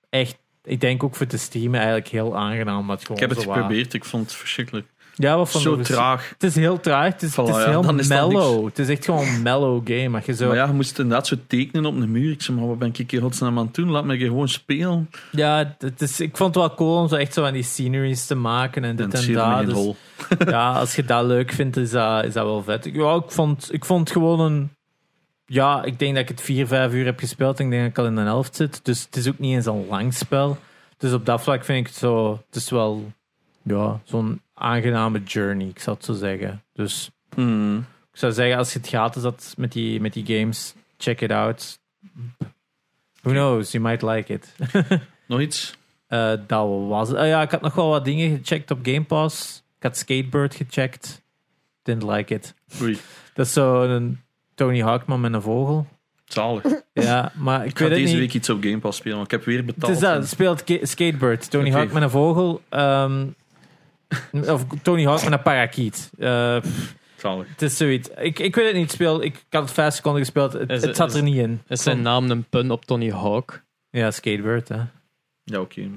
S2: Echt, ik denk ook voor te streamen eigenlijk heel aangenaam. maar gewoon
S1: Ik heb het
S2: zo wat-
S1: geprobeerd, ik vond het verschrikkelijk.
S2: Ja, wat van
S1: Zo
S2: de-
S1: traag.
S2: Het is heel traag. Het is,
S1: Voilà,
S2: het is
S1: ja,
S2: heel
S1: dan is dat
S2: mellow. Het is echt gewoon een mellow game. Maar je zo,
S1: Maar
S2: ja.
S1: ja, je moest inderdaad zo tekenen op de muur. Ik zei, maar wat ben ik hier godsnaam aan het doen? Laat me gewoon spelen.
S2: het is, ik vond het wel cool om zo echt zo aan die sceneries te maken en
S1: En
S2: dit
S1: het
S2: en,
S1: scheelde me
S2: dat.
S1: geen
S2: Dus
S1: hol.
S2: ja, als je dat leuk vindt, is dat, is dat wel vet. Ik- Ja, ik, vond, ik vond het gewoon een... Ja, ik denk dat ik het vier, vijf uur heb gespeeld. En ik denk dat ik al in de helft zit. Dus het is ook niet eens een lang spel. Dus op dat vlak vind ik het zo... Het is wel ja, zo'n aangename journey, ik zou het zo zeggen. Dus
S1: Hmm.
S2: Ik zou zeggen, als je het gratis had met die, met die games, check it out. Who knows, you might like it.
S1: Nog iets?
S2: Eh, dat was het. Ah ja, ik had nog wel wat dingen gecheckt op Game Pass. Ik had Skatebird gecheckt. Didn't like it.
S1: Oei,
S2: Dat is zo'n Tony Hawkman met een vogel.
S1: zalig.
S2: Ja, maar ik,
S1: Ik ga
S2: weet het
S1: deze
S2: niet.
S1: week iets op Game Pass spelen, want ik heb weer
S2: Het
S1: betaald.
S2: is dat, speelt Ka- Skatebird. Tony
S1: Oké.
S2: Hawk met een vogel. ehm, of Tony Hawk met een parakiet. Eh,
S1: Zalig.
S2: het is zoiets. Ik, ik weet het niet. Speel, ik, ik had het vijf seconden gespeeld. Het,
S3: Is-
S2: het zat
S3: is-
S2: er niet in.
S3: Is zijn naam een pun op Tony Hawk?
S2: Ja, Skatebird, hè.
S1: Ja, oké.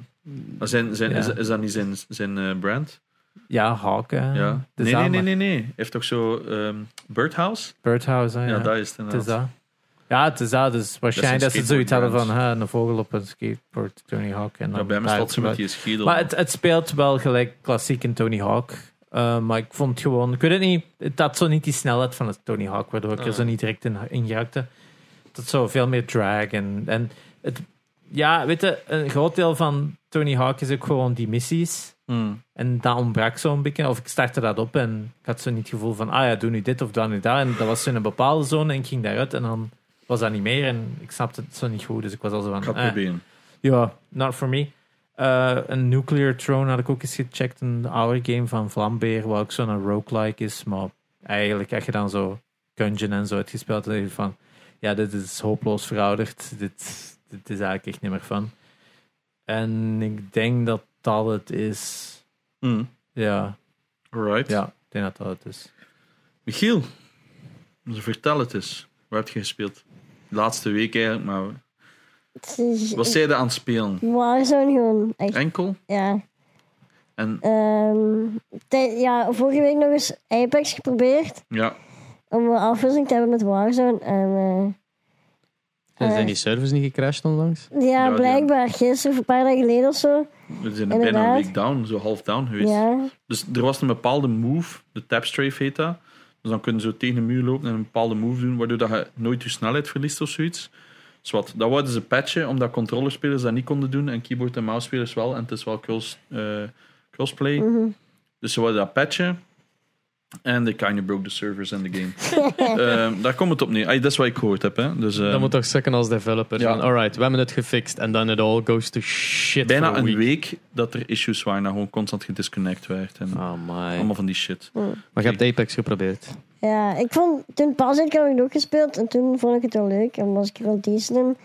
S1: Maar Zijn, zijn,
S2: Ja.
S1: is, is dat niet zijn, zijn eh, brand?
S2: Ja, Hawk, hè.
S1: Ja.
S2: Ah, Het is
S1: Nee, nee, nee,
S2: dat, maar-
S1: nee, nee. Hij heeft toch zo ehm, Birdhouse?
S2: Birdhouse, hè.
S1: Ja,
S2: Ja,
S1: dat is het
S2: het is
S1: inderdaad.
S2: dat. Ja, het is dat. Dus waarschijnlijk dat, ze zoiets hadden van
S1: skateboardbrand.
S2: hè, een vogel op een skateboard, Tony Hawk. En
S1: Ja,
S2: dan
S1: bij me
S2: daar
S1: staat ze met
S2: gebruikt.
S1: die schedel.
S2: Maar het, het speelt wel gelijk klassiek in Tony Hawk. Eh, maar ik vond gewoon... Ik weet het niet. Het had zo niet die snelheid van het Tony Hawk, waardoor ik er
S3: Ah.
S2: zo niet direct in, in geraakte. Dat zo veel meer drag en... en het, ja, weet je, een groot deel van Tony Hawk is ook gewoon die missies.
S1: Hmm.
S2: En dat ontbrak zo'n beetje. Of ik startte dat op en ik had zo niet het gevoel van, ah ja, doe nu dit of doe nu dat. En dat was zo in een bepaalde zone en ik ging daaruit en dan was dat niet meer. En ik snapte het zo niet goed, dus ik was al zo
S1: Ik ga
S2: van,
S1: het
S2: eh,
S1: proberen.
S2: ja, not for me. Eh, een Nuclear Throne had ik ook eens gecheckt, een oude game van Vlambeer, waar ook zo'n roguelike is. Maar eigenlijk, als je dan zo Gungeon en zo hebt gespeeld, dan denk je van, ja, dit is hopeloos verouderd. Dit, dit is eigenlijk echt niet meer van. En ik denk dat dat het is.
S1: Hmm.
S2: Ja,
S1: Alright.
S2: ja, ik denk dat dat het is.
S1: Michiel, dus vertel het eens. Waar heb je gespeeld? De laatste week eigenlijk, maar
S4: Het is-
S1: wat zei je aan het spelen?
S4: Warzone gewoon, echt,
S1: Enkel?
S4: ja.
S1: En
S4: Ehm, tij- ja, vorige week nog eens Apex geprobeerd.
S1: ja,
S4: Om een afwisseling te hebben met Warzone. En, eh,
S3: Zijn,
S4: Eh.
S3: zijn die servers niet gecrashed
S1: Ehm.
S3: onlangs?
S4: ja,
S1: Ja,
S4: blijkbaar. Gisteren of een paar dagen geleden of zo.
S1: we zijn bijna een
S4: Inderdaad.
S1: week down, zo half down geweest.
S4: Ja,
S1: Dus er was een bepaalde move, de tap strafe heet dat. Dus dan kunnen ze tegen een muur lopen en een bepaalde move doen, waardoor dat je nooit je snelheid verliest of zoiets. Dus wat, dat wouden ze patchen, omdat controllerspelers dat niet konden doen en keyboard- en mouse-spelers wel. En het is wel cross, eh, crossplay. Dus ze wilden dat patchen. En they kind of broke the servers in the game. Ehm, daar komt het op neer. Ay, dat is wat ik gehoord heb. Hè. Dus, ehm,
S3: dat moet toch zeggen als developer.
S1: Ja.
S3: van, Alright, we hebben het gefixt. En dan it all goes to shit.
S1: bijna
S3: for a
S1: een week. dat er issues waren dat gewoon constant gedisconnect werd. En
S3: Oh my.
S1: allemaal van die shit.
S3: Maar je hebt Apex geprobeerd.
S4: Ja, ik vond toen pas ik heb ik het ook gespeeld en toen vond ik het wel leuk en was ik er wel decent in.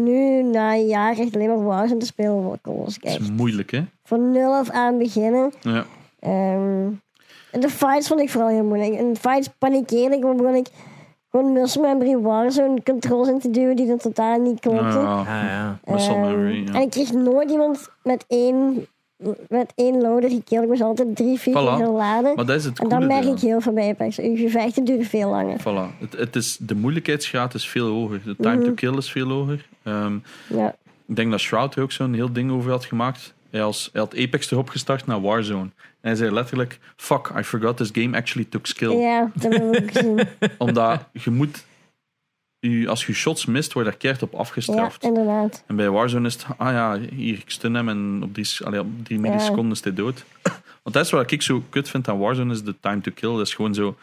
S4: Nu, na een jaar echt alleen maar Warzone te spelen, wa- was ik
S1: Het is
S4: echt
S1: moeilijk, hè?
S4: van nul af aan beginnen.
S1: Ja.
S4: Ehm, en de fights vond ik vooral heel moeilijk. In fights panikeerde ik, maar begon ik gewoon muscle memory Warzone controls in te duwen die dan totaal niet klopten.
S1: Nou,
S2: Ah, ja.
S1: muscle
S4: Ehm,
S1: memory. ja.
S4: En ik kreeg nooit iemand met één, met één loader gekild. Ik moest altijd drie, vier
S1: Voilà.
S4: keer herladen.
S1: Maar dat is het
S4: En dat
S1: coole
S4: merk
S1: eraan.
S4: ik heel veel bij Apex. Uw gevechten duren veel langer.
S1: Voilà. Het, het is, de moeilijkheidsgraad is veel hoger. De time
S4: Mhm.
S1: to kill is veel hoger. Ehm,
S4: Ja.
S1: ik denk dat Shroud er ook zo'n heel ding over had gemaakt. Hij, als, hij had Apex erop gestart naar Warzone. En hij zei letterlijk: Fuck, I forgot this game actually took skill.
S4: Ja, dat hebben we ook gezien.
S1: Omdat je moet, je, als je shots mist, word je daar keihard op
S4: ja,
S1: afgestraft.
S4: inderdaad.
S1: En bij Warzone is het, ah ja, hier, ik stun hem en op drie, allee, op drie milliseconden is hij dood. Want dat is wat ik zo kut vind aan Warzone, is de time to kill. Dat is gewoon zo,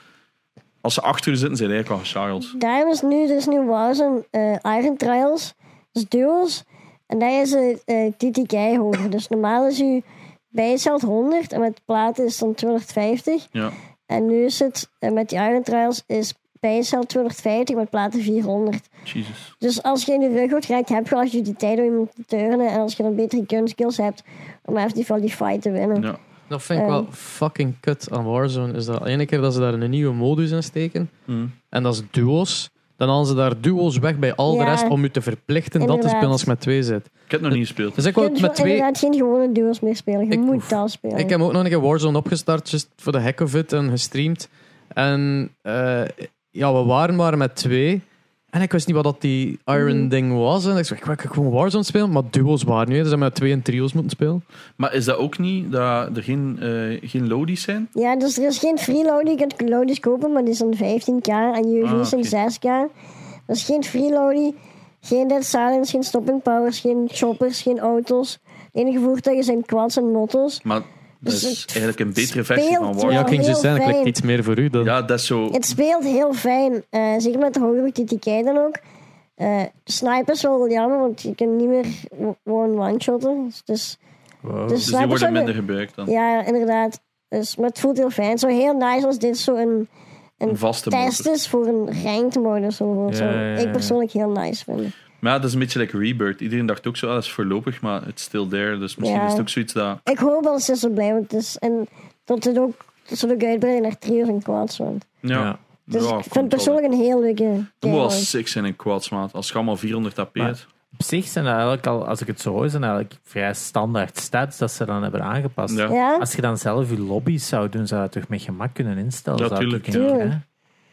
S1: als ze achter je zitten, zijn ze eigenlijk al gecharged.
S4: Daarom is nu, dus er is nu Warzone eh Iron Trials, dus duels. En daar is het eh TTK hoger. Dus normaal is uw bijcelt 100 en met platen is dan 250.
S1: Ja.
S4: En nu is het, eh, met die Iron Trials, is bijcelt 250 met platen 400.
S1: Jesus.
S4: Dus als je in de rug wordt geraakt, heb je al je die tijd om iemand te turnen. En als je dan betere gunskills hebt, om even die, die fight te winnen.
S1: Ja.
S3: Dat vind ik
S4: Ehm.
S3: wel fucking kut aan Warzone. Is dat ene keer dat ze daar een nieuwe modus in steken.
S1: Mhm.
S3: En dat is duo's. Dan halen ze daar duo's weg bij al de
S4: Ja.
S3: rest om je te verplichten dat te
S4: Inderdaad.
S3: spelen als je met twee zit.
S1: Ik heb het nog niet gespeeld.
S3: Dus ik
S4: Je
S3: wil
S4: kunt
S3: met
S4: wel
S3: twee...
S4: inderdaad geen gewone duels meer spelen. Je
S3: Ik-
S4: moet dat spelen.
S3: Ik heb ook nog een keer Warzone opgestart, just voor de heck of it, en gestreamd. En eh, ja, we waren maar met twee. En ik wist niet wat dat die Iron
S4: Mm.
S3: Ding was. En ik zei, ik wil gewoon Warzone spelen, maar duo's waren niet. Dus hebben we twee en trio's moeten spelen.
S1: Maar is dat ook niet dat er geen, eh, geen lodies zijn?
S4: Ja, dus er is geen freeloader. Je kunt loadies kopen, maar die zijn 15k en UAV's
S1: Ah, oké.
S4: zijn 6k. Er is geen freeloadie, geen dead silence, geen stopping powers, geen choppers, geen auto's. De enige voertuigen zijn quads en mottos.
S1: Maar dat
S4: Dus
S1: is
S4: het
S1: eigenlijk een betere
S4: speelt
S1: versie van
S4: wel.
S1: Warzone.
S3: ja, ik ging
S4: heel
S3: zo zeggen, ik
S4: fijn.
S3: lijkt iets meer voor u dan.
S1: Ja, dat is zo... dus
S4: Het speelt heel fijn, eh, zeker met de hogere TTK dan ook. Eh sniper is wel jammer, want je kunt niet meer gewoon one-shotten. Dus,
S1: Dus die worden
S4: zijn-
S1: minder gebruikt dan.
S4: Ja, inderdaad. Dus, maar het voelt heel fijn. Zo heel nice als dit zo een,
S1: Een vaste
S4: test
S1: motor.
S4: is dus voor een ranked modus. Zo,
S3: Ja,
S4: zo.
S3: ja, ja, ja.
S4: Ik persoonlijk heel nice vind.
S1: Maar ja, dat is een beetje like Rebirth. Iedereen dacht ook zo, ah, dat is voorlopig, maar it's still there. Dus misschien
S4: Ja.
S1: is het ook zoiets dat...
S4: Ik hoop wel dat ze blij want het is. En dat het ook, dat ze het ook uitbreiden naar trio's en quads. Want.
S1: Ja.
S3: Ja.
S4: Dus
S1: Ja, komt
S4: ik
S1: wel.
S4: vind persoonlijk een heel leuke
S1: Je moet
S4: game.
S1: wel sick zijn in kwaadsmaat. Als je allemaal 400 tapeert.
S2: Op zich zijn dat eigenlijk al, als ik het zo hoor, zijn dat eigenlijk vrij standaard stats dat ze dan hebben aangepast.
S1: Ja.
S4: Ja?
S2: Als je dan zelf je lobby's zou doen, zou je dat toch met gemak kunnen instellen?
S1: Ja,
S2: zou ik
S1: tuurlijk,
S2: denken,
S4: ja.
S2: hè?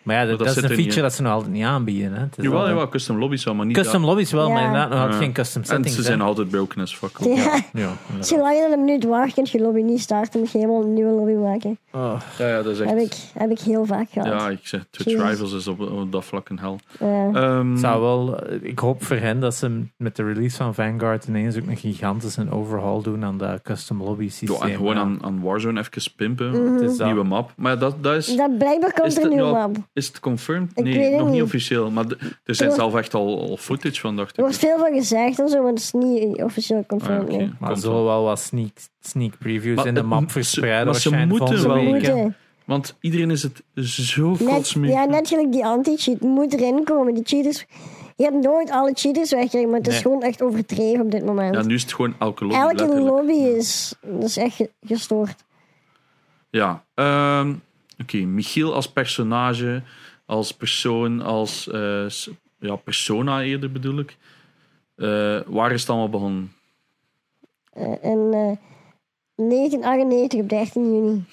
S2: Maar ja,
S1: dat
S2: dat, dat is
S1: zit
S2: een
S1: er niet
S2: feature
S1: in.
S2: dat ze nog altijd niet aanbieden. Hè? Het is
S1: Jawel,
S2: al-
S1: jawel, custom lobby's wel, maar niet...
S2: Custom lobby's wel,
S4: Ja.
S2: maar inderdaad nog altijd
S1: Ja.
S2: geen custom
S1: dat. En
S2: settings.
S1: ze zijn altijd broken as fuck. ook.
S4: Ja.
S2: ja, inderdaad.
S4: Zolang je dan een minuut wacht, kun je lobby niet starten. Moet je helemaal een nieuwe lobby maken.
S2: Oh,
S1: Ja, ja, dat is
S4: Heb
S1: echt...
S4: ik, heb ik heel vaak
S1: Ja,
S4: gehad.
S1: ik zeg, Twitch
S4: Jezus.
S1: Rivals is op, op dat vlak een hel.
S4: Ja.
S1: Ehm,
S2: zou wel, eh, ik hoop voor hen dat ze met de release van Vanguard ineens ook een gigantische overhaul doen aan dat custom lobby systeem.
S1: ja, en gewoon
S2: Ja.
S1: aan, aan Warzone even pimpen.
S2: Het is dat.
S1: Nieuwe map. Maar dat, dat is...
S4: dat blijkbaar Mhm. komt
S1: Is
S4: er
S1: dat
S4: een
S1: nu
S4: nieuwe
S1: al-
S4: map.
S1: Is het confirmed?
S4: Ik
S1: nee,
S4: weet het
S1: nog niet
S4: niet.
S1: officieel. Maar d- er zijn
S4: Ja.
S1: zelf echt al, al footage van, dacht
S4: Er
S1: ik.
S4: wordt veel van gezegd en zo, maar het is niet officieel
S1: Ah, ja,
S4: confirmed.
S1: oké.
S4: nee.
S2: Maar er
S1: Komt
S2: zullen
S1: wel.
S2: wel wat sneak, sneak previews
S1: Maar
S2: in de
S1: het
S2: map
S1: moet-
S2: verspreiden.
S1: maar ze
S2: waarschijnlijk
S1: moeten
S2: volgende
S1: wel.
S2: week, hè.
S4: Moeten.
S1: Want iedereen is het zo
S4: Net,
S1: kotsmee.
S4: ja, net gelijk die anti-cheat moet erin komen. Die cheaters, je hebt nooit alle cheaters weggekregen, maar het
S1: Nee.
S4: is gewoon echt overdreven op dit moment.
S1: Ja, nu is het gewoon elke lobby.
S4: Elke
S1: letterlijk.
S4: lobby is, dat is echt ge- gestoord.
S1: Ja. ehm, Oké, Michiel als personage, als persoon, als eh, s- ja, persona eerder bedoel ik. Eh, waar is het allemaal begonnen?
S4: Eh, in eh, 1998, op 13 juni.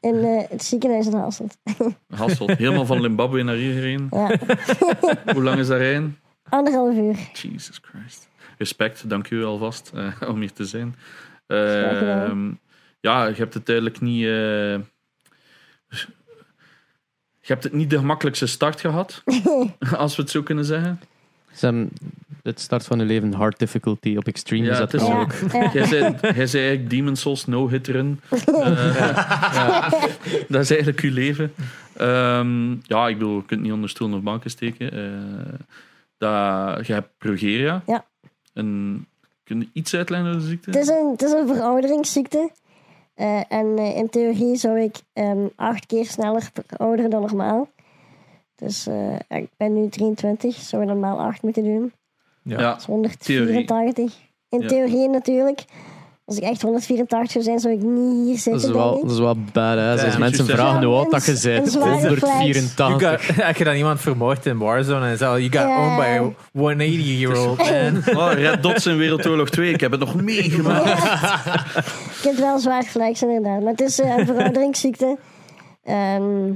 S4: in eh, het ziekenhuis in Hasselt.
S1: Hasselt. Helemaal van Zimbabwe naar hierheen.
S4: Ja.
S1: Hoe lang is daarheen?
S4: Anderhalf uur.
S1: Jesus Christ. Respect, dank u alvast eh, om hier te zijn.
S4: Graag gedaan.
S1: Ehm, ja, je hebt het duidelijk niet. eh, je hebt het niet de gemakkelijkste start gehad, als we het zo kunnen zeggen.
S3: Ze hebben het start van hun leven hard difficulty op extreme
S1: Ja,
S3: gezet.
S1: het is
S3: geloof
S4: ja,
S3: ik.
S4: ja.
S1: Jij zei, jij zei eigenlijk Demon Souls no-hitteren. Eh, ja. Dat is eigenlijk uw leven. Ehm, ja, ik bedoel, je kunt het niet onder stoelen of banken steken. Eh dat, je hebt progeria.
S4: Ja.
S1: Een, kun je iets uitleggen over de ziekte?
S4: Het is een, het is een verouderingsziekte. Eh, en eh, in theorie zou ik ehm, acht keer sneller verouderen dan normaal. Dus eh, ik ben nu 23, zou ik normaal acht moeten doen.
S1: ja.
S4: Dat is 184. In
S1: Ja.
S4: theorie natuurlijk. Als ik echt 184 zou zijn, zou ik niet hier
S3: Dat is
S4: zitten,
S3: wel,
S4: denk
S3: dat
S4: ik.
S3: is wel badass. Als
S2: Ja,
S3: mensen
S1: juist.
S3: vragen
S4: Ja,
S3: hoe oud dat je
S4: een- een
S3: bent.
S4: zware flex.
S3: 184.
S2: You got- had je dan iemand vermoord in Warzone en zo, you got
S4: Ja.
S2: owned by a 180-year-old man.
S1: Oh, Red Dots in Wereldoorlog 2. Ik heb het nog meegemaakt.
S4: Ik heb wel zwaar flex, inderdaad. Maar het is eh, een verouderingsziekte. Ehm,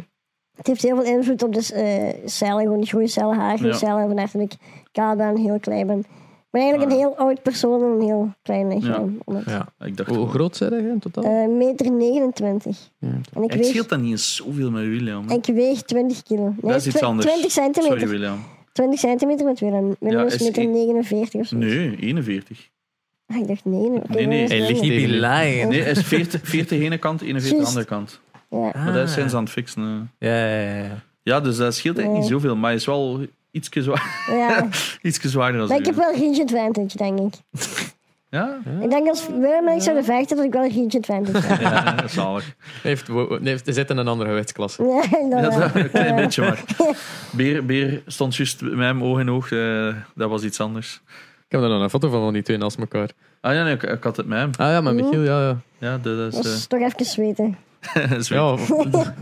S4: het heeft heel veel invloed op de s- eh, cellen, gewoon de groeicellen, haargroeicellen. En vandaar dat ik kaal ben, heel klein ben. Ik ben eigenlijk
S1: Ah,
S4: een heel oud persoon en een heel klein lichaam. Om het-
S2: Ja.
S1: Ik dacht,
S3: Hoe hoe groot zijn jij in totaal?
S4: Eh, meter 29.
S3: Ja.
S4: En ik
S1: het
S4: weeg,
S1: scheelt dan niet eens zoveel met William. hè.
S4: ik weeg 20 kilo. Nee,
S1: Dat is iets
S4: twe-
S1: anders.
S4: 20 centimeter.
S1: Sorry, William.
S4: 20 centimeter met Willem. Willem
S1: Ja,
S4: is
S1: is
S4: meter
S1: i-
S4: 49 of zo.
S1: Nee, 41.
S4: Ah, ik dacht 49.
S1: Nee, nee.
S3: Hij ligt
S2: He be
S3: tegen
S2: lying.
S1: Nee, hij is 40, 40 ene kant, 41 de
S4: Juist.
S1: andere kant.
S4: Ja.
S1: Maar dat zijn ze aan het fixen. hè.
S2: Ah. Ja, ja, ja.
S1: Ja, dus dat scheelt eigenlijk niet zoveel, maar hij is wel iets zwaar,
S4: ja.
S1: ietsje zwaarder als
S4: Ah. Maar ik
S1: u.
S4: heb wel range advantage, denk ik.
S1: Ja?
S4: Ik denk als Willem en ik zouden vechten, dat ik wel range advantage heb.
S1: Ja, dat is zalig.
S3: Hij heeft, wo- wo- nee, hij zit in een andere gewichtsklasse.
S4: Ja,
S1: Ja,
S4: inderdaad.
S1: dat- een klein beetje maar. Beer, Beer stond juist met hem oog in oog, eh, dat was iets anders.
S3: Ik heb daar nog een foto van, van die twee naast elkaar.
S1: Ah ja, nee, ik, ik had het met hem.
S3: Ah ja, maar Michiel, ja. ja.
S1: Ja, dat
S4: Dat
S1: is...
S4: is toch even zweten.
S1: eh, is weer-
S3: ja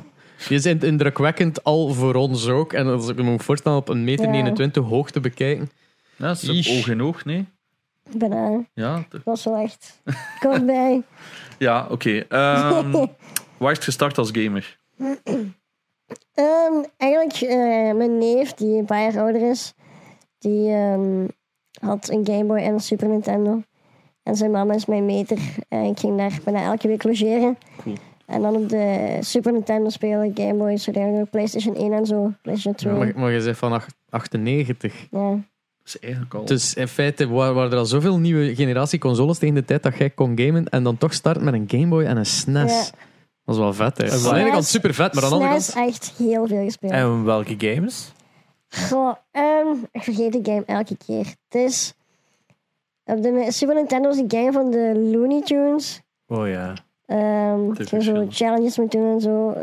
S3: je bent indrukwekkend al voor ons ook. En als ik me moet voorstellen op een meter
S4: Ja.
S3: 29 hoog te bekijken.
S1: ja, dat is
S3: Yeesh.
S1: oog in oog, nee.
S4: Ik ben aan.
S1: Ja, t-
S4: Ik was wel echt kort bij.
S1: ja oké. Ehm, waar is het gestart als gamer?
S4: Ehm, eigenlijk, eh, mijn neef, die een paar jaar ouder is, die ehm, had een Game Boy en een Super Nintendo. En zijn mama is mijn meter. En ik ging daar bijna elke week logeren.
S1: Cool.
S4: En dan op de Super Nintendo spelen, Game Boy, zo dergelijke, PlayStation 1 en zo, PlayStation 2. Ja,
S3: Maar, maar je zegt van ach- 98.
S1: Dat is eigenlijk al...
S3: Dus in feite wa- waren er al zoveel nieuwe generatie consoles tegen de tijd dat jij kon gamen. En dan toch start met een Game Boy en een SNES. Dat is wel vet, hè? Dat is aan de ene kant super vet, maar aan de andere
S4: SNES
S3: kant...
S4: echt heel veel gespeeld.
S2: En welke games?
S4: Goh, ehm, ik vergeet de game elke keer. Het is... Op de Super Nintendo is een game van de Looney Tunes.
S2: Oh ja.
S4: Ehm
S1: Te
S4: ik ging zo
S1: verschillend.
S4: challenges moeten doen en zo.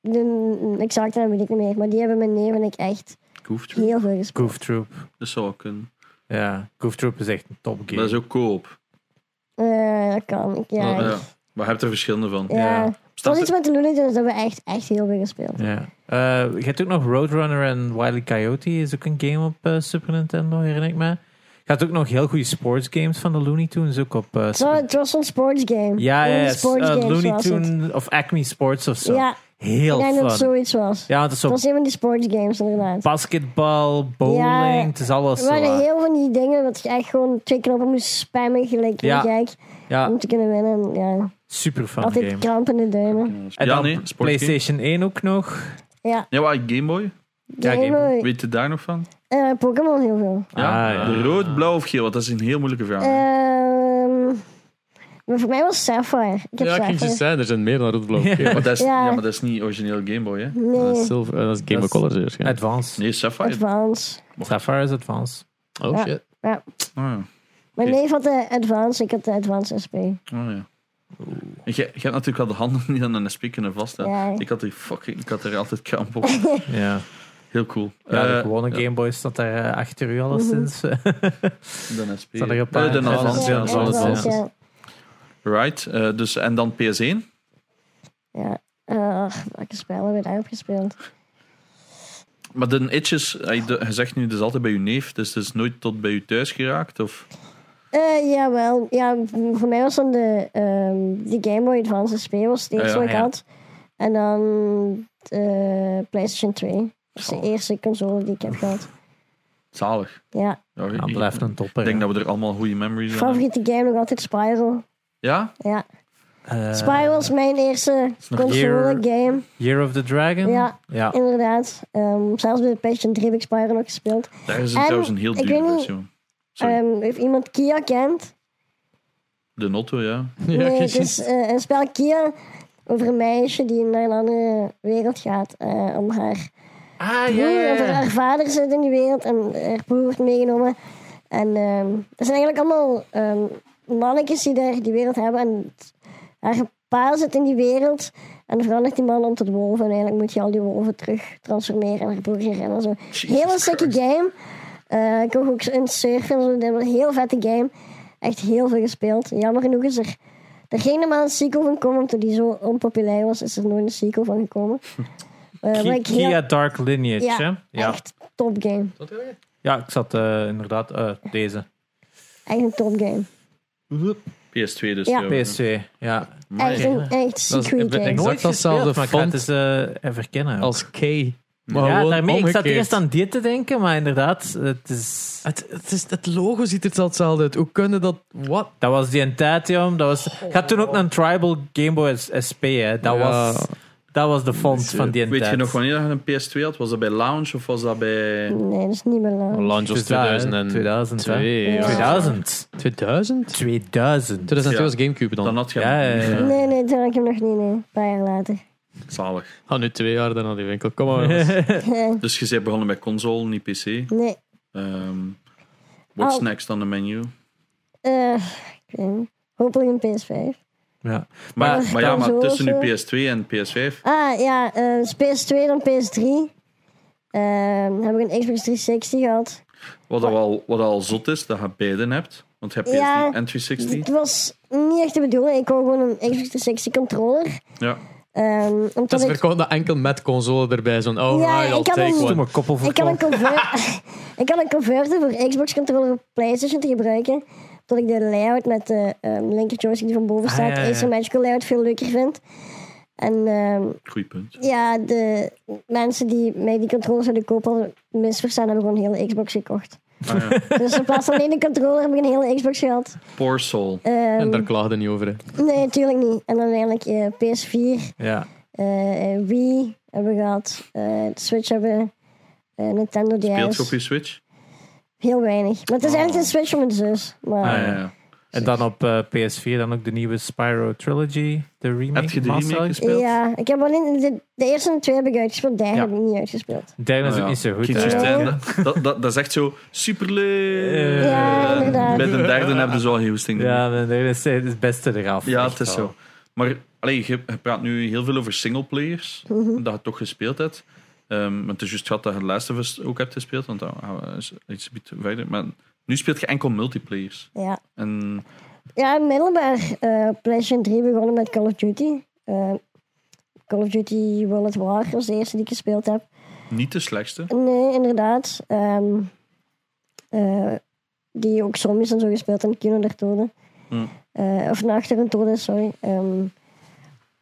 S4: De exacte naam weet ik niet meer. Maar die hebben mijn neef en ik echt
S1: Goof Troop.
S4: heel veel gespeeld.
S2: Goof Troop.
S1: Dat zou ook kunnen.
S2: Ja, Goof Troop is echt een topgame.
S1: Maar dat is ook koop.
S4: Eh, dat kan ik, ja.
S1: Oh, Ja.
S4: ja.
S1: Maar je hebt er verschillende van.
S2: ja.
S4: Het was iets met de Looney Tunes dat we echt, echt heel veel gespeeld.
S2: Ja. Eh, je hebt ook nog Roadrunner en Wile E. Coyote. is ook een game op eh, Super Nintendo, herinner ik me. Je had ook nog heel goede sportsgames van de Looney Tunes ook op eh,
S4: Het was,
S2: Super
S4: het was zo'n sportsgame.
S2: Ja, ja,
S4: Een
S2: ja.
S4: sportsgame
S2: eh, Looney
S4: was het.
S2: Tunes of Acme Sports of zo.
S4: Ja, ik
S2: Heel
S4: denk dat het
S2: fun.
S4: zoiets was.
S2: Ja, het is
S4: Het
S2: zo
S4: was een van die sportsgames, inderdaad.
S2: basketbal, bowling,
S4: Ja, ja.
S2: het is alles
S4: Er
S2: zo.
S4: waren
S2: wat.
S4: heel van die dingen dat je echt gewoon twee knoppen moest spammen, gelijk
S2: Ja.
S4: heel gek,
S2: Ja,
S4: om te kunnen winnen. Ja.
S2: super fun
S4: Altijd
S2: game.
S4: kramp in de duimen.
S2: En
S1: ja,
S2: dan
S1: nee, sportgame.
S2: PlayStation 1 ook nog.
S4: Ja,
S1: Ja, maar Game Boy?
S2: Ja,
S4: Game
S2: Game
S4: Boy.
S1: Weet je daar nog van?
S4: Eh, Pokémon heel veel.
S1: Ja?
S2: Ah, ja.
S1: De Rood, blauw of geel? Want dat is een heel moeilijke vraag.
S4: Eh. Ehm, maar voor mij was Sapphire. Ik
S3: Ja, ik
S4: heb
S3: ging
S4: Sapphire.
S3: juist zeggen, er zijn meer dan rood blauw.
S2: Ja.
S3: Oké,
S1: maar
S3: maar-
S1: dat is, ja.
S4: ja.
S1: maar dat is niet origineel Game Boy, hè?
S3: Dat
S4: nee,
S3: is, zilver, eh, dat is Game
S2: Dat
S3: of
S2: is-
S3: Colors waarschijnlijk.
S2: Advanced.
S1: Nee, Sapphire.
S4: Advance.
S2: Sapphire is Advanced.
S3: Oh
S4: Ja.
S3: shit.
S1: Ah,
S4: Mijn
S1: Oké.
S4: neef had de Advance, ik had de Advance SP.
S1: ah, ja. En jij- jij hebt natuurlijk al de handen niet aan een SP kunnen vasthouden.
S4: Ja.
S1: Ik, had die fucking, ik had er altijd kramp op.
S2: Ja.
S1: Heel cool.
S2: Ja, de
S1: Eh,
S2: gewone
S1: ja,
S2: Game Boy staat daar eh, achter
S4: Mhm.
S2: u alleszins.
S1: De SP.
S2: Staan er een
S1: Eh,
S2: paar-
S1: de
S2: Ja,
S1: Advance.
S2: ja,
S1: Ja,
S2: ja,
S1: de
S2: Advance.
S1: Advance.
S4: ja.
S1: Right. eh, dus, en dan PS1.
S4: ja. Eh, ach, welke spellen hebben we daarop gespeeld?
S1: Maar de itches, eh, de- je zegt nu, dat is altijd bij je neef. Dus het is nooit tot bij je thuis geraakt? Of?
S4: Eh, jawel, ja, m- voor mij was dan de, ehm, die Game Boy Advance SP was de
S1: Ja,
S4: eerste wat ik
S2: ja.
S4: had. En dan eh, PlayStation 2. Dat is de
S1: Zalig.
S4: eerste console die ik heb gehad.
S1: Zalig.
S4: Ja,
S1: Ja,
S2: Dat
S1: ik-
S2: blijft een topper.
S1: Ik denk
S2: hè.
S1: dat we er allemaal goede memories aan hebben.
S4: favoriete game nog altijd Spyro.
S1: Ja?
S4: Ja,
S2: Eh,
S4: Spy was mijn eerste
S1: is nog
S4: console
S2: hier-
S4: game.
S2: Year of the Dragon.
S4: Ja.
S2: ja.
S4: Inderdaad. Ehm, zelfs bij de PlayStation 3 heb ik Spyro nog gespeeld.
S1: Daar is het
S4: En,
S1: trouwens een heel
S4: Ehm, ik
S1: dure
S4: weet niet-
S1: versie van. Sorry.
S4: Ehm, of iemand Kia kent?
S1: de Notto, ja.
S3: Ja,
S4: nee, het
S3: precies.
S4: is eh, een spel Kia over een meisje die naar een andere wereld gaat. eh, om haar
S2: Ah, ja,
S4: broer,
S2: ja,
S4: of
S2: ja.
S4: haar vader zit in die wereld en haar broer wordt meegenomen. En ehm dat zijn eigenlijk allemaal ehm mannetjes die daar die wereld hebben. En t- haar pa zit in die wereld en verandert die man om tot wolven. En eigenlijk moet je al die wolven terug transformeren en haar broer herinneren. en Zo. Hele
S1: Jesus
S4: sikke
S1: Christ.
S4: game. Eh, ik heb ook in surfen. en Zo, dat was een heel vette game. Echt heel veel gespeeld. Jammer genoeg is er... Er ging normaal een sequel van komen, omdat die zo onpopulair was, is er nooit een sequel van gekomen. Eh, wat
S2: Ki-
S4: ik heel-
S2: Kia Dark Lineage,
S4: Ja,
S2: hè? Ja.
S4: Echt top game.
S2: ja, ik zat eh, inderdaad eh, deze.
S4: Echt een top game.
S1: PS2 dus.
S4: Ja.
S1: trouwens.
S2: PS2, ja.
S1: Amai.
S4: Echt een echt
S3: Dat is-
S4: secret
S3: ik- ik-
S4: game.
S3: Exact datzelfde
S2: maar ik ga het eens
S3: font.
S2: eh, even kennen. ook.
S3: Als K. Maar
S2: ja,
S3: gewoon
S2: daarmee, ik zat
S3: omgekeerd.
S2: eerst aan dit te denken, maar inderdaad, het is...
S3: Het, het, is, het logo ziet er hetzelfde uit. Hoe kunnen dat... Wat?
S2: Dat was die Entatium. Dat was, ik had toen ook een Tribal Game Boy SP. Hè. Dat,
S3: Ja.
S2: was, dat was de font
S3: Dus, eh,
S2: van die Entat.
S1: Weet je nog wanneer je een PS2 had? Was dat bij Lounge of was dat bij...
S4: Nee, dat is niet meer lang.
S3: Launch was
S2: Dus dat, hè,
S3: 2002.
S2: 2000. hè.
S4: Ja.
S2: 2000.
S3: 2000?
S2: 2000.
S3: 2002
S1: Ja.
S3: was Gamecube dan.
S1: Dan had je
S2: Ja,
S1: hem
S2: ja,
S1: niet,
S2: ja.
S1: hè.
S4: Nee, nee, toen had ik hem nog niet. Nee. Een paar jaar later.
S1: Zalig.
S3: Ah, nu twee jaar dan aan die winkel. Kom maar. jongens.
S1: Dus je bent begonnen met console, niet PC.
S4: nee.
S1: Ehm, what's
S4: Oh.
S1: next on the menu?
S4: eh, ik weet niet. Hopelijk een PS5.
S2: Ja.
S1: Maar,
S2: Maar-
S1: maar ja, maar
S4: Consoles,
S1: tussen nu
S4: eh.
S1: PS2 en PS5.
S4: Ah ja, eh, dus PS2 dan PS3. Ehm heb ik een Xbox 360 gehad.
S1: Wat al, wat al zot is, dat je beiden hebt. Want je hebt PS3
S4: Ja.
S1: en 360.
S4: Het was niet echt de bedoeling. Ik wou gewoon een Xbox 360 controller.
S1: Ja.
S4: Ehm
S3: Dat
S4: omdat
S3: is
S4: ik
S3: verkocht Dus dat enkel met console erbij. Zo'n alright,
S4: Ja,
S3: I'll
S4: ik had
S3: take
S4: een-
S3: one.
S2: Stomme koppel
S4: Ik kan, een
S2: verkocht.
S4: conver- ik kan een converter voor Xbox controller op PlayStation te gebruiken. Omdat ik de layout met de ehm, linker joystick die van boven
S2: Ah,
S4: staat,
S2: ja, ja, ja.
S4: asymmetrical layout, veel leuker vind. En ehm,
S1: Goed punt.
S4: ja, de mensen die mij die controller zouden kopen hadden misverstaan, hebben gewoon een hele Xbox gekocht.
S1: Ah, ja.
S4: Dus in plaats van alleen de controller heb ik een hele Xbox gehad.
S1: Poor soul.
S4: Ehm,
S3: En daar klaagde niet over. hè.
S4: Nee, natuurlijk niet. En dan eigenlijk eh, PS4,
S2: Ja.
S4: eh, Wii hebben we gehad, eh, de Switch hebben we, eh, Nintendo DS.
S1: Speelt je op je Switch?
S4: Heel weinig. Maar het is eigenlijk een Switch van mijn zus. Maar
S1: Oh. Ah, ja, ja.
S2: En dan op eh, PS4 dan ook de nieuwe Spyro Trilogy. De remake.
S1: Heb je de
S2: master
S1: remake
S2: uitgespeeld?
S1: gespeeld?
S4: Ja, ik heb alleen de, de eerste en de tweede heb ik uitgespeeld, de derde
S2: Ja.
S4: heb ik niet uitgespeeld.
S2: De derde is
S1: Ah,
S2: ook
S1: ja.
S2: niet zo goed.
S1: Kijk,
S2: hè.
S1: juist,
S4: Ja.
S1: hè. dat, dat, dat is echt zo superleuk.
S2: Eh,
S4: Ja, inderdaad.
S1: Bij de derde hebben ze al heel sting.
S2: Ja, de derde is het is het beste eraf.
S1: Ja,
S2: Echt
S1: het is
S2: wel.
S1: zo. Maar allee, je, je praat nu heel veel over singleplayers, dat je toch gespeeld hebt. Ehm, want het is juist gehad dat je Last of Us ook hebt gespeeld, want dat gaan we eens iets verder. Maar nu speelt je enkel multiplayers.
S4: Ja,
S1: En
S4: ja middelbaar eh, op PlayStation 3 begonnen met Call of Duty. Eh, Call of Duty World at War was de eerste die ik gespeeld heb.
S1: niet de slechtste.
S4: Nee, inderdaad. Ehm, eh, die ook zombies en zo gespeeld en Kino der Doden.
S1: Hmm.
S4: Eh, of Nachter en Doden, sorry. Ehm,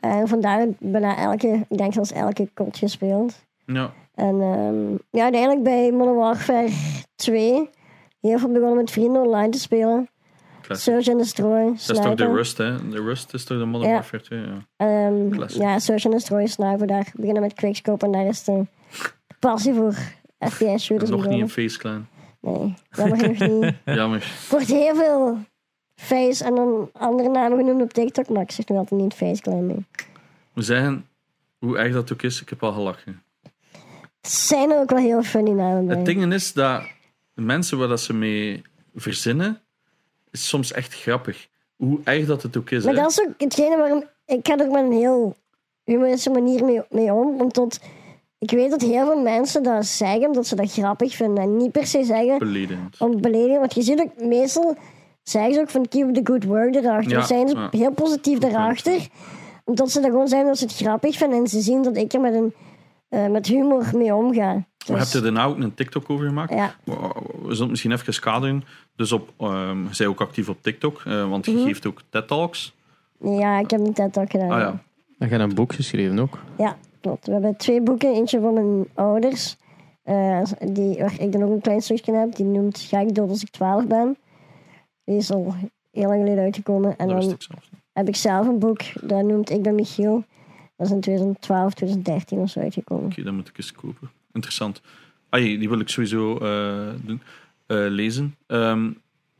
S4: en vandaar bijna elke, ik denk zelfs elke kot gespeeld.
S1: Ja,
S4: En ehm, ja, uiteindelijk bij Modern Warfare 2 heel veel begonnen met vrienden online te spelen.
S1: klassiek.
S4: Search and Destroy,
S1: Dat is toch de
S4: Sniper.
S1: Rust, hè? De Rust is toch de Modern
S4: Ja.
S1: Warfare 2? Ja.
S4: Ehm,
S1: Classic.
S4: ja, Search and Destroy, Sniper. Daar beginnen met Quickscope en daar is de passie voor
S1: Dat is
S4: FPS-shooters
S1: nog niet
S4: begonnen.
S1: een face clan.
S4: Nee, jammer genoeg niet.
S1: Jammer.
S4: Wordt heel veel face en dan andere namen genoemd op TikTok, maar ik zeg nu altijd niet face climbing.
S1: We zeggen, hoe erg dat ook is, ik heb al gelachen.
S4: Het zijn er ook wel heel funny namen bij.
S1: Het ding is dat de mensen waar dat ze mee verzinnen, is soms echt grappig. Hoe erg dat het ook is.
S4: Maar
S1: hè.
S4: dat is ook hetgene waarom... Ik ga er op een heel humoristische manier mee, mee om. Omdat ik weet dat heel veel mensen dat zeggen omdat ze dat grappig vinden. En niet per se zeggen
S1: Beledigend.
S4: om te beledigen. Want je ziet ook meestal... Zeggen ze ook van keep the good word erachter.
S1: Ja,
S4: Of zijn ze
S1: ja.
S4: heel positief
S1: punt.
S4: daarachter. Omdat ze dat gewoon zijn dat ze het grappig vinden. En ze zien dat ik er met, een, eh, met humor mee omga.
S1: Maar
S4: Dus,
S1: heb je daarna ook een TikTok over gemaakt?
S4: Ja.
S1: We we zullen het misschien even kaderen. Dus op, ehm, je zij ook actief op TikTok, eh, want je geeft ook TED-talks.
S4: Mhm. Ja, ik heb een TED-talk gedaan.
S1: Ah ja,
S3: En jij hebt een boek geschreven ook.
S4: Ja, klopt. We hebben twee boeken. Eentje van mijn ouders, eh, die, waar ik dan ook een klein stukje in heb. Die noemt Ga ik dood als ik 12 ben. Die is al heel lang geleden uitgekomen. En
S1: dat wist
S4: dan
S1: ik zelf. niet.
S4: heb ik zelf een boek, dat noemt Ik ben Michiel. Dat is in 2012, 2013 of zo uitgekomen.
S1: Oké, dan moet ik eens kopen. Interessant. Ah, die wil ik sowieso eh, doen, eh, lezen. Ehm,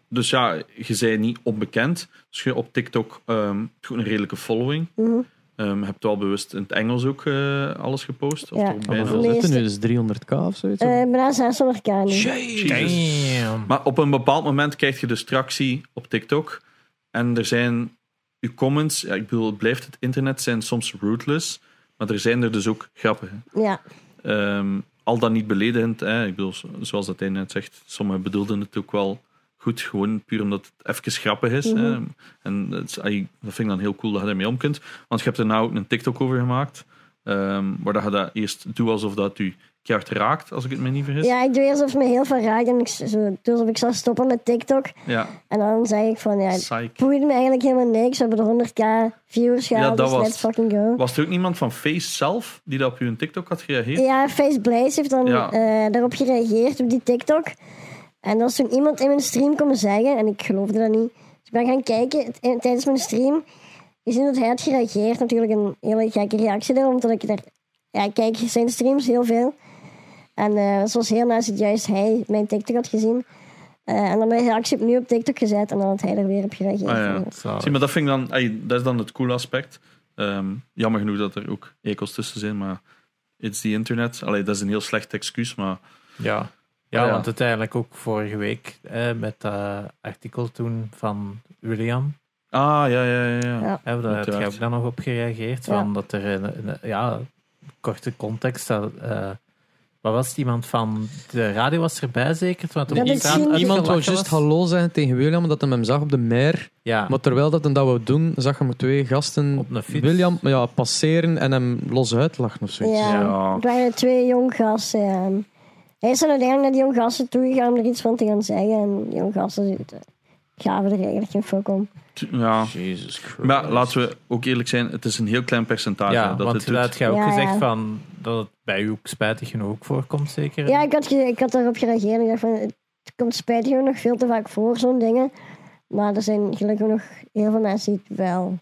S1: dus ja, je zij niet onbekend. Dus je op TikTok ehm toch een redelijke following.
S4: Mhm.
S1: Ehm, hebt wel bewust in het Engels ook eh, alles gepost? Of
S4: Ja.
S1: er ook bij
S4: Ja.
S3: Hoeveel
S1: veel?
S3: zitten
S4: meeste-
S3: nu? Dus 300k of zoiets?
S4: Eh, bijna 600 k nu.
S1: Jezus.
S2: Damn.
S1: Maar op een bepaald moment krijg je dus tractie op TikTok. En er zijn uw comments, ja, ik bedoel, het blijft het internet, zijn soms rootless. Maar er zijn er dus ook grappige.
S4: Ja,
S1: Ehm, al dan niet beledigend. Hè. Ik bedoel, zo- zoals dat hij net zegt, sommigen bedoelden het ook wel goed. Gewoon puur omdat het even grappig is. hè.
S4: Mhm.
S1: En dat, is- ai, dat vind ik dan heel cool dat je daarmee om kunt. Want je hebt er nou ook een TikTok over gemaakt. ehm, waar dat je dat eerst doet alsof dat u keihard raakt, als ik het me niet vergis.
S4: ja ik doe eerst of het me heel veel raakt en ik s- zo, doe alsof ik zou stoppen met TikTok.
S1: ja.
S4: En dan zeg ik van, ja, het
S1: Psych.
S4: boeit me eigenlijk helemaal niks. We hebben er 100k viewers gehaald,
S1: dat
S4: dus
S1: was
S4: let's fucking go.
S1: Was er ook niemand van Face zelf die dat op uw TikTok had gereageerd?
S4: Ja, Face Blaze heeft dan
S1: Ja.
S4: eh, daarop gereageerd op die TikTok. En dan is toen iemand in mijn stream komen zeggen, en ik geloofde dat niet. Dus ik ben gaan kijken t- in- tijdens mijn stream. Gezien dat hij had gereageerd, natuurlijk een hele gekke reactie daarom, omdat ik er... Ja, ik kijk zijn streams heel veel. En eh zoals heel naast het juist hij mijn TikTok had gezien. Eh, en dan mijn reactie opnieuw op TikTok gezet en dan had hij er weer op gereageerd.
S1: Ah, ja.
S2: Zalig.
S1: Zie, maar dat vind ik dan, ai, dat is dan het coole aspect. Ehm, jammer genoeg dat er ook ekels tussen zijn, maar it's the internet. Allee, dat is een heel slecht excuus, maar
S2: Ja. Ja,
S1: Ah, ja.
S2: want uiteindelijk ook vorige week eh, met dat artikel toen van William.
S1: ah ja, ja, ja. ja.
S2: Hè,
S4: Ja.
S2: daar heb jij
S1: Uiteraard.
S2: ook dan nog op gereageerd.
S4: Ja.
S2: Van dat er een, een- ja, korte context. Dat, eh, wat was het? Iemand van de radio was erbij zeker? Toen het op
S4: Ja,
S2: de
S4: dat
S2: straat
S4: zie je niet.
S2: uitgelachen
S3: Iemand wou juist
S2: was?
S3: hallo zeggen tegen William, omdat hij hem zag op de mer.
S2: Ja,
S3: Maar terwijl dat hij dat wou doen, zag hij maar twee gasten
S2: Op een fiets.
S3: William maar ja, passeren en hem los uitlachen of zoiets.
S4: Ja,
S1: Ja.
S4: het waren twee jong gasten. ja. En hij is dan uiteindelijk naar die jong gasten toegegaan om er iets van te gaan zeggen. En die jong gasten die- die gaven er eigenlijk geen fuck om.
S1: T- ja.
S3: Jesus Christ.
S1: Maar laten we ook eerlijk zijn, het is een heel klein percentage
S2: ja
S1: ah, dat
S2: want
S1: het doet.
S2: inderdaad, jij ook
S4: Ja,
S2: gezegd
S4: ja.
S2: van dat het bij u ook spijtig genoeg ook voorkomt, zeker?
S4: Ja, ik had, ge- ik had daarop gereageerd. en Ik dacht van, het komt spijtig genoeg nog veel te vaak voor, zo'n dingen. Maar er zijn gelukkig nog heel veel mensen die het wel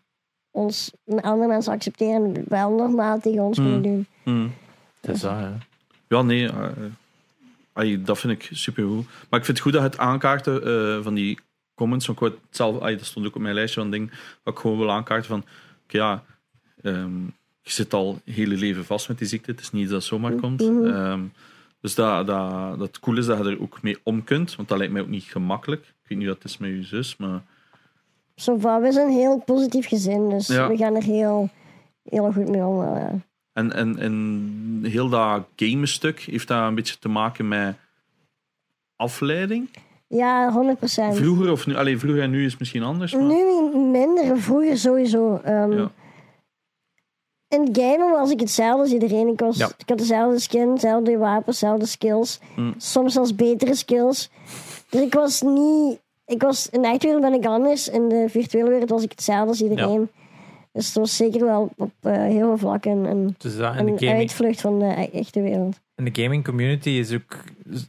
S4: ons, andere mensen accepteren. en Wel normaal tegen ons
S1: Hmm.
S4: kunnen doen.
S1: Hmm.
S2: Dat is waar, hè.
S1: Ja, nee. eh, eh, ai, dat vind ik supergoed. Maar ik vind het goed dat je het aankaarten eh, van die comments. Want ik wou het zelf, ai, dat stond ook op mijn lijstje van dingen wat ik gewoon wil aankaarten. Van, oké, ja, ehm, je zit al je hele leven vast met die ziekte. Het is niet iets dat zomaar komt. Ehm, dus dat, dat, dat het cool is dat je er ook mee om kunt. Want dat lijkt mij ook niet gemakkelijk. Ik weet niet wat het is met je zus, maar...
S4: Zo van, we zijn een heel positief gezin. Dus
S1: Ja.
S4: we gaan er heel, heel goed mee om. eh.
S1: En, en, en heel dat gamestuk heeft daar een beetje te maken met afleiding.
S4: Ja, 100 procent.
S1: Vroeger of nu? Alleen vroeger en nu is het misschien anders. Maar...
S4: Nu minder, vroeger sowieso. Ehm,
S1: Ja.
S4: In het gamen was ik hetzelfde als iedereen. Ik, was,
S2: Ja.
S4: ik had dezelfde skin, dezelfde wapens, dezelfde skills.
S1: Mm.
S4: Soms zelfs betere skills. Dus ik was niet... Ik was, in de echte wereld ben ik anders. In de virtuele wereld was ik hetzelfde als iedereen. Dus het was zeker wel op eh, heel veel vlakken een,
S2: Dus dat, en de
S4: een
S2: gaming,
S4: uitvlucht van de e- echte wereld.
S2: en de gaming community is ook...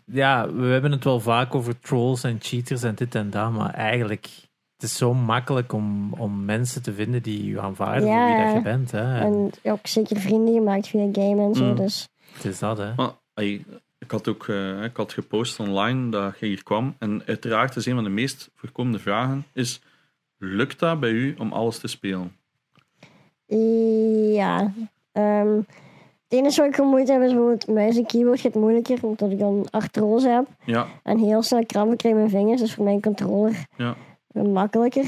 S2: Ja, we hebben het wel vaak over trolls en cheaters en dit en dat, maar eigenlijk... Het is zo makkelijk om, om mensen te vinden die je aanvaarden voor
S4: Ja,
S2: wie dat
S4: ja.
S2: je bent. Hè. En
S4: En ook zeker vrienden gemaakt via gamen en zo.
S1: Mm.
S4: Dus
S2: het is dat, hè.
S1: Maar, ey, ik had ook eh, ik had gepost online dat je hier kwam. En uiteraard is een van de meest voorkomende vragen is... Lukt dat bij u om alles te spelen?
S4: Ja. ehm, het enige wat ik gewoon moeite heb is bijvoorbeeld muis en keyboard gaat moeilijker, omdat ik dan acht rolls heb
S1: Ja,
S4: en heel snel krampen krijg in mijn vingers. Dus voor mijn controller
S1: Ja.
S4: makkelijker.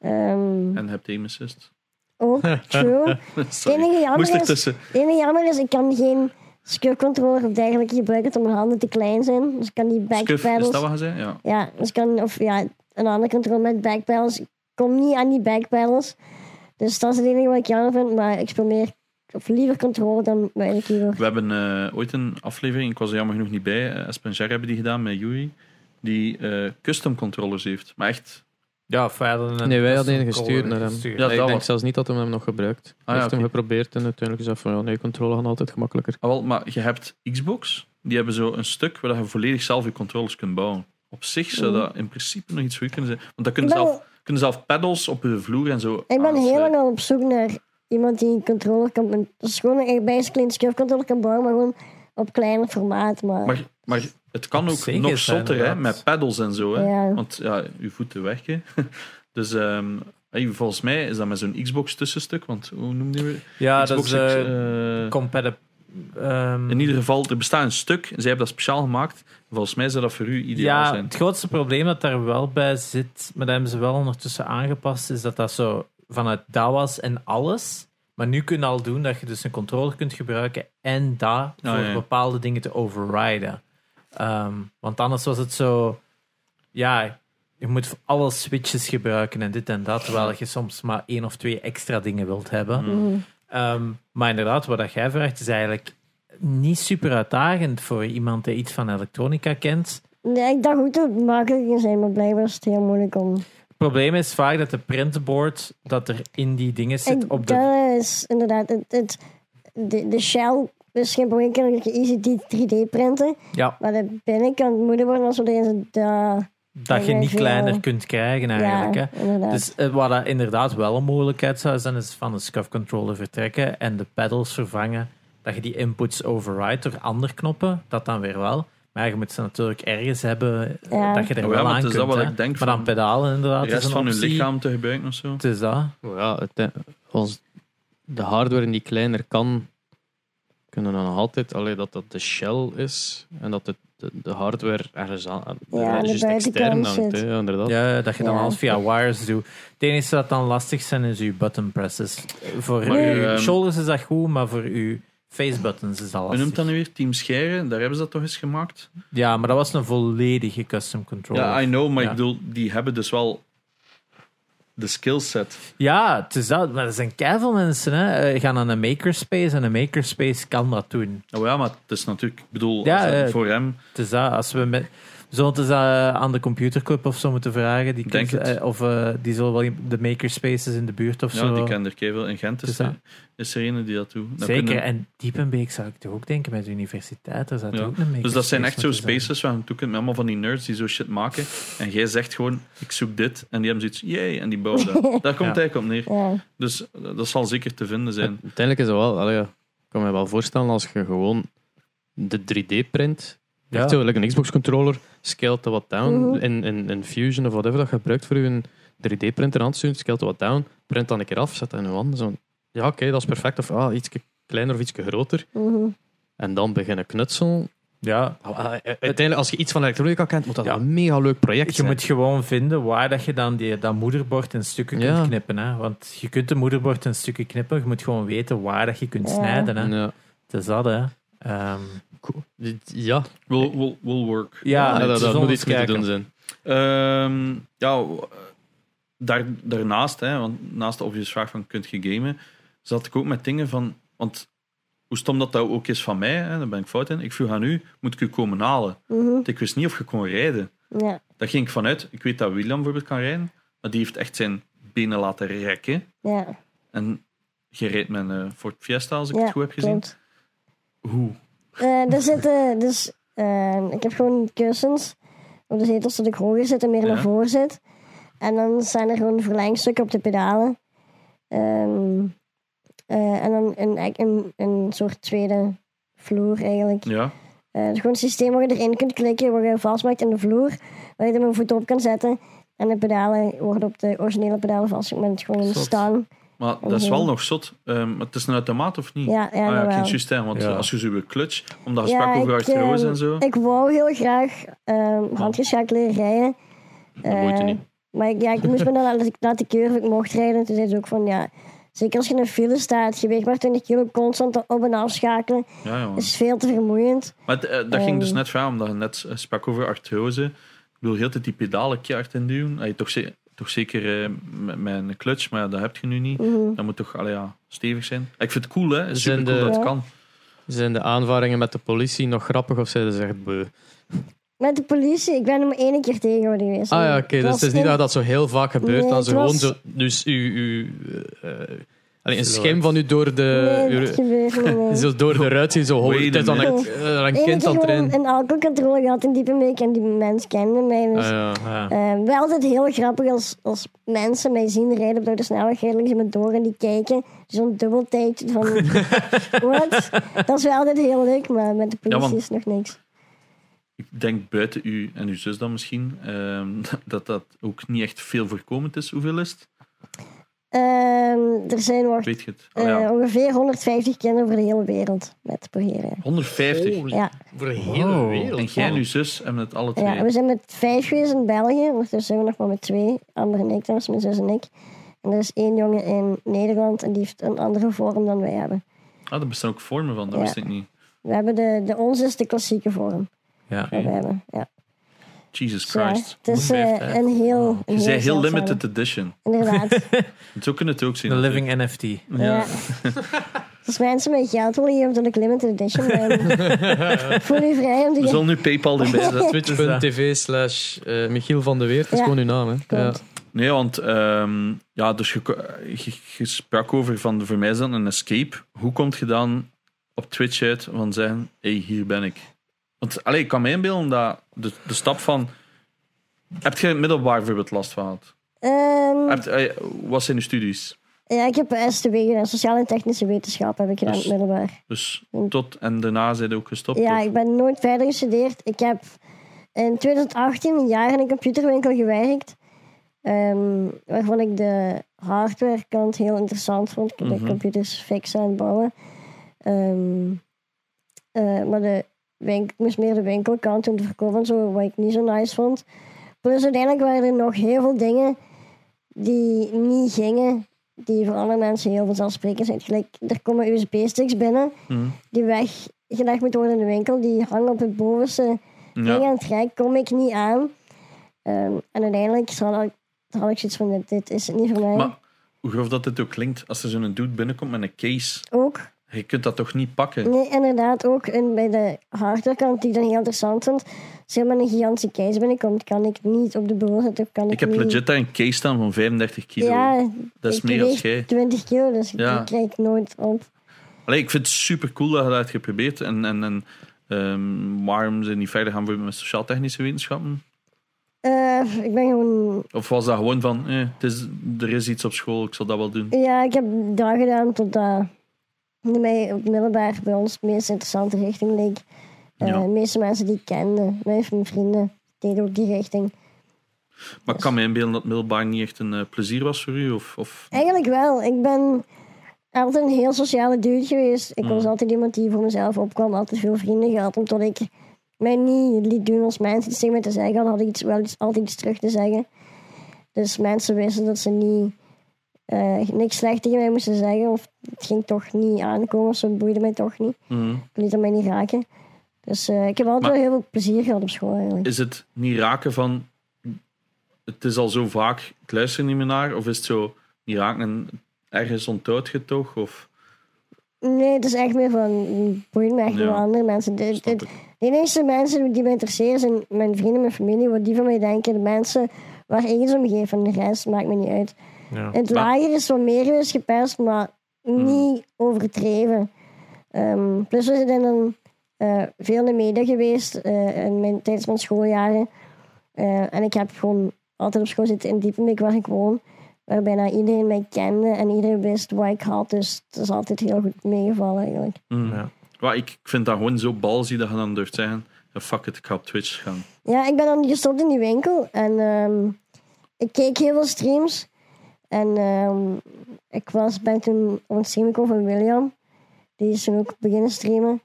S4: Ehm,
S1: en heb aim assist.
S4: ook true. Het
S1: Sorry,
S4: enige,
S1: moest
S4: jammer is,
S1: ertussen.
S4: het enige jammer is, ik kan geen scuf controller of dergelijke gebruiken, omdat mijn handen te klein zijn. Dus ik kan die
S1: Scuff, is dat
S4: backpedals...
S1: wat je zei? Ja.
S4: Ja, dus ik kan, of ja, een andere controle met backpedals. Ik kom niet aan die backpedals. Dus dat is het enige wat ik jammer vind. Maar ik speel meer, of liever controle dan mijn keyboard.
S1: We hebben eh, ooit een aflevering, ik was er jammer genoeg niet bij, eh, Espen Ger hebben die gedaan met Yui, die eh, custom controllers heeft. Maar echt,
S2: Ja, verder... een-
S3: Nee, wij
S2: dat
S3: hadden
S2: is
S3: een
S2: een
S3: gestuurd
S2: caller
S3: naar hem.
S2: gestuurd.
S1: Ja,
S3: ik
S1: dat
S3: denk
S1: was-
S3: zelfs niet dat hij hem nog gebruikt. Hij
S1: ja,
S3: heeft hem
S1: oké.
S3: geprobeerd en uiteindelijk gezegd van ja, nee, controle gaat altijd gemakkelijker.
S1: ah, wel, maar je hebt Xbox, die hebben zo een stuk waar je volledig zelf je controllers kunt bouwen. Op zich zou dat in principe nog iets voor je kunnen zijn. Want dat kun je
S4: Mm. Ik ben
S1: zelf,
S4: wel-
S1: kunnen zelf pedals op de vloer en zo.
S4: Ik ben heel
S1: aansluiten.
S4: lang al op zoek naar iemand die een controller kan... een- Dat is gewoon een, basically een scurf controller kan bouwen, maar gewoon op kleiner formaat. Maar,
S1: Maar, maar het kan ook
S2: Zeker
S1: nog
S2: zijn,
S1: zotter hè, met
S2: inderdaad.
S1: pedals en zo. Hè?
S4: Ja.
S1: Want ja, je voeten werken. Dus ehm, hey, volgens mij is dat met zo'n Xbox tussenstuk. Want hoe noemde je
S2: Ja, dat
S1: Xbox
S2: is
S1: X,
S2: eh,
S1: eh,
S2: compatible. ehm,
S1: In ieder geval, er bestaat een stuk. Zij hebben dat speciaal gemaakt. Volgens mij zou dat voor u ideaal
S2: ja,
S1: zijn.
S2: het grootste probleem dat daar wel bij zit, maar dat hebben ze wel ondertussen aangepast, is dat dat zo vanuit DAWA's en alles. Maar nu kun je al doen dat je dus een controller kunt gebruiken en dat voor
S1: Ah, ja, ja.
S2: bepaalde dingen te overriden. Ehm, want anders was het zo, ja, je moet voor alle switches gebruiken en dit en dat, terwijl je soms maar één of twee extra dingen wilt hebben.
S1: Mm.
S2: Ehm, maar inderdaad, wat dat jij vraagt is eigenlijk niet super uitdagend voor iemand die iets van elektronica kent.
S4: nee, ik dacht ook dat het makkelijk ging zijn, maar blijkbaar is het heel moeilijk om...
S2: Het probleem is vaak dat de printboard dat er in die dingen zit
S4: Ik-
S2: op de...
S4: dat is inderdaad... Het, het, de, de shell is geen probleem, kan ik easy 3D printen.
S2: Ja,
S4: Maar de binnenkant moeder worden als we deze... da-
S2: dat je niet kleiner kunt krijgen
S4: ja,
S2: eigenlijk. hè.
S4: inderdaad.
S2: Dus eh, wat dat inderdaad wel een mogelijkheid zou zijn, is van de scuff controller vertrekken en de pedals vervangen. Dat je die inputs override door andere knoppen, dat dan weer wel. Maar je moet ze natuurlijk ergens hebben eh,
S4: Ja.
S2: dat je er
S1: Ja, maar
S2: wel aan
S1: het
S2: kunt.
S1: is dat wat
S2: hè.
S1: ik denk
S2: maar dan
S1: van
S2: pedalen inderdaad
S1: De rest
S2: is een
S1: van hun
S2: optie.
S1: lichaam te gebruiken of zo.
S2: Het is dat.
S3: Ja, het, eh, als de hardware niet kleiner kan, kunnen we dan nog altijd alleen dat dat de shell is en dat het, de, de hardware ergens aan, aan-
S4: Ja,
S3: ergens
S4: aan de
S3: juist
S4: buitenkant
S3: hangt,
S4: zit.
S3: hè, ja, inderdaad.
S2: Ja, dat je dan
S4: Ja.
S2: alles via wires doet. Het enige dat dan lastig zijn is uw button presses. Voor
S1: Maar,
S2: uw
S1: ehm,
S2: shoulders is dat goed, maar voor uw face buttons is
S1: Hoe
S2: dat lastig.
S1: noemt dat nu weer? Team Scheren, daar hebben ze dat toch eens gemaakt?
S2: Ja, maar dat was een volledige custom controller.
S1: Ja, I know, maar
S2: Ja.
S1: ik bedoel, die hebben dus wel de skillset.
S2: Ja, het is dat. Maar er zijn keiveel mensen, hè. Eh, gaan naar een makerspace en een makerspace kan dat doen.
S1: Oh ja, maar het is natuurlijk, ik bedoel,
S2: Ja,
S1: als dat
S2: eh,
S1: voor hem.
S2: Het is dat, als we met... We zullen het eens eh, aan de computerclub of zo moeten vragen. Die,
S1: Denk
S2: kunnen-
S1: het.
S2: eh, of eh, die zullen wel in- de makerspaces in de buurt of
S1: Ja,
S2: zo.
S1: die kent er keiveel. In Gent
S2: Dus
S1: is,
S2: dat-
S1: is er een die dat doet. Dan
S2: Zeker,
S1: kunnen-
S2: en Diepenbeek zou ik toch ook denken met de universiteit. Daar zat
S1: Ja.
S2: ook een makerspace
S1: Dus dat zijn echt zo
S2: moeten zijn.
S1: spaces waar je toe kunt met allemaal van die nerds die zo shit maken. En jij zegt gewoon, ik zoek dit. En die hebben zoiets, yay, en die bouwen dat. Daar komt
S2: Ja.
S1: het eigenlijk op neer.
S4: ja.
S1: Dus eh, dat zal zeker te vinden zijn.
S3: Uiteindelijk is dat wel, allee, ja, ik kan me wel voorstellen als je gewoon de 3D-print,
S2: Ja.
S3: echt zo, like een Xbox-controller, scaled dat wat down,
S4: Mhm.
S3: in, in, in Fusion of whatever dat je gebruikt voor je 3D-printer aan te sturen, scaled dat wat down, print dan een keer af, zet dat in je handen. Zo, ja, oké, dat is perfect. Of ah, iets kleiner of iets groter.
S4: mhm.
S3: En dan beginnen knutselen.
S2: Ja,
S3: Ah, ah, eh, Uiteindelijk, als je iets van elektronica kent, moet dat
S2: Ja.
S3: een mega leuk project
S2: je
S3: zijn.
S2: moet gewoon vinden waar dat je dan die, dat moederbord in stukken
S3: Ja.
S2: kunt knippen. Hè? Want je kunt de moederbord in stukken knippen, je moet gewoon weten waar dat je kunt
S4: Ja.
S2: snijden. Hè?
S3: Ja,
S2: Het is dat, hè. Ehm,
S3: eh, cool. ja,
S1: Will, will, will work.
S2: ja,
S3: ja,
S2: Ah, het
S3: dat,
S2: is
S3: dat moet
S2: om
S3: iets
S2: eens
S3: mee te
S2: kijken.
S3: doen zijn.
S1: Ehm, ja, w- daar, daarnaast, hè, want naast de obvious vraag van kunt je gamen, zat ik ook met dingen van, want hoe stom dat dat ook is van mij, hè, daar ben ik fout in. Ik vroeg aan u, moet ik u komen halen?
S4: Mhm.
S1: Want ik wist niet of je kon rijden.
S4: Ja,
S1: Daar ging ik vanuit. Ik weet dat William bijvoorbeeld kan rijden, maar die heeft echt zijn benen laten rekken.
S4: ja.
S1: En je rijdt met een Ford Fiesta, als ik
S4: ja,
S1: het goed heb gezien.
S4: klopt.
S1: Hoe?
S4: Eh, er zitten dus... eh, ik heb gewoon kussens op de zetels dat ik hoger zit en meer
S1: Ja.
S4: naar voren zit. En dan zijn er gewoon verlengstukken op de pedalen. Ehm, eh, en dan een, ek- een, een soort tweede vloer eigenlijk.
S1: Ja.
S4: Eh, het is gewoon een systeem waar je erin kunt klikken, waar je vastmaakt aan de vloer. Waar je dan mijn voet op kan zetten. En de pedalen worden op de originele pedalen vastgemaakt met gewoon een
S1: Zot.
S4: stang.
S1: Maar dat is wel nog zot. Ehm, maar het is een automaat of niet?
S4: Ja, ja,
S1: Ah
S4: jawel.
S1: geen systeem. Want
S2: Ja.
S1: als je zo'n clutch, omdat je
S4: Ja,
S1: sprak
S4: ik,
S1: over RTO's
S4: ehm,
S1: en zo.
S4: Ik wou heel graag ehm handgeschakeld leren rijden.
S3: Dat moet je
S4: Eh,
S3: niet.
S4: Maar ik, ja, ik moest me dan laten, laten keuren of ik mocht rijden. Toen zei ze ook van ja, zeker als je in een file staat, je weegt maar 20 kilo constant op en afschakelen.
S1: Ja, ja, man.
S4: is veel te vermoeiend.
S1: Maar het, eh, dat ging dus
S4: Ehm.
S1: net vragen, omdat je net eh, sprak over artrose. Ik wil heel de tijd die pedalen keihard induwen. Allee, toch, ze- toch zeker eh, met, met een clutch, maar ja, dat heb je nu niet.
S4: Mhm.
S1: Dat moet toch allee, ja, stevig zijn. Ik vind het cool, hè? Super
S3: Zijn
S1: cool
S3: de-
S1: dat het
S4: Ja.
S1: kan.
S3: Zijn de aanvaringen met de politie nog grappig of zijn ze echt beu?
S4: Met de politie, ik ben er maar één keer tegen geweest.
S3: Ah ja, oké.
S4: Dat
S3: dus
S4: was
S3: het is niet
S4: in-
S3: dat dat zo heel vaak gebeurt.
S4: Nee,
S3: dan ze
S4: het
S3: gewoon
S4: was-
S3: zo... Dus uw, uw eh, Allee, een schim van u door de,
S4: Nee, dat gebeurt niet. nee.
S3: zo door de ruit zien, zo hoog.
S1: Wait
S3: Het is
S1: a
S3: dan een,
S4: minute.
S3: eh, een
S4: Eén keer
S3: kind aan het
S4: gewoon
S3: trainen.
S4: een alcoholcontrole gehad in Diepenbeek en die mens kende mij. Dus,
S3: Ah, ja.
S2: Ja.
S4: eh, wel altijd heel grappig als, als mensen mij zien rijden door de snelweg. Redelijk ze me door en die kijken. Zo'n dubbeltijdje van... Wat? Dat is wel altijd heel leuk, maar met de politie
S1: want-
S4: is nog niks.
S1: Ik denk buiten u en uw zus dan misschien, ehm, dat dat ook niet echt veel voorkomend is. Hoeveel is het?
S4: Ehm, er zijn nog
S1: Weet je het? Ah,
S4: eh,
S1: ja.
S4: ongeveer 150 kinderen over de hele wereld met beheren.
S1: 150.
S4: Ja.
S3: Voor de hele
S2: Wow.
S3: wereld.
S1: Oh, En jij en uw zus hebben het alle twee.
S4: Ja, we zijn met vijf geweest in België. Ondertussen zijn we nog maar met twee. Amber en ik, dat is mijn zus en ik. En er is één jongen in Nederland en die heeft een andere vorm dan wij hebben.
S1: Ah, daar bestaan ook vormen van, dat
S4: Ja.
S1: wist ik niet.
S4: We hebben de, de onze is de klassieke vorm.
S2: Ja.
S4: Dat we hebben. Ja.
S1: Jesus
S4: Ja,
S1: Christ.
S4: het is eh,
S1: 150.
S4: een heel. Een
S1: Je zei heel
S4: zeldzame-
S1: limited edition.
S4: Inderdaad.
S1: Zo kunnen we het ook zien.
S2: De living NFT.
S4: ja. Als mensen met geld willen geven, dat ik limited edition ben. Voel je vrij om
S1: We
S4: die
S1: zullen nu PayPal erbij zetten.
S3: Twitch.tv slash eh, Michiel van de Weert. Dat is
S4: Ja.
S3: gewoon uw naam, hè? Ja.
S4: Klopt.
S1: Nee, want ehm, ja, dus je, je- je sprak over van voor mij is dat een escape. Hoe komt je dan op Twitch uit van zeggen: hé, hey, hier ben ik? Want allee, ik kan me inbeelden dat de, de stap van. Heb je in het middelbaar bijvoorbeeld last van gehad?
S4: Ehm,
S1: Heb, eh, wat zijn je studies?
S4: ja, ik heb eh, STW gedaan, sociale en technische wetenschap heb ik gedaan, in het
S1: Dus-
S4: middelbaar.
S1: Dus tot en daarna zijn je ook gestopt.
S4: Mm. Ja,
S1: of?
S4: ik ben nooit verder gestudeerd. Ik heb in 2018 een jaar in een computerwinkel gewerkt. ehm, waarvan ik de hardwarekant heel interessant vond. Ik de
S1: Mhm.
S4: computers fixen en bouwen. Ehm, eh, maar de winkel, ik moest meer de winkelkant doen, de verkoop en zo, wat ik niet zo nice vond. Plus uiteindelijk waren er nog heel veel dingen die niet gingen. Die voor alle mensen heel vanzelfsprekend zijn. Gelijk, er komen USB-sticks binnen
S1: Mhm.
S4: die weggelegd moet worden in de winkel, die hangen op het bovenste
S1: Ja.
S4: ding aan het rek, kom ik niet aan. Ehm, en uiteindelijk had ik, had ik zoiets van, dit, dit is het niet voor mij.
S1: Maar hoe grof dat dit ook klinkt, als er zo'n dude binnenkomt met een case,
S4: ook,
S1: je kunt dat toch niet pakken?
S4: nee, inderdaad, ook in, bij de hardwarekant, die ik dan heel interessant vond, als er met een gigantische case binnenkomt, kan ik niet op de bureau zetten. Kan ik,
S1: Ik heb
S4: niet,
S1: legit daar een case staan van 35 kilo.
S4: Ja,
S1: dat is
S4: ik
S1: meer als
S4: weeg
S1: jij.
S4: 20 kilo, dus
S1: Ja.
S4: die krijg ik nooit op.
S1: Allee, ik vind het super cool dat je dat hebt geprobeerd. En, en, en ehm, waarom zijn die verder gaan voor met sociaal-technische wetenschappen?
S4: Eh, ik ben gewoon
S1: Of was dat gewoon van, eh, het is, er is iets op school, ik zal dat wel doen?
S4: Ja, ik heb daar gedaan totdat de mij op het middelbaar bij ons de meest interessante richting leek. Eh,
S1: Ja.
S4: De meeste mensen die ik kende, mijn v- vrienden, deden ook die richting.
S1: Maar ik kan me inbeelden dat middelbaar niet echt een eh, plezier was voor u? Of, of...
S4: Eigenlijk wel. Ik ben altijd een heel sociale dude geweest. Ik was altijd iemand die voor mezelf opkwam, altijd veel vrienden gehad. Omdat ik mij niet liet doen als mensen iets tegen me te zeggen hadden, had ik iets, wel iets, altijd iets terug te zeggen. Dus mensen wisten dat ze niet, eh, niks slecht tegen mij moesten zeggen. Of het ging toch niet aankomen, of ze boeide mij toch niet.
S1: Mhm.
S4: Ik liet dat mij niet raken. Dus eh, ik heb altijd
S1: Maar-
S4: wel heel veel plezier gehad op school eigenlijk.
S1: Is het niet raken van, het is al zo vaak, ik luister niet meer naar? Of is het zo, niet raken en ergens onthoudt je het toch? Of,
S4: Nee, het is echt meer van, mm, boeit me echt
S1: Ja.
S4: niet wat andere mensen. De,
S1: Snap
S4: de-
S1: ik.
S4: de enige mensen die me interesseren zijn mijn vrienden, mijn familie, wat die van mij denken. De mensen waar ik eens om geef en de rest maakt me niet uit.
S2: Ja.
S4: Het
S1: Maar-
S4: lager is wat meer geweest gepest, maar niet overdreven. Ehm, plus we zijn in een, eh, veel in de media geweest eh, in mijn, tijdens mijn schooljaren. Eh, en ik heb gewoon altijd op school zitten in Diepenbeek waar ik woon. Waar bijna iedereen mij kende en iedereen wist wat ik had. Dus het is altijd heel goed meegevallen eigenlijk.
S1: Mhm.
S2: Ja.
S1: Maar ik, ik vind dat gewoon zo balzie dat je dan durft zeggen, "Ja, fuck it, ik ga op Twitch gaan.
S4: Ja, ik ben dan gestopt in die winkel en ehm, ik keek heel veel streams. En ehm, ik was, ben toen op een stream gekomen van William. Die is toen ook beginnen streamen.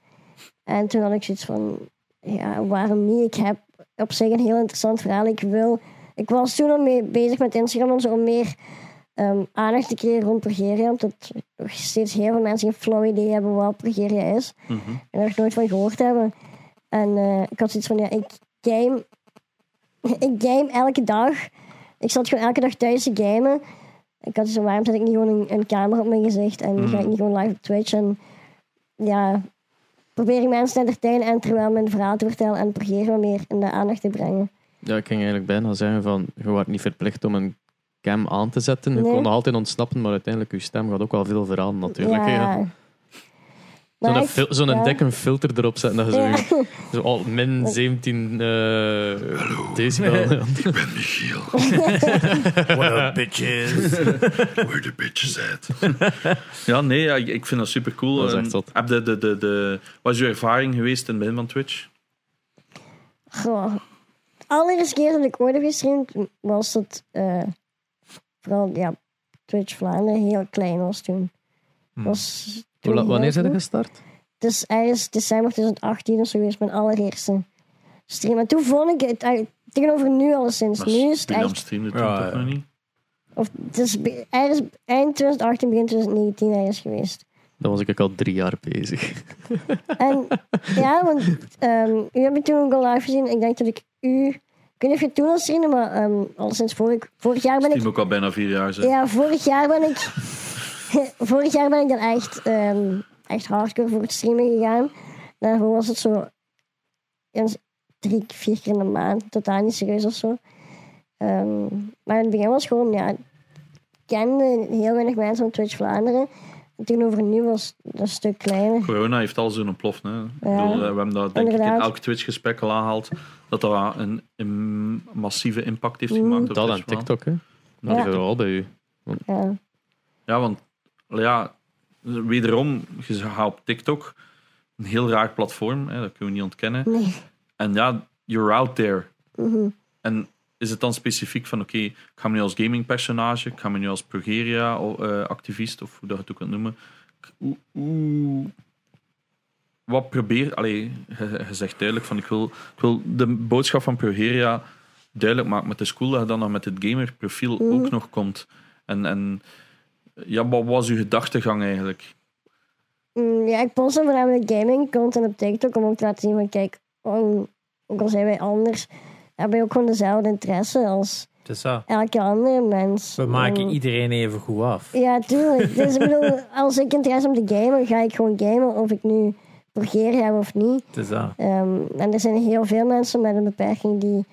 S4: En toen had ik zoiets van, ja, waarom niet? Ik heb op zich een heel interessant verhaal. Ik wil, ik was toen al mee bezig met Instagram en zo om meer ehm, aandacht te creëren rond Progeria. Omdat nog steeds heel veel mensen geen flauw idee hebben wat Progeria is.
S1: Mhm.
S4: En er nog nooit van gehoord hebben. En eh, ik had zoiets van, ja, ik game, ik game elke dag. Ik zat gewoon elke dag thuis te gamen. Ik had zoiets van, waarom zet ik niet gewoon een, een camera op mijn gezicht
S3: Mm.
S4: en ga ik niet gewoon live op Twitch? En ja, probeer ik mensen te entertainen en terwijl mijn verhaal te vertellen en probeer me meer in de aandacht te brengen.
S3: Ja, ik ging eigenlijk bijna zeggen van, je wordt niet verplicht om een cam aan te zetten. Je
S4: Nee.
S3: kon nog altijd ontsnappen, maar uiteindelijk je stem gaat ook wel veel verhalen natuurlijk. hè.
S4: Ja. Maar
S3: Zo'n
S4: ik-
S3: fil- zo'n
S4: ja.
S3: dikke filter erop zetten dat je zo,
S4: Ja. Oh.
S3: zo al min 17 eh decibel. Ja.
S5: Ik ben Michiel.
S2: What up, bitches?
S5: Where the bitches at?
S1: Ja, nee, ja, ik- ik vind dat super cool.
S3: Dat is echt zot.
S1: Heb de, de, de, de, wat is uw ervaring geweest in het begin van Twitch?
S4: Goh. De allereerste keer dat ik ooit heb gestreamd was dat eh, vooral ja, Twitch Vlaanderen heel klein was toen. Was
S3: Mm. Hoe
S4: toen
S3: la-
S4: heel
S3: Wanneer zijn
S4: vroeg.
S3: er gestart?
S4: Het Dus is ergens december 2018 of zo geweest, mijn allereerste stream. En toen vond ik het uit- tegenover nu alleszins.
S1: Maar
S4: Nu is het
S1: Spilam
S4: echt,
S1: streamde toen
S2: Ja,
S1: toch
S2: ja.
S1: nog niet?
S4: of het is be- ergens eind 2018, begin 2019 ergens geweest.
S3: Dan was ik ook al drie jaar bezig.
S4: En ja, want ehm, u hebt me toen ook al live gezien. Ik denk dat ik u, ik weet niet of je het toen al streamde, maar ehm alleszins vorig, vorig jaar ben ik
S1: Stream ook al bijna vier jaar zijn.
S4: Ja, vorig jaar ben ik. vorig jaar ben ik dan echt, ehm, echt hardcore voor het streamen gegaan. Daarvoor was het zo. Eens drie, vier keer in de maand. Totaal niet serieus of zo. Ehm, maar in het begin was gewoon. Ja, ik kende heel weinig mensen op Twitch Vlaanderen. En tegenover nu was het een stuk kleiner.
S1: Corona heeft alles doen ontploft. Hè. Ik bedoel, eh, we hebben dat denk ik in
S4: Inderdaad.
S1: elk Twitch-gesprek al aangehaald. Dat dat een, een massieve impact heeft gemaakt. op
S3: Dat
S1: Twitch,
S3: aan
S1: man.
S3: TikTok, hè? Dat
S4: Ja.
S3: is vooral bij u.
S4: Ja.
S1: Ja, want ja, wederom, je gaat op TikTok. Een heel raar platform, hè, dat kunnen we niet ontkennen.
S4: Nee.
S1: En ja, you're out there.
S4: Mhm.
S1: En is het dan specifiek van, oké, ik ga me nu als gamingpersonage, ik ga me nu als Progeria-activist, of hoe dat je het ook kunt noemen. Ik- Hoe, hoe- wat probeer... Allee, je, je zegt duidelijk van, ik wil, ik wil de boodschap van Progeria duidelijk maken. Maar het is cool dat je dan nog met het gamerprofiel ook nog komt. En, en ja, wat was uw gedachtegang eigenlijk?
S4: Mm, Ja, ik post dan voornamelijk gaming content op TikTok om ook te laten zien van kijk, om- ook al zijn wij anders, hebben wij ook gewoon dezelfde interesse als
S2: Dus zo.
S4: elke andere mens.
S2: We maken
S3: Oh.
S4: Mm.
S2: iedereen even goed af.
S4: Ja, tuurlijk. Dus ik bedoel, als ik interesse heb om te gamen, ga ik gewoon gamen of ik nu progeer heb of niet.
S2: Dus zo.
S4: Ehm, en er zijn heel veel mensen met een beperking die,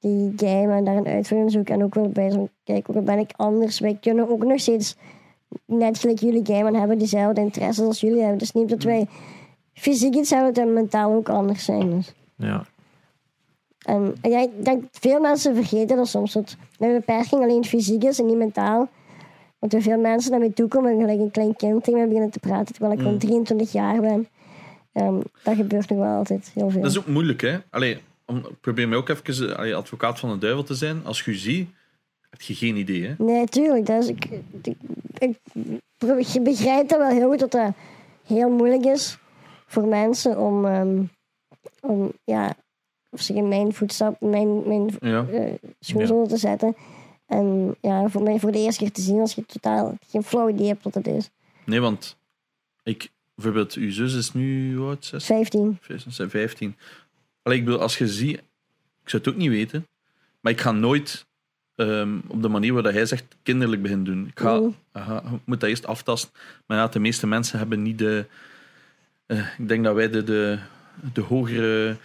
S4: die gamen en daar een uitvulling zoeken. En ook willen bij zo'n kijk, ook al ben ik anders. Wij kunnen ook nog steeds, net gelijk jullie gamen, en hebben diezelfde interesses als jullie hebben. Dus niet
S2: Mm.
S4: dat wij fysiek iets hebben dat we mentaal ook anders zijn. Dus.
S2: Ja.
S4: Ehm, En ja, ik denk dat veel mensen vergeten dat soms dat mijn beperking alleen fysiek is en niet mentaal. Want er veel mensen naar mij toe komen en gelijk een klein kind tegen mij beginnen te praten terwijl ik
S1: Mm.
S4: gewoon 23 jaar ben. Ehm, dat gebeurt nog wel altijd heel veel.
S1: Dat is ook moeilijk, hè? Allee, om, ik probeer mij ook even eh, allee, advocaat van de duivel te zijn. Als je u ziet, heb je geen idee, hè?
S4: Nee, tuurlijk. Dat is, ik, ik, ik pro- je begrijpt dat wel heel goed dat dat heel moeilijk is voor mensen om, ehm, om ja, of zich in mijn voetstap, mijn, mijn
S1: Ja.
S4: eh
S2: Ja.
S4: schoen zullen te zetten. En ja, voor mij voor de eerste keer te zien als je totaal geen flauw idee hebt wat het is.
S1: Nee, want ik, bijvoorbeeld, uw zus is nu hoe oud? 6,
S4: 15.
S1: 15. Allee, ik bedoel, als je ziet, ik zou het ook niet weten, maar ik ga nooit ehm, op de manier waarop hij zegt kinderlijk beginnen doen. Ik ga,
S4: Mm.
S1: aha, ik moet dat eerst aftasten. Maar ja, de meeste mensen hebben niet de. eh, ik denk dat wij de. de de hogere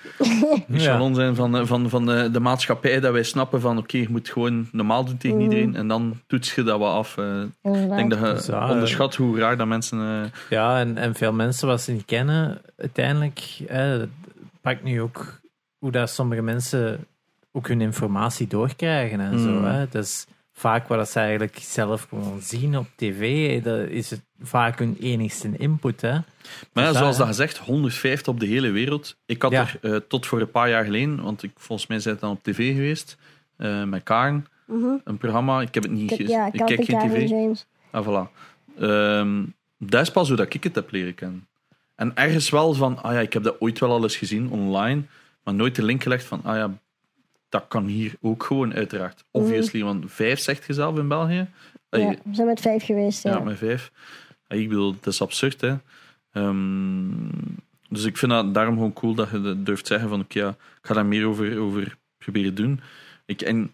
S1: echelon zijn van, eh, van, van de, de maatschappij, dat wij snappen van oké, je moet gewoon normaal doen tegen
S4: Mm.
S1: iedereen en dan toets je dat wel af. eh, ik denk dat je
S2: Dus ja, eh,
S1: onderschat hoe raar dat mensen. eh,
S2: Ja, en, en veel mensen wat ze niet kennen, uiteindelijk eh, pakt nu ook hoe dat sommige mensen ook hun informatie doorkrijgen en zo.
S1: Mm.
S2: Hè. Dat is vaak wat dat ze eigenlijk zelf gewoon zien op tv. Dat is het vaak hun enigste input. Hè.
S1: Maar ja,
S2: Dus
S1: zoals
S2: daar,
S1: dat gezegd, 150 op de hele wereld. Ik had
S2: Ja.
S1: er eh, tot voor een paar jaar geleden, want ik, volgens mij zijn het dan op tv geweest, eh, met Karen, een programma. Ik heb het niet
S4: Ik, heb-
S1: gezien.
S4: ja,
S1: ik
S4: ik had
S1: kijk
S4: de
S1: geen
S4: Karen
S1: tv.
S4: James.
S1: Ah, voilà. Ehm, dat is pas hoe dat ik het heb leren kennen. En ergens wel van, ah ja, ik heb dat ooit wel al eens gezien online, maar nooit de link gelegd van, ah ja, dat kan hier ook gewoon, uiteraard. Obviously, want vijf zegt je zelf in België. Allee,
S4: Ja, we zijn met vijf geweest. Ja.
S1: ja, met vijf. Ja, ik bedoel, het is absurd, hè. Ehm, dus ik vind dat daarom gewoon cool dat je dat durft zeggen van... Oké, ja, ik ga daar meer over, over proberen doen. Ik, en ik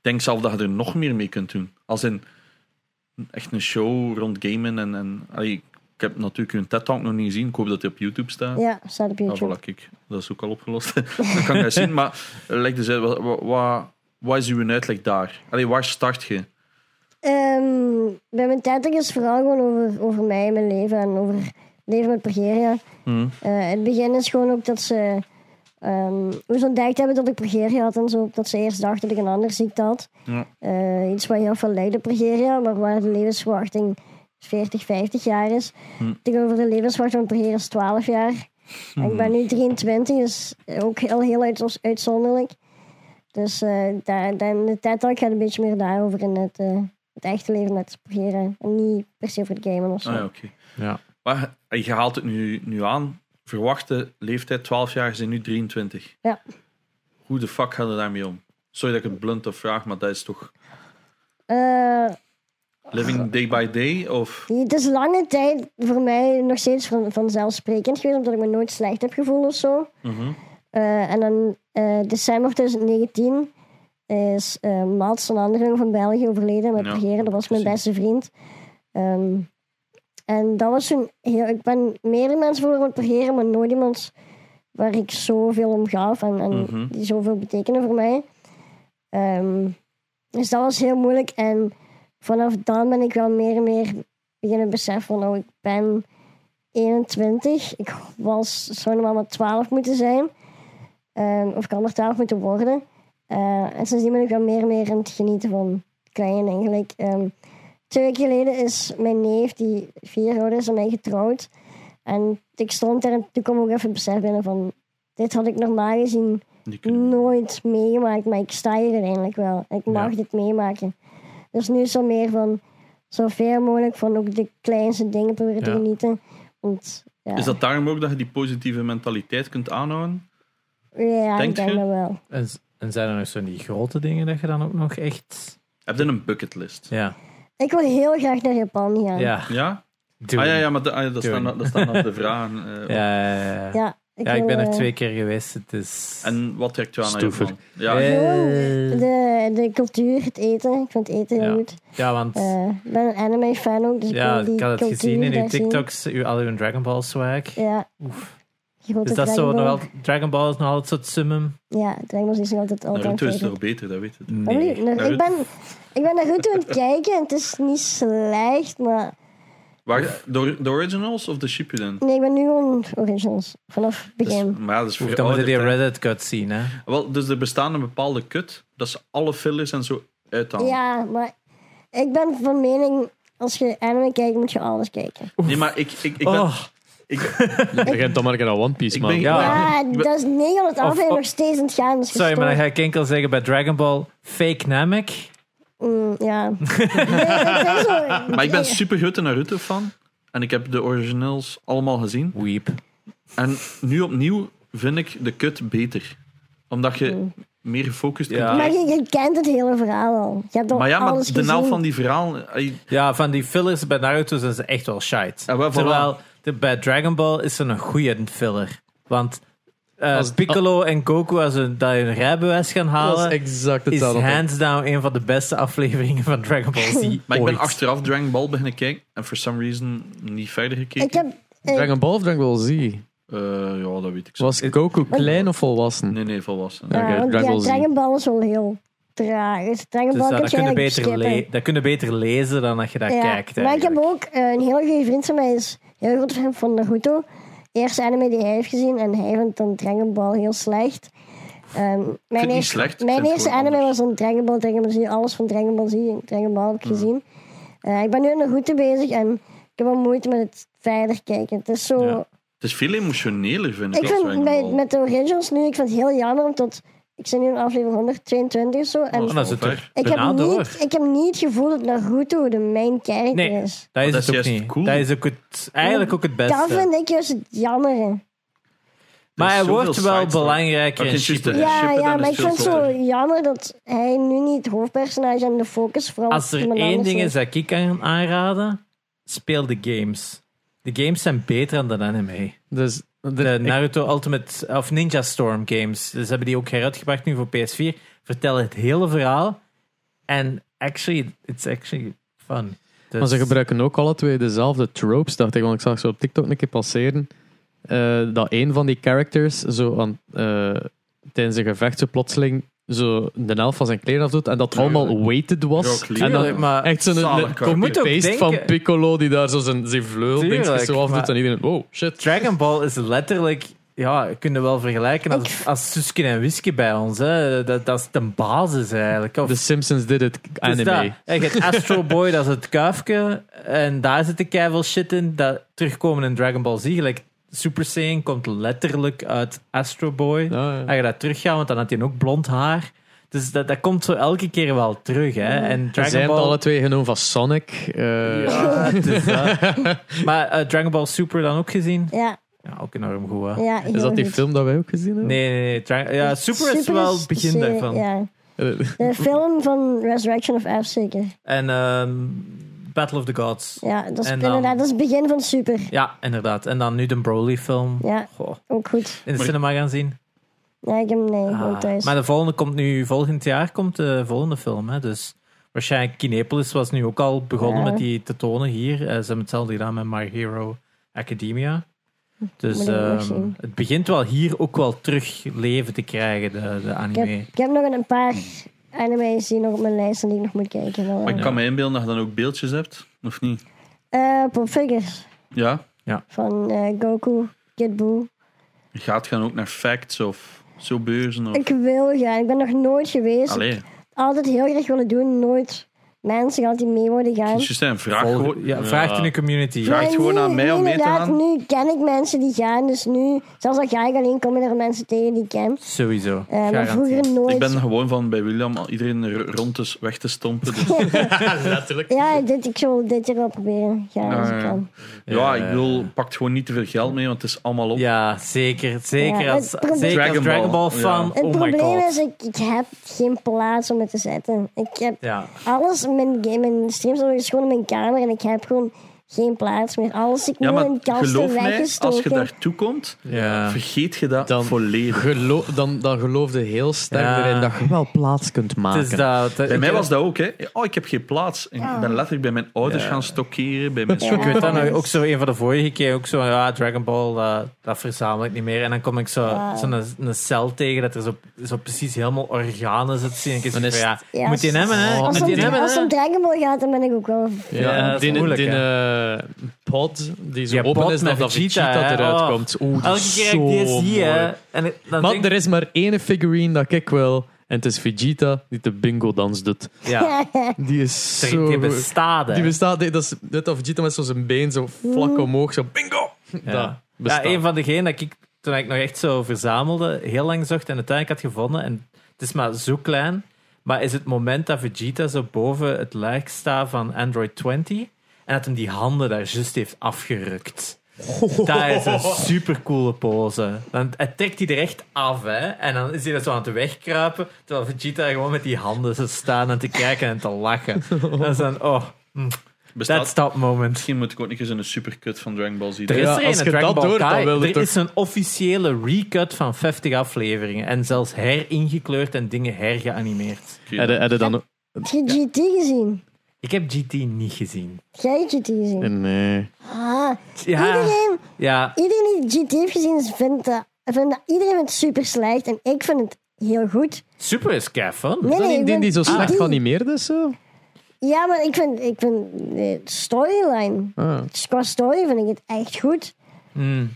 S1: denk zelf dat je er nog meer mee kunt doen. Als in echt een show rond gamen en... en allee, ik heb natuurlijk hun TED-talk nog niet gezien. Ik hoop dat die op YouTube staat.
S4: ja, staat op
S1: Ah,
S4: YouTube.
S1: voilà, kijk. Dat is ook al opgelost. dat kan ik wel zien. Maar eh, leg dus uit, wat, wat, wat is uw uitleg daar? Allee, waar start je?
S4: Ehm, bij mijn tetting is het vooral gewoon over, over mij, mijn leven en over het leven met Progeria.
S1: Mhm.
S4: Eh, het begin is gewoon ook dat ze. ehm, hoe ze ontdekt hebben dat ik Progeria had en zo. Dat ze eerst dachten dat ik een andere ziekte had.
S1: Ja.
S4: Eh, iets waar heel veel lijkt op Progeria, maar waar de levensverwachting 40, 50 jaar is.
S1: Hm.
S4: Tegenover de levensverwachting van Progeria is 12 jaar. En ik
S1: Hm.
S4: ben nu 23, dus ook heel, heel uit- uitzonderlijk. Dus eh, daar, dan, de TED Talk gaat een beetje meer daarover in het, eh, het echte leven met Progeria. En niet per se voor het gamen of zo.
S1: Ah, ja, oké.
S3: Ja.
S1: Maar je haalt het nu, nu aan. Verwachte leeftijd 12 jaar, ze zijn nu 23.
S4: Ja.
S1: Hoe de fuck gaat het daarmee om? Sorry dat ik het blunt of vraag, maar dat is toch
S4: Eh,
S1: living day by day? Of
S4: Het is lange tijd voor mij nog steeds van, vanzelfsprekend geweest, omdat ik me nooit slecht heb gevoeld of zo.
S1: Mhm.
S4: Eh, en dan eh, december 2019 is eh Mats, een andere jongen van België, overleden met
S1: Ja,
S4: Pregeren. Dat was mijn
S1: precies.
S4: beste vriend. Ehm, en dat was toen heel... Ik ben meerdere mensen voor met Pregeren, maar nooit iemand waar ik zoveel om gaf en, en
S1: Mhm.
S4: die zoveel betekenen voor mij. Ehm, dus dat was heel moeilijk. En vanaf dan ben ik wel meer en meer beginnen beseffen van, nou, ik ben 21. Ik was, zou normaal maar 12 moeten zijn. Ehm, of ik had maar 12 moeten worden. Eh, en sindsdien ben ik wel meer en meer aan het genieten van klein eigenlijk. Ehm, twee weken geleden is mijn neef, die vier jaar ouder is, aan mij getrouwd. En ik stond daar en toen kwam ook even het besef binnen van... Dit had ik normaal gezien
S1: die kunnen-
S4: nooit meegemaakt, maar ik sta hier uiteindelijk wel. Ik mag dit meemaken. Dus nu is het meer van zoveel mogelijk van ook de kleinste dingen proberen te
S3: Ja.
S4: genieten. Want, ja,
S1: Is dat daarom ook dat je die positieve mentaliteit kunt aanhouden?
S4: ja, ik
S1: denkt
S4: denk
S1: je?
S4: dat wel.
S2: En, z- en zijn er nog zo'n die grote dingen dat je dan ook nog echt...
S1: Heb je een bucketlist?
S2: Ja,
S4: Ik wil heel graag naar Japan gaan.
S2: ja.
S1: Ja?
S2: Doen.
S1: Ah ja, ja maar da- ah, ja, dat,
S2: Doen.
S1: staan, dat staan nog de vragen. eh,
S2: Ja, ja, ja.
S4: Ja, ik,
S2: Ja, ik
S4: wil,
S2: ben er
S4: eh,
S2: twee keer geweest. Het is...
S1: En wat trekt je aan naar
S3: Stoever.
S1: Japan? Ja,
S2: Eh,
S4: De, de cultuur, het eten. Ik vind het eten heel
S2: Ja.
S4: goed.
S2: ja, want...
S4: Eh, ik ben een anime-fan ook, dus
S2: ja,
S4: ik wil
S2: ik
S4: die
S2: had het
S4: cultuur
S2: gezien in uw
S4: daar zien.
S2: TikToks, uw, al uw Dragon Ball swag.
S4: Ja.
S2: Oef.
S4: grote
S2: Is dat
S4: Dragon
S2: zo?
S4: Ball.
S2: Nog altijd, Dragon Ball is nog altijd zo'n summum?
S4: Ja, Dragon Ball is nog altijd altijd
S1: Naruto is
S4: favorite.
S1: nog beter, dat weet je.
S4: Ik ben benieuwd.
S1: Naruto.
S4: Ik ben, ik ben Naruto aan het kijken en het is niet slecht, maar...
S1: Waar, de, de originals of de Shippuden?
S4: Nee, ik ben nu gewoon originals. Vanaf het
S1: Dat is-
S4: begin.
S1: maar ja, dat is
S2: Dan moet je
S1: verouderd,
S2: die
S1: hè.
S2: Reddit cut zien, hè?
S1: Wel, dus er bestaan een bepaalde kut dat ze alle fillers en zo uithalen.
S4: Ja, maar ik ben van mening... Als je anime kijkt, moet je alles kijken.
S1: Nee, maar ik, ik, ik ben...
S2: Oh,
S1: Ik,
S3: Je begint dan maar een keer aan One Piece,
S1: Ik
S3: man.
S1: ben-
S3: Ja.
S1: Ja.
S4: Ja,
S1: ik ben-
S4: dat is 900 afleveringen
S2: Ah. of-
S4: nog steeds aan het gaan. Dus
S2: sorry, maar dan ga ik enkel zeggen bij Dragon Ball fake Namek.
S4: Mm, ja. nee, dat is zo.
S1: maar ik ben super grote Naruto-fan. En ik heb de originals allemaal gezien.
S2: Weep.
S1: En nu opnieuw vind ik de kut beter. Omdat je meer gefocust
S2: Ja.
S1: kunt
S4: Hmm. Maar
S1: kijken.
S4: je, je kent het hele verhaal al. Je hebt al
S1: Maar ja, maar
S4: alles
S1: de naam
S4: gezien.
S1: van die verhaal... ey,
S2: Ja, van die fillers bij Naruto zijn ze echt wel shite.
S1: Ja, wel, voilà.
S2: Terwijl de- bij Dragon Ball is er een goede filler. Want eh,
S3: Als-
S2: Piccolo en Goku, als ze daar hun rijbewijs gaan
S3: Dat is
S2: halen,
S3: exact
S2: is
S3: hetzelfde.
S2: hands down een van de beste afleveringen van Dragon Ball Z.
S1: Maar ik ben
S2: ooit.
S1: achteraf Dragon Ball beginnen kijken. En for some reason niet verder gekeken.
S4: Ik heb... eh,
S3: Dragon Ball of Dragon Ball Z?
S1: Eh, ja, dat weet ik zo.
S3: Was Goku klein of volwassen?
S1: Nee, nee, volwassen.
S4: ja,
S3: Oké,
S4: want
S3: Dragon
S4: ja,
S3: Ball Z.
S4: Dragon Ball is wel heel traag. Dus Dragon
S2: Dus
S4: Ball
S2: dat,
S4: kun
S2: dat,
S4: je
S2: kun je
S4: eigenlijk
S2: beter
S4: skippen.
S2: le- dat kun je beter lezen dan dat je daar kijkt.
S4: maar ik heb
S2: eigenlijk.
S4: ook eh, een hele goede vriend van mij, is een heel groot fan van Naruto. Eerste anime die hij heeft gezien en hij vond dan Dragon Ball heel slecht. Ehm, mijn
S1: niet
S4: eerste-
S1: slecht, ik
S4: mijn
S1: vind het
S4: eerste
S1: gewoon
S4: anime
S1: anders.
S4: was dan Dragon Ball, Dragon Ball Z, alles van Dragon Ball Z en Dragon Ball heb ik gezien. Eh, ik ben nu aan Naruto bezig en ik heb wel moeite met het verder kijken. Het is zo...
S2: Ja.
S1: Het is veel emotioneler, vind ik.
S4: Ik
S1: als
S4: vind
S1: Dragon
S4: met,
S1: Ball.
S4: met de originals nu, ik vind het heel jammer, omdat ik zit nu in aflevering 122 of zo. En
S1: Oh,
S2: En dan is het
S1: Ver.
S2: er
S4: ik, heb
S2: bijna nou, door.
S4: niet, ik heb niet het gevoel dat Naruto de main character
S2: Nee,
S4: is.
S2: dat is
S1: dat is
S2: het ook
S1: juist
S2: niet.
S1: cool.
S2: Dat is ook het, eigenlijk ook het
S4: Oh,
S2: eh,
S4: Dat
S2: beste.
S4: vind ik juist het jammer.
S1: Er
S2: Maar
S1: is
S2: hij
S1: zoveel
S2: wordt wel
S1: sidestory.
S2: belangrijker
S1: Oké,
S2: in
S1: juist,
S2: Shippuden.
S1: hè.
S4: Ja,
S1: Shippen
S4: ja
S1: dan
S4: maar
S1: is
S4: ik
S1: veel
S4: vind het zo
S1: zotter.
S4: jammer dat hij nu niet het hoofdpersonage en de focus vooral
S2: Als
S4: op
S2: er
S4: iemand
S2: één
S4: anders
S2: ding is
S4: ligt.
S2: dat ik kan aanraden, speel de games. De games zijn beter dan de anime.
S3: Dus
S2: De
S3: de,
S2: Naruto Ultimate of Ninja Storm games. Dus hebben die ook heruitgebracht nu voor PS4. Vertel het hele verhaal. En actually, it's actually fun. Dus-
S3: Maar ze gebruiken ook alle twee dezelfde tropes, dacht ik. Want ik zag ze op TikTok een keer passeren. eh, dat een van die characters zo aan, eh, tijdens een gevecht zo plotseling zo de helft van zijn kleren afdoet en dat allemaal weighted was.
S1: Ja, kleren.
S3: en
S2: Tuurlijk,
S3: dan
S2: maar
S3: echt zo'n
S1: Zalig,
S3: een
S1: Carl.
S2: Je moet
S3: copy-paste
S2: ook
S3: van
S2: denken-
S3: Piccolo die daar zo zijn, zijn vleul
S2: Tuurlijk,
S3: dingetjes zo afdoet
S2: maar-
S3: en iedereen, wow, shit.
S2: Dragon Ball is letterlijk. Ja, je kunt het wel vergelijken als,
S4: Ik-
S2: als Suske en Wiske bij ons. Hè. Dat, dat is de basis eigenlijk. Of,
S3: The Simpsons did it
S2: het is
S3: anime.
S2: dat. Je hebt Astro Boy, dat is het kuifje. En daar zit de keivel shit in. Dat terugkomen in Dragon Ball Z. Gelijk, Super Saiyan komt letterlijk uit Astro Boy.
S3: Ja, ja.
S2: Als je dat teruggaat, want dan had hij ook blond haar. Dus dat, dat komt zo elke keer wel terug. Hè. En
S3: Zij
S2: Dragon
S3: hebben
S2: Ball...
S3: alle twee genomen van Sonic. eh,
S2: Ja, het is dat. Maar eh, Dragon Ball Super dan ook gezien?
S4: Ja,
S2: Ja, ook enorm goed. Hè.
S4: ja.
S3: Is dat die film dat wij ook gezien hebben?
S2: Nee, nee, nee. Dra- ja, Super, is wel het begin
S4: zeer-
S2: daarvan.
S4: dus, Ja.
S3: Eh,
S4: De film van Resurrection of F zeker.
S2: En ehm, Battle of the Gods.
S4: Ja, dat is
S2: En dan-
S4: inderdaad dat is het begin van Super.
S2: Ja, inderdaad. En dan nu de Broly-film.
S4: Ja,
S2: Goh,
S4: ook goed.
S2: In de
S1: Maar-
S2: cinema gaan zien.
S4: Ja, ik heb hem nee, gewoon
S2: Ah,
S4: thuis.
S2: maar de volgende komt nu, volgend jaar komt de volgende film. Hè? Dus waarschijnlijk Kinepolis was nu ook al begonnen
S4: Ja.
S2: met die te tonen hier. Eh, ze hebben hetzelfde gedaan met My Hero Academia. Dus
S4: Moet ik nog
S2: ehm,
S4: zien.
S2: het begint wel hier ook wel terug leven te krijgen, de, de
S4: ik,
S2: anime.
S4: heb, ik heb nog een paar anime's die nog op mijn lijst staan die ik nog moet kijken. wel,
S1: Maar ik
S4: eh.
S1: kan me inbeelden dat je dan ook beeldjes hebt, of niet?
S4: Eh, Pop Figures
S1: Ja.
S4: van eh, Goku, Kid Buu.
S1: Gaat gaan ook naar facts of zo beurzen of...
S4: Ik wil gaan, ik ben nog nooit geweest.
S1: Allee,
S4: Altijd heel graag willen doen, nooit. Mensen gaan die mee worden gaan.
S1: dus je zei een vraag
S2: Volg-
S1: gewoon.
S2: ja, vraagt in de community.
S1: Vraag- het gewoon
S4: nu-
S1: aan mij om
S4: nu
S1: mee te
S4: inderdaad,
S1: gaan?
S4: Nu ken ik mensen die gaan, dus nu, zelfs al ga ik alleen, komen er mensen tegen die ik ken.
S2: Sowieso.
S4: Eh, maar
S2: Garantie.
S4: vroeger nooit.
S1: Ik ben gewoon van bij William al iedereen er rond te s- weg te stompen. Dus,
S4: Ja, dit, ik zal dit er wel proberen gaan als ik
S1: Ah,
S4: kan.
S1: ja, ik bedoel, pakt gewoon niet te veel geld mee, want het is allemaal op.
S2: Ja, zeker. Zeker
S4: Ja,
S2: als,
S4: het probleem-
S2: zeker als
S1: Dragon
S2: Dragon Ball
S1: Ball,
S2: fan.
S4: Het
S2: oh my
S4: probleem
S2: god.
S4: is, ik, ik heb geen plaats om het te zetten. Ik heb
S2: Ja.
S4: alles, mijn, game, mijn streams is gewoon in mijn kamer en ik heb gewoon geen plaats meer. Alles ik
S1: Ja,
S4: moet
S1: maar
S4: in kasten
S1: geloof mij, als je
S4: weggestoken.
S1: daartoe komt,
S2: Ja.
S1: vergeet je dat
S3: Dan-
S1: volledig.
S3: Gelo dan, dan geloofde heel sterk
S2: Ja.
S3: erin dat je wel plaats kunt maken.
S2: Het is dat.
S1: Bij mij was dat ook, hè. Oh, ik heb geen plaats. En
S4: Ah.
S1: ik ben letterlijk bij mijn ouders gaan stokkeren, bij mijn
S4: Ja.
S1: school.
S2: Ik weet dat nou ook zo, een van de vorige keer ook zo, ja, Dragon Ball, dat, dat verzamel ik niet meer. En dan kom ik zo,
S4: Ja.
S2: zo'n een cel tegen dat er zo, zo precies helemaal organen zit zien. Ik
S3: Dan
S2: zeg van,
S3: is
S2: ja,
S4: Ja,
S2: moet je
S4: als-
S2: hebben, hè?
S4: Als
S2: Moet je
S4: het
S2: hebben,
S4: als het
S2: hè?
S4: om Dragon Ball gaat, dan ben ik ook wel...
S2: Ja, dat is
S3: die,
S2: moeilijk,
S3: die,
S2: hè.
S3: eh, pod die zo
S2: Ja,
S3: open
S2: pod
S3: is
S2: met
S3: dat dat
S2: Vegeta,
S3: Vegeta
S2: hè.
S3: eruit
S2: Oh.
S3: komt. Oeh, dat
S2: Elke
S3: is
S2: keer
S3: zo
S2: dat ik die zie, hè?
S3: mooi.
S2: En ik- dan
S3: Maar
S2: denk
S3: er is maar één figurine dat ik wil. En het is Vegeta die de bingo-dans doet.
S2: ja,
S3: Die is
S2: er-
S3: zo...
S2: die
S3: goed.
S2: bestaat, hè.
S3: Die bestaat... Die, dat is net als Vegeta met zo zijn been zo vlak omhoog. Zo bingo! Dat
S2: Ja.
S3: bestaat.
S2: Ja, een van degenen dat ik toen ik nog echt zo verzamelde, heel lang zocht en uiteindelijk had gevonden. En het is maar zo klein, maar is het moment dat Vegeta zo boven het lijk staat van Android 20 en dat hem die handen daar juist heeft afgerukt. Dat is een supercoole pose. Dan hij trekt hij er echt af, hè. En dan is hij er zo aan het wegkruipen, terwijl Vegeta gewoon met die handen zo staan en te kijken en te lachen. En dan is dan, oh, that's
S1: Bestaat.
S2: that moment.
S1: Misschien moet ik ook niet eens een supercut van Dragon Ball zien.
S2: Er is
S3: Ja,
S2: er
S3: als
S2: een
S3: je
S2: Dragon
S3: dat
S2: Ball
S3: hoort, dan
S2: Kai.
S3: wil je
S2: Er
S3: toch-
S2: is een officiële recut van 50 afleveringen. En zelfs heringekleurd en dingen hergeanimeerd.
S3: Heb je- heb je dan...
S4: Heb je GT gezien?
S2: Ik heb GT niet gezien.
S4: Jij hebt GT gezien?
S3: Nee.
S4: Ah,
S2: Ja,
S4: iedereen,
S2: ja.
S4: iedereen die GT heeft gezien, vindt dat, vindt dat- iedereen vindt het super slecht en ik vind het heel goed.
S2: super is kei fun.
S4: Nee,
S3: Is dat
S4: nee,
S3: niet
S4: ik
S3: die
S4: ben-
S3: die zo slecht
S4: die-
S3: geanimeerd is? Zo?
S4: Ja, maar ik vind, ik vind de storyline, dus
S3: Ah.
S4: qua story vind ik het echt goed.
S2: Mm.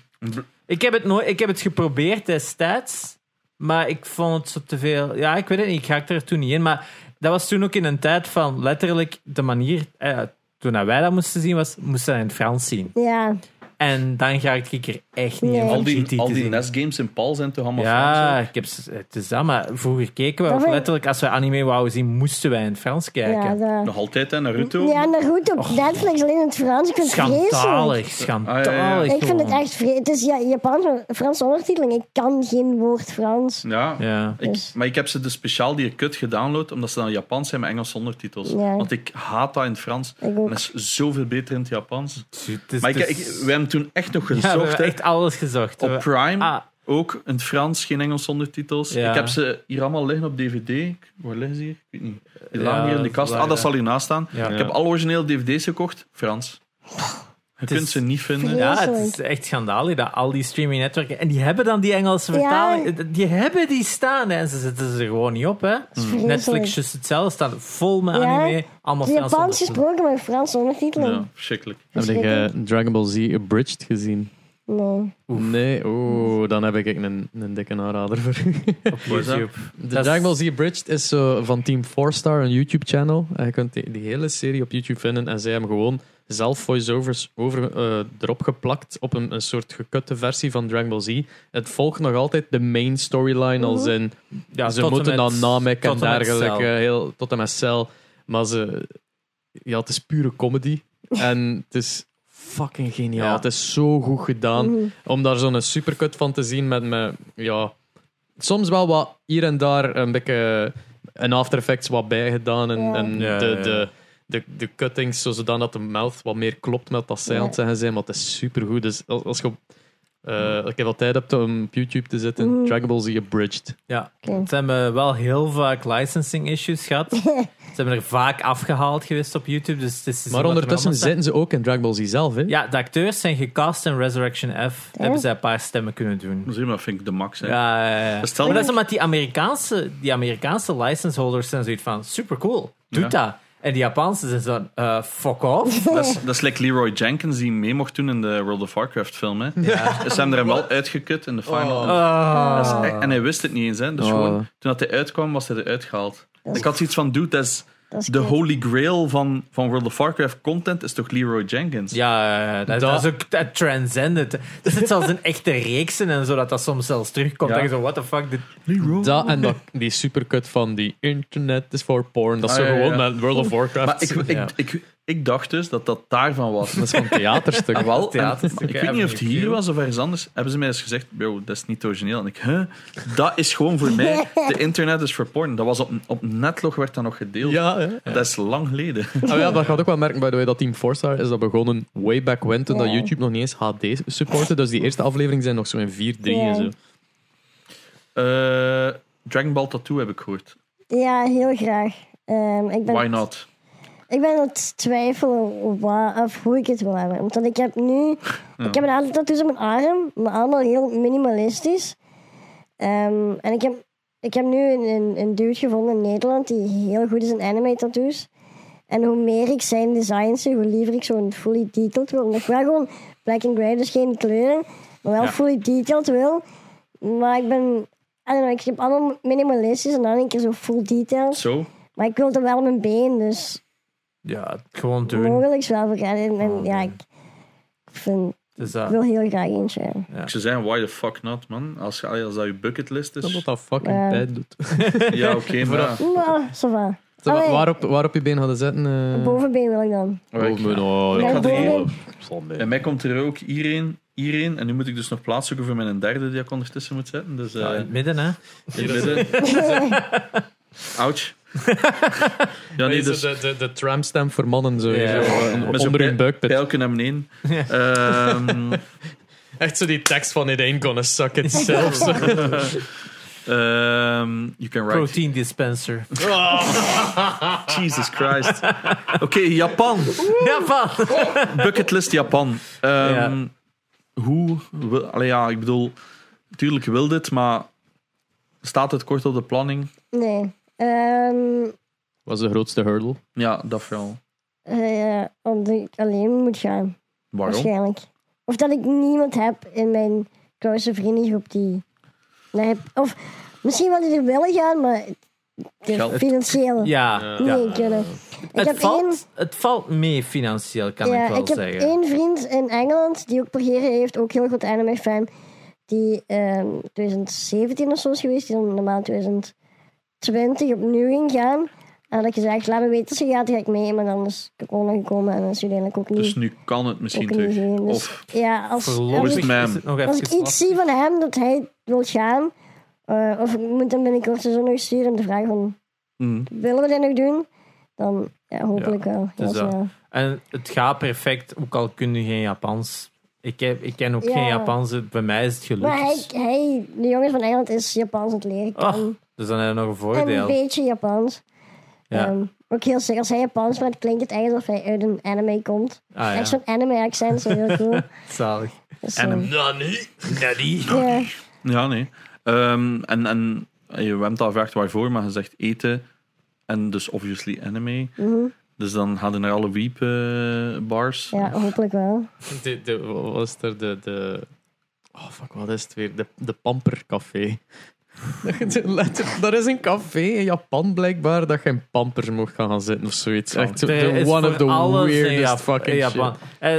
S2: Ik, heb het nooit, ik heb het geprobeerd destijds. Maar ik vond het zo te veel. Ja, ik weet het niet. Ik haakte er toen niet in. Maar dat was toen ook in een tijd van letterlijk de manier. eh, toen dat wij dat moesten zien, was, moesten we dat in het Frans zien.
S4: Ja,
S2: En dan ga ik er echt niet
S4: Nee.
S2: in om
S1: Al
S2: GT te
S1: die, al die
S2: zien.
S1: NES-games in Paul zijn toch allemaal
S2: Ja,
S1: Frans,
S2: ik heb, s- het is dat, maar vroeger keken we
S4: Dat
S2: ook
S4: vind ik-
S2: letterlijk, als we anime wouden zien, moesten wij in het Frans
S4: ja,
S2: kijken.
S1: hè?
S4: dat,
S1: Nog altijd, hè, Naruto.
S4: ja Naruto op Netflix, alleen in het Frans. Ik vind het vreselijk.
S2: schandalig, schandalig.
S1: Ah, ja, ja.
S4: Ik vind het
S2: gewoon.
S4: echt vreselijk. Het is ja, Japans, maar Franse ondertiteling. Ik kan geen woord Frans.
S1: Ja.
S2: Ja.
S1: Ik,
S4: Dus-
S1: maar ik heb ze dus speciaal die kut gedownload, omdat ze dan Japans zijn met Engels ondertitels.
S4: Ja.
S1: Want ik haat dat in het Frans.
S4: Ik
S1: En
S4: ook.
S1: dat is zoveel beter in het Japans.
S2: Het is-
S1: Maar ik,
S2: het
S1: ik,
S2: is-
S1: wij hebben toen echt nog
S2: ja, we
S1: gezocht.
S2: hebben
S1: hè.
S2: echt alles gezocht.
S1: op
S2: We-
S1: Prime,
S2: Ah.
S1: ook in het Frans, geen Engels ondertitels.
S2: Ja.
S1: Ik heb ze hier allemaal liggen op DVD. Waar liggen ze hier? Ik weet niet. Die
S2: Ja,
S1: lagen hier in de
S2: dat
S1: kast.
S2: is
S1: Ah,
S2: waar,
S1: dat
S2: ja.
S1: zal hiernaast staan.
S2: Ja.
S1: Ik heb alle originele DVD's gekocht, Frans. Je
S2: is
S1: kunt ze niet vinden.
S4: Ja,
S2: Ja, het
S4: sorry.
S2: is echt schandalig dat al die streaming netwerken. En die hebben dan die Engelse
S4: Ja.
S2: vertaling. Die hebben die staan hè, en ze zetten ze er gewoon niet op. Hè.
S4: vreselijk.
S2: Netflix is hetzelfde, staan vol met
S4: Ja.
S2: anime. Allemaal Frans
S4: Japans
S2: ondertiteld.
S4: gesproken, maar Frans ondertiteling.
S1: Ja, verschrikkelijk.
S3: Heb je eh,
S4: Verschrikkelijk.
S3: Dragon Ball Z Abridged gezien?
S4: Nee.
S3: Nee, oh, dan heb ik echt een, een dikke aanrader voor u.
S2: op
S1: Wat is dat?
S2: YouTube.
S3: De
S2: Dat is-
S3: Dragon Ball Z Abridged is zo van Team 4-Star, een YouTube-channel. En Je kunt die, die hele serie op YouTube vinden en zij hebben gewoon zelf voiceovers over, eh, erop geplakt op een, een soort gekutte versie van Dragon Ball Z. Het volgt nog altijd de main storyline, als in
S2: Ja,
S3: ze
S2: tot en
S3: moeten
S2: met-
S3: dan Namek en
S2: tot en met
S3: dergelijke,
S2: Cell.
S3: heel, tot en met Cell. Maar ze, ja, het is pure comedy. en het is fucking geniaal.
S2: Ja.
S3: Het is zo goed gedaan. Om daar zo'n supercut van te zien met me, ja, soms wel wat hier en daar een beetje eh, een After Effects wat bijgedaan. En,
S4: Ja.
S3: en
S2: Ja,
S3: de,
S2: ja, ja.
S3: De, de, de cuttings, zo zodat dat de mouth wat meer klopt met wat zij aan het zeggen zijn. Maar het is supergoed. Dus als, als je eh, als je wat tijd hebt om op YouTube te zitten, Dragon Ball Z Abridged.
S2: Ja,
S4: Oké.
S2: ze hebben wel heel vaak licensing issues gehad. ze hebben er vaak afgehaald geweest op YouTube. Dus het is te zien
S3: Maar
S2: wat er
S3: ondertussen
S2: allemaal staat.
S3: zitten ze ook in Dragon Ball Z zelf, hè?
S2: Ja, de acteurs zijn gecast in Resurrection F. Hebben zij een paar stemmen kunnen doen.
S1: Zie maar, vind ik de max. Hè.
S2: Ja, ja, ja.
S1: Stel-
S2: maar dat is omdat die Amerikaanse, die Amerikaanse licenseholders zijn zoiets van super cool, doe
S1: Ja.
S2: dat. En die Japanse zijn zo, eh, fuck off.
S1: Dat, is, dat is like Leroy Jenkins die mee mocht doen in de World of Warcraft film. Hè. Ze hebben er hem wel uitgekut in de final.
S2: Ah.
S1: Dat is echt- en hij wist het niet eens. Hè. Dus
S3: Oh.
S1: gewoon, toen dat hij uitkwam, was hij eruit gehaald. Dus Ik had zoiets van, dude, dat is
S4: Dat is
S1: de
S4: kut.
S1: holy grail van, van World of Warcraft content is toch Leroy Jenkins?
S2: Ja, ja, ja, dat,
S3: Dat-
S2: dat is ook eh, Dus dat transcendent. Er zit zelfs een echte reeksen en zo dat dat soms zelfs terugkomt.
S1: Ja.
S2: Dat je zo, what the fuck, dit
S3: Dat en dat, die supercut van die internet is voor porn. Dat is
S1: Ah,
S3: zo
S1: ja, ja,
S3: gewoon
S1: ja.
S3: met World of Warcraft.
S1: Maar ik, ik,
S2: Ja.
S1: ik, ik, dacht dus dat dat daarvan was.
S3: Dat is gewoon een theaterstuk.
S1: Ah, Wel, en-
S2: theaterstuk,
S1: maar ik
S2: hè,
S1: weet niet of het
S2: Avenue
S1: hier
S2: Q.
S1: was of ergens anders. Hebben ze mij eens gezegd, yo, dat is niet origineel. En ik, huh? Dat is gewoon voor mij. De internet is voor porn. Dat was op, op Netlog werd dat nog gedeeld.
S3: Ja, hè?
S1: Dat is lang geleden.
S3: Ah, ja, dat gaat ook wel merken, by the way, dat Team Forza is dat begonnen way back when, toen dat
S4: Ja.
S1: Oh.
S3: YouTube nog niet eens HD supportte. Dus die eerste afleveringen zijn nog zo in 4-3 en zo.
S4: Ja.
S1: Eh, Dragon Ball Tattoo heb ik gehoord.
S4: Ja, heel graag. Ehm, ik, ben,
S1: Why not?
S4: ik ben aan het twijfelen op waar, of hoe ik het wil hebben. Want ik heb nu... Ik heb een aantal tattoos op mijn arm, maar allemaal heel minimalistisch. Ehm, en ik heb, ik heb nu een, een, een dude gevonden in Nederland die heel goed is in anime-tattoos. En hoe meer ik zijn designs zie, hoe liever ik zo'n fully detailed wil. Omdat ik wel gewoon black and grey, dus geen kleuren, maar wel
S2: Ja.
S4: fully detailed wil. Maar ik ben... I don't know, ik heb allemaal minimalistisch en dan een keer zo full details.
S1: Zo?
S4: Maar ik wilde wel mijn been, dus
S2: Ja, gewoon doen.
S4: mogelijk wel vergaderen. En ja, ik, vind,
S2: Dus
S4: ik
S2: dat-
S4: wil heel graag eentje.
S1: Ik zou zeggen, why the fuck not, man? Als, je- als dat je bucketlist
S3: Dat
S1: is.
S3: dat fucking
S4: Ja.
S3: pijn doet.
S1: Ja, oké, maar...
S4: Nou, ça va.
S3: Zo,
S4: Allee,
S3: waarop, waarop je been hadden zetten? eh
S4: bovenbeen wil ik dan.
S1: Oh, ik-
S3: boven- oh,
S1: Ik
S3: ja.
S1: ga er
S4: boven-
S1: één- Bij mij komt er ook hierheen, hierheen. En nu moet ik dus nog plaats zoeken voor mijn derde die ik ondertussen moet zetten. Dus eh
S2: Ja, in het midden, hè.
S1: in het midden. Ouch. ja, nee,
S3: Deze,
S1: dus
S3: de, de, de tramstamp voor mannen, zo,
S2: Ja.
S3: zo, eh,
S1: met zo'n
S3: onder
S1: pij-
S3: hun buikpit.
S1: pijlken naar beneden. Ehm,
S3: Echt zo die tekst van it ain't gonna suck itself. zo.
S1: ehm, you can write. Ah.
S2: Protein dispenser.
S1: Jesus Christ. Oké, Japan.
S2: Japan!
S1: Bucketlist Japan. Ehm, Hoe... wil- Allee, ja, ik bedoel... Tuurlijk wil dit, maar... Staat het kort op de planning?
S4: Nee. Ehm
S3: was de grootste hurdle.
S1: Ja, dat vooral.
S4: eh, omdat ik alleen moet gaan,
S1: Waarom?
S4: waarschijnlijk. Of dat ik niemand heb in mijn close vriendengroep die... daar heb- of misschien wel die er willen gaan, maar... De
S1: Geld.
S4: financieel.
S2: Ja, ja.
S4: Nee, kunnen. Ik heb
S2: Het, valt,
S4: één...
S2: het valt mee financieel, kan
S4: ja,
S2: ik wel
S4: heb
S2: zeggen.
S4: één vriend in Engeland die ook Bulgarië heeft, ook heel goed anime fan. Die ehm 2017 of zo is geweest, die dan normaal 2020 opnieuw ging gaan. En had ik gezegd, laat me weten als je gaat, dan ga ik mee. Maar dan is corona gekomen en dan is uiteindelijk ook niet,
S1: Dus nu kan het misschien
S4: ook
S1: terug.
S4: niet gegaan. Dus
S1: Of
S4: ja, als, als,
S2: Voorlopig
S4: ik,
S1: ma'am.
S2: is het nog
S4: als ik
S2: even
S4: iets zie van hem dat hij wil gaan, eh, of ik moet hem binnenkort zo nog sturen om te vragen van,
S1: Mm.
S4: willen we dit nog doen? Dan ja, hopelijk wel.
S2: dus
S4: Heel
S2: dat.
S4: snel.
S2: En het gaat perfect, ook al kun je geen Japans. Ik, heb, ik ken ook
S4: Ja.
S2: geen Japans, bij mij is het
S4: Maar
S2: gelukt.
S4: hij, hij, de jongens van Engeland is Japans aan het leren.
S2: Ah,
S4: kennen.
S2: dus dan heb je nog een
S4: en een
S2: voordeel.
S4: beetje Japans.
S2: Ja.
S4: Ehm, ook heel sick. Als hij Japans praat, klinkt het eigenlijk alsof hij uit een anime komt.
S2: Ah,
S4: Echt
S2: ja.
S4: zo'n anime-accent, zo heel cool.
S2: Zalig.
S4: Dus,
S1: Anime.
S4: ehm,
S2: Nani? Nani?
S4: ja.
S1: Ja, nee. Ehm, en, en je hebt al gevraagd waarvoor, maar je zegt eten. En dus obviously anime.
S4: mhm.
S1: Dus dan hadden er alle weep eh, bars.
S4: ja, hopelijk wel.
S3: De, de, wat was er de, de. Oh fuck, wat is het weer? De, de Pampercafé. Dat je de letter- Er is een café in Japan blijkbaar dat je in pampers mocht gaan gaan zitten of zoiets. Echt zo-
S2: Er
S3: de
S2: is
S3: one
S2: voor
S3: of the
S2: alles in
S3: weirdest
S2: Jap- in
S3: fucking
S2: Japan.
S3: shit.
S2: Eh,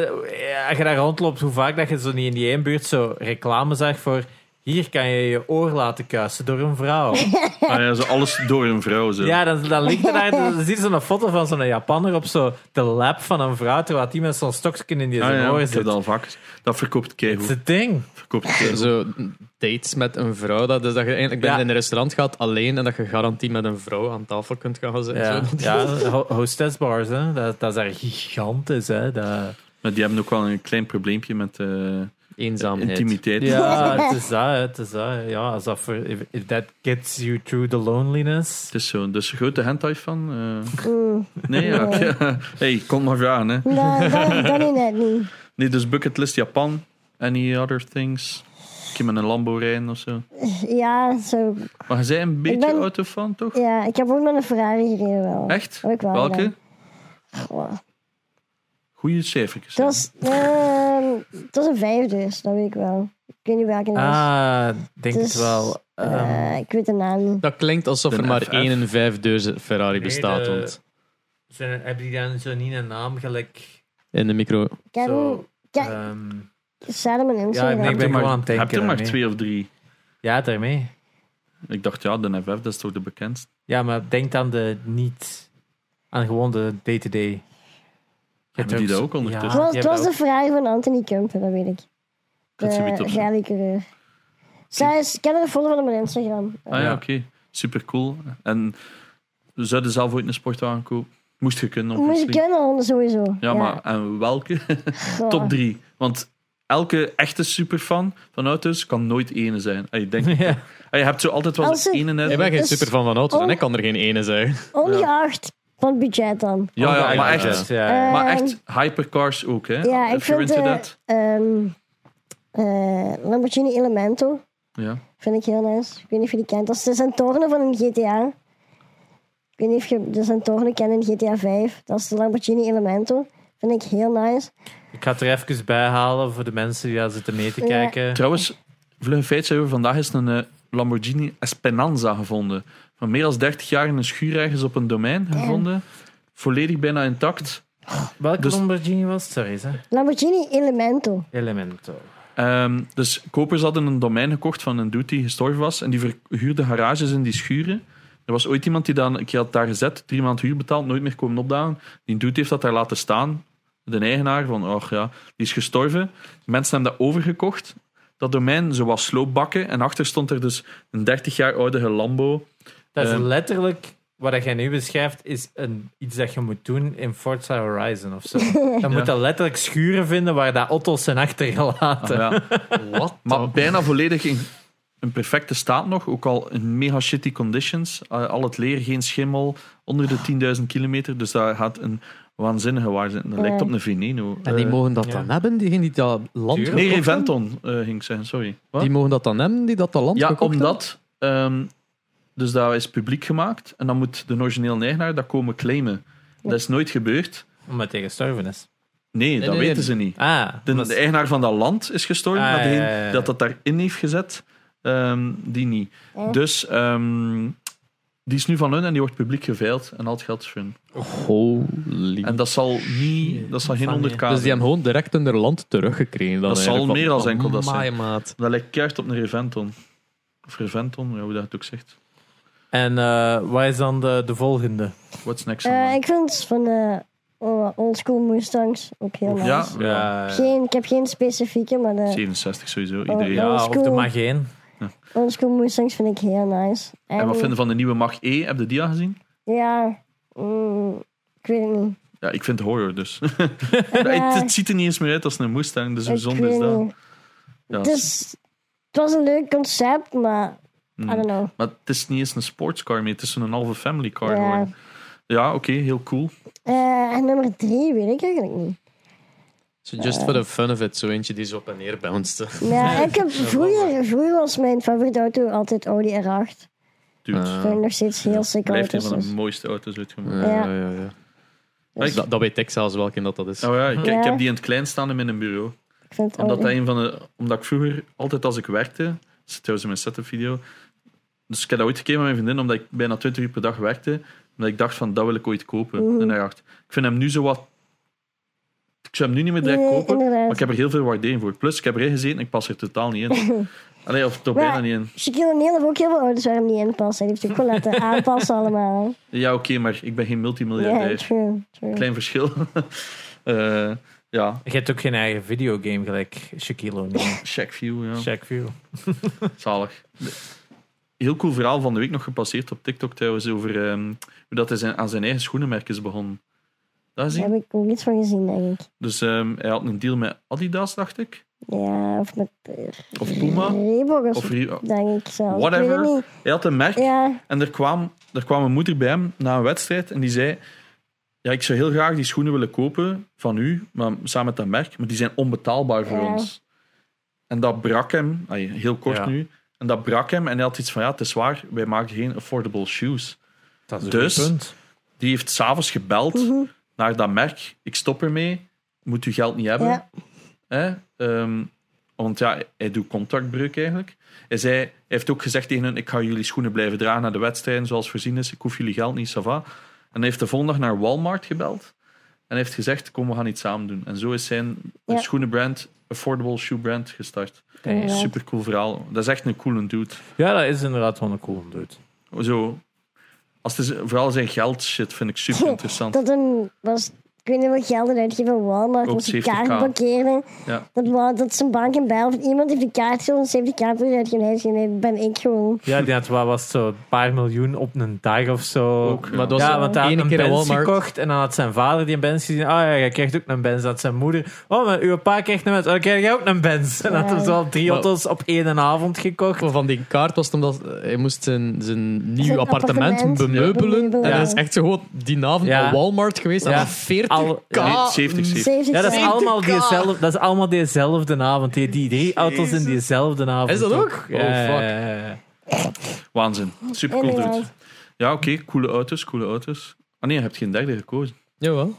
S2: ja, als je daar rondloopt, hoe vaak dat je zo niet in die ene buurt zo reclame zag voor hier kan je je oor laten kuisen door een vrouw.
S1: Ah ja, zo alles door een vrouw. Zo.
S2: Ja, dan, dan ligt er daar, dan zie je zo'n foto van zo'n Japanner op zo de lap van een vrouw, terwijl die met zo'n stokje in die
S1: Ah
S2: zijn
S1: ja,
S2: oor
S1: ik heb
S2: zit.
S1: dat al vaak. Dat verkoopt
S2: Het is
S1: keigoed.
S2: het ding.
S1: Verkoopt keigoed.
S3: Zo dates met een vrouw. Dat, dus dat je eigenlijk binnen
S2: Ja.
S3: in een restaurant gaat alleen en dat je garantie met een vrouw aan tafel kunt gaan gaan zitten.
S2: Ja,
S3: Zo.
S2: ja ho- hostessbars, hè. Dat, dat is daar gigantisch. Hè. Dat,
S1: Maar die hebben ook wel een klein probleempje met eh,
S3: Eenzaamheid.
S1: intimiteit.
S2: ja, het is dat, hè, het is dat. hè. Ja, alsof er- if, if that gets you through the loneliness.
S1: Het is zo. Dus een grote hentai van. eh,
S4: Mm.
S1: nee, ja.
S4: Nee.
S1: oké. hey, kom maar vragen. Hè.
S4: Nou, dat, dat is net niet.
S1: Nee, dus bucketlist Japan. Any other things? Ik heb met een Lambo rijden of zo.
S4: Ja, zo,
S1: Maar je bent een beetje
S4: ben-
S1: autofan, toch?
S4: ja, ik heb ook met een Ferrari gereden wel.
S1: Echt?
S4: Heb ik wel
S1: Welke?
S4: gedaan. Goh.
S1: Goeie cijfertjes.
S4: Het was, ehm, het was een vijf dus, dat weet ik wel. Ik weet niet welke het was.
S2: Ah, ik denk
S4: Dus,
S2: het wel.
S4: Eh,
S2: Ehm,
S4: ik weet de naam niet.
S3: Dat klinkt alsof
S1: De
S3: er maar
S1: FF.
S3: één in vijf deuzen Ferrari
S2: Nee,
S3: bestaat.
S2: de-
S3: want
S2: zijn er- hebben die dan zo niet een naam gelijk?
S3: in de micro.
S4: Ik heb
S2: Zo,
S4: Kijk.
S2: ehm,
S4: hem- staat op mijn Instagram.
S2: Ja, ik
S1: Heb
S2: ben dus-
S1: je maar-
S2: gewoon aan het denken
S1: Heb je er maar
S2: daarmee.
S1: twee of drie?
S2: ja, daarmee.
S1: Ik dacht, ja, de FF, dat is toch de bekendste?
S2: Ja, maar denk aan de niet. Aan gewoon de day-to-day. Je hebt
S1: die dat
S2: zo-
S1: ook ondertussen?
S2: Ja,
S4: het was,
S2: die
S4: het
S2: hebben
S4: was
S2: dat
S4: de vraag van Anthony Kumpen, dat weet ik.
S1: Dat zie ik
S4: De
S1: op-
S4: rallycoureur. Zij is, eh, ik heb een foto van op mijn Instagram.
S1: Ah ja,
S2: Ja.
S1: oké. Super cool. En zou je zelf ooit een sportwagen kopen? Moest je kunnen,
S4: Moet je
S1: obviously.
S4: kunnen, honden sowieso.
S1: Ja, maar en welke?
S4: goh.
S1: Top drie. Want elke echte superfan van auto's kan nooit ene zijn. Ah, Ik denk,
S2: Ja.
S1: Ah, je hebt zo altijd wel
S4: Als
S1: eens
S4: ik-
S1: ene net.
S3: Ik ben geen
S4: Dus-
S3: superfan van auto's en
S4: Oh.
S3: ik kan er geen ene zijn.
S4: Ongeacht van het budget dan.
S1: Ja, ja,
S2: Ongeacht
S1: maar
S2: het,
S1: echt.
S2: Ja, ja.
S4: Eh,
S1: Maar echt hypercars ook, hè?
S4: Ja, ik
S1: If you're
S4: vind
S1: into
S4: de
S1: that.
S4: ehm, eh, Lamborghini Elemento
S1: Ja.
S4: vind ik heel nice. Ik weet niet of je die kent. Dat is de Santorno van een GTA. Ik weet niet of je de Santorno kent in GTA 5. Dat is de Lamborghini Elemento. Vind ik heel nice.
S2: Ik ga het er even bij halen voor de mensen die daar zitten mee te
S4: Ja.
S2: kijken.
S1: Trouwens, vlug een feit zijn we vandaag is een eh, Lamborghini Esperanza gevonden. Van meer dan 30 jaar in een schuur ergens op een domein gevonden. Volledig bijna intact.
S2: Welke
S1: Dus-
S2: Lamborghini was het? Sorry, hè?
S4: Lamborghini Elemento.
S2: Elemento.
S1: Ehm, dus kopers hadden een domein gekocht van een dude die gestorven was. En die verhuurde garages in die schuren. Er was ooit iemand die dan een keer had daar gezet, drie maanden huur betaald, nooit meer komen opdagen. Die dude heeft dat daar laten staan. De eigenaar van, oh ja, die is gestorven. Mensen hebben dat overgekocht. Dat domein, zo was sloopbakken. En achter stond er dus een 30 jaar oude Lambo.
S2: Dat is
S1: Ehm.
S2: letterlijk wat dat jij nu beschrijft, is een, iets dat je moet doen in Forza Horizon of zo. Dan moet je letterlijk schuren vinden waar dat auto's zijn achtergelaten.
S1: Ah, Ja.
S3: Wat?
S1: Maar bijna volledig in een perfecte staat nog. Ook al in mega shitty conditions. Eh, al het leer, geen schimmel. Onder de 10.000 kilometer. Dus daar gaat een waanzinnige waar zijn. Dat lijkt op een Veneno.
S3: En die
S1: Eh,
S3: mogen dat
S2: ja.
S3: dan hebben, diegenen die dat land
S2: Tuurlijk.
S1: nee,
S3: gekocht
S1: Reventon eh, ging ik zeggen, sorry. Wat?
S3: hebben? Die mogen dat dan hebben, die dat dat land
S1: Ja,
S3: gekocht
S1: omdat... ehm, dus dat is publiek gemaakt. En dan moet de originele eigenaar dat komen claimen. Dat is nooit gebeurd.
S2: Omdat hij gestorven is.
S1: Nee, dat
S3: nee,
S1: weten
S3: nee.
S1: ze niet.
S2: Ah,
S1: De,
S2: dat
S1: de
S2: is-
S1: eigenaar van dat land is gestorven,
S2: Ah,
S1: maar degene
S2: ja, ja, ja.
S1: die dat dat daarin heeft gezet, ehm, die niet.
S4: Ja.
S1: Dus ehm, die is nu van hun en die wordt publiek geveild en al het geld is van hun.
S3: hebben? Holy.
S1: En dat zal, niet, dat zal geen
S2: Van,
S1: 100k
S3: dus die
S1: zijn.
S3: hebben gewoon direct hun land teruggekregen. Dan
S1: Dat zal
S3: eigenlijk.
S1: meer
S3: Van,
S1: als enkel dat zijn.
S3: amai, maat.
S1: Dat lijkt keihard op een Reventon. Of Reventon, ja, hoe dat het ook zegt.
S2: En eh, wat is dan de, de volgende?
S1: What's next?
S4: Eh,
S1: on
S4: ik vind van eh, de oldschool Mustangs ook heel nice.
S1: Ja.
S4: Geen, ik heb geen specifieke, maar eh, de
S1: 67 sowieso, iedereen.
S4: Oh, ja.
S2: ja of er
S4: Oldschool.
S2: maar geen.
S4: oldschool Mustangs vind ik heel nice.
S1: En wat vinden van de nieuwe Mach E? Heb je die al gezien?
S4: Ja, mm, ik weet het niet.
S1: Ja, ik vind het horror dus. het, het ziet er niet eens meer uit als een Mustang, dus hoe
S4: Eh. Ik
S1: zonde
S4: weet
S1: is dat?
S4: niet. Dus,
S1: Ja,
S4: Het, is- het was een leuk concept, maar I
S1: mm.
S4: don't know.
S1: Maar het is niet eens een sportscar meer, het is een halve family car
S4: Ja.
S1: geworden. Ja, oké, heel cool.
S4: Eh, en nummer drie weet ik eigenlijk niet.
S3: So just for the fun of it, zo eentje die zo op en neer bounced.
S4: Ja, ik heb vroeger, vroeger was mijn favoriete auto altijd Audi R8.
S1: Dude,
S3: Ah.
S4: Vind ik nog steeds heel sick
S1: blijft een
S4: auto's.
S1: van de
S4: dus.
S1: mooiste auto's uitgemaakt.
S3: Ja, ja, ja. ja.
S1: Ja, ik-
S3: Dat, dat weet ik zelfs welke dat, dat is.
S1: Oh ja, ik,
S4: Ja. Oh,
S1: ik heb die in het klein staan in mijn bureau.
S4: Ik vind
S1: Omdat, dat
S4: Audi.
S1: een van de, omdat ik vroeger, altijd als ik werkte, dat zit trouwens in mijn setup video. Dus ik heb dat ooit gekeken met mijn vriendin, omdat ik bijna 20 uur per dag werkte. Omdat ik dacht van, dat wil ik ooit kopen. En hij dacht, ik vind hem nu zo wat... Ik zou hem nu niet meer direct
S4: Nee,
S1: kopen,
S4: inderdaad.
S1: maar ik heb er heel veel waardering voor. Plus, ik heb erin gezeten en ik pas er totaal niet in. Allee, of toch
S4: Maar-
S1: bijna niet in.
S4: Shaquille O'Neal heeft ook heel veel auto's waar hem niet in passen. Die heeft hij ook wel laten aanpassen allemaal.
S1: Ja, oké, maar ik ben geen
S4: Ja,
S1: multimiljardair.
S4: true, true.
S1: Klein verschil. Eh, ja,
S2: Je hebt ook geen eigen videogame gelijk Shaquille O'Neal.
S1: check view, ja.
S2: Shaqview.
S1: Zalig. Heel cool verhaal van de week nog gepasseerd op TikTok trouwens over ehm, hoe dat hij zijn, aan zijn eigen schoenenmerk is begonnen. Dat is
S4: Daar
S1: hij.
S4: heb ik ook iets van gezien, denk ik.
S1: Dus ehm, hij had een deal met Adidas, dacht ik.
S4: Ja, of met eh,
S1: Of Puma.
S4: Reebok of
S1: Of Rio.
S4: denk ik zelf. Ik weet het
S1: Whatever.
S4: niet.
S1: Hij had een merk
S4: Ja,
S1: en er kwam, er kwam een moeder bij hem na een wedstrijd en die zei... Ja, ik zou heel graag die schoenen willen kopen van u, maar samen met dat merk, maar die zijn onbetaalbaar voor
S4: Ja.
S1: ons. En dat brak hem, ai, heel kort
S2: Ja.
S1: nu, en dat brak hem en hij had iets van, ja, het is waar, wij maken geen affordable shoes.
S2: Dat is een
S1: Dus?
S2: goed punt.
S1: Die heeft s'avonds gebeld
S4: Mhm.
S1: naar dat merk. Ik stop ermee. Moet u geld niet hebben.
S4: Ja.
S1: Hè? Ehm, want ja, hij doet contractbreuk eigenlijk. Hij, zei, hij heeft ook gezegd tegen hen... Ik ga jullie schoenen blijven dragen naar de wedstrijden zoals voorzien is. Ik hoef jullie geld niet, ça va. En hij heeft de volgende dag naar Walmart gebeld. En heeft gezegd, kom, we gaan iets samen doen. En zo is zijn
S4: Ja.
S1: schoenenbrand, affordable shoe brand, gestart.
S4: Damn. Ja.
S1: Super cool verhaal. Dat is echt een coole dude.
S2: Ja, dat is inderdaad wel een cool dude.
S1: Zo, als het is, vooral zijn geld shit vind ik super interessant.
S4: dat hem was... Ik weet niet hoeveel geld hij uitgeeft van Walmart.
S1: Ook
S4: Als hij
S1: 70k.
S4: kaart blokkeerde.
S1: Ja.
S4: Dat, wa- dat zijn bank en bij. Of iemand heeft die kaart gewoon 70k voor uitgegeven. Hij zei, nee, dat ben ik gewoon.
S2: Ja, die had, wat was het, zo, een paar miljoen op een dag of zo.
S1: Ook, ja.
S3: Maar dat was
S2: ja, want hij had
S3: één
S2: een
S3: keer in
S2: Benz
S3: Walmart.
S2: gekocht en dan had zijn vader die een Benz gezien. Ah ja, jij krijgt ook een Benz. Dat zijn moeder. Oh, maar uw pa krijgt een Benz. Oh, dan krijg jij ook een Benz. En dan had hem zo al drie
S3: Maar-
S2: auto's op één avond gekocht.
S3: Maar Van die kaart was het omdat hij moest zijn, zijn nieuw
S4: Zijn
S3: appartement,
S4: appartement
S3: bemeubelen.
S4: bemeubelen.
S3: En
S4: Ja.
S3: hij is echt zo gewoon die avond
S2: Ja.
S3: naar Walmart geweest.
S2: Ja.
S3: En 40k.
S2: Al-
S1: Nee, 70, 70.
S4: 70
S2: Ja, dat is
S4: cent.
S2: allemaal, diezelfde, dat is allemaal diezelfde avond. Die, die drie auto's in diezelfde avond.
S3: Is dat ook?
S2: Ja,
S3: Oh, fuck.
S2: ja, ja, ja.
S1: Waanzin. Super cool
S4: Inderdaad.
S1: dude. Ja, oké, coole auto's, coole auto's. Ah nee, je hebt geen derde gekozen.
S3: Jawel.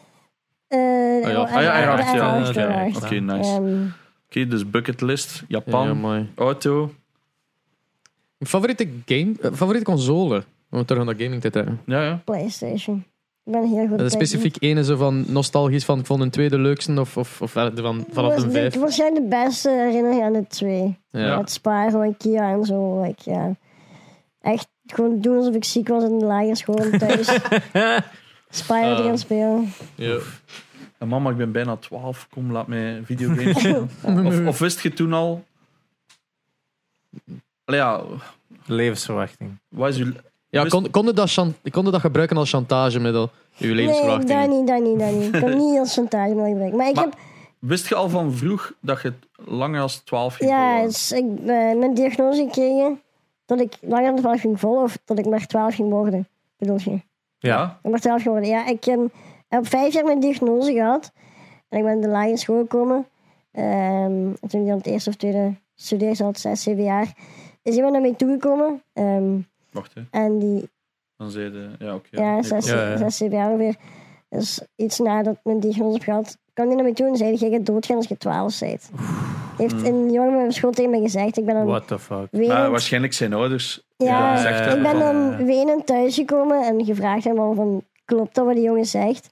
S4: Eh,
S3: Ah ja,
S4: oh,
S3: ah
S1: Ah ja,
S4: en-
S1: r
S4: en-
S1: ja.
S4: en-
S2: R8,
S1: Oké,
S2: ja.
S4: en-
S2: R8.
S1: Oké, nice. Oké,
S4: Ehm,
S1: dus bucketlist,
S3: Ja,
S1: Japan,
S3: mooi.
S1: auto.
S3: Mijn favoriete game, eh, favoriete console. Om het terug naar gaming te trekken.
S1: Ja, ja.
S4: PlayStation. Ik ben heel goed.
S3: En specifiek ene zo van nostalgisch van ik vond een tweede leukste of, of, of eh, van, vanaf een vijf.
S4: Ik was jij de beste herinner je aan de twee.
S3: Ja.
S4: Met Spyro en Kia en zo. Like, ja. Echt gewoon doen alsof ik ziek was in de lagere school en thuis. Spyro
S3: Eh,
S4: te gaan spelen.
S3: Ja.
S1: En mama, ik ben bijna 12. Kom, laat mij videogames spelen. of, of wist je toen al... Allee, ja,
S2: Levensverwachting.
S1: wat is uw...
S3: Ja, kon, kon, je dat chan- kon je dat gebruiken als chantagemiddel? Uw
S4: Nee,
S3: levensverwachting.
S4: dat niet, dat niet, dat niet. Ik kan niet als chantage meer gebruiken. Maar ik
S1: Maar-
S4: heb...
S1: Wist je al van vroeg dat je langer als 12 ging
S4: Ja,
S1: volhouden?
S4: dus ik, eh, mijn diagnose gekregen dat ik langer dan 12 ging vol of dat ik maar 12 ging worden. Bedoel je?
S2: Ja.
S4: Ik ben 12 geworden. Ja, ik ehm, heb op vijf jaar mijn diagnose gehad. En ik ben in de lagere school gekomen. Ehm, en toen ik dan het eerste of tweede studie zat, zes, zeven jaar, is iemand naar mij toegekomen. ehm,
S1: Wacht, hè.
S4: en die,
S1: Dan zei je... Ja, oké.
S4: ja,
S1: Nee,
S4: zes,
S1: klopt.
S2: Ja, ja.
S4: zes, zeven jaar ongeveer. Dus iets nadat ik mijn diagnose heb gehad, kwam die naar mij toe en zei: Jij gaat doodgaan als je 12 bent. Heeft een jongen van mijn school tegen mij gezegd. Ik ben dan
S2: What the fuck.
S1: Maar
S4: weer
S1: waarschijnlijk zijn ouders...
S4: Ja,
S1: Ja, zegt hij
S4: ik ben
S1: van,
S4: dan
S2: eh,
S4: wenend thuisgekomen en gevraagd hem al van, klopt dat wat die jongen zegt?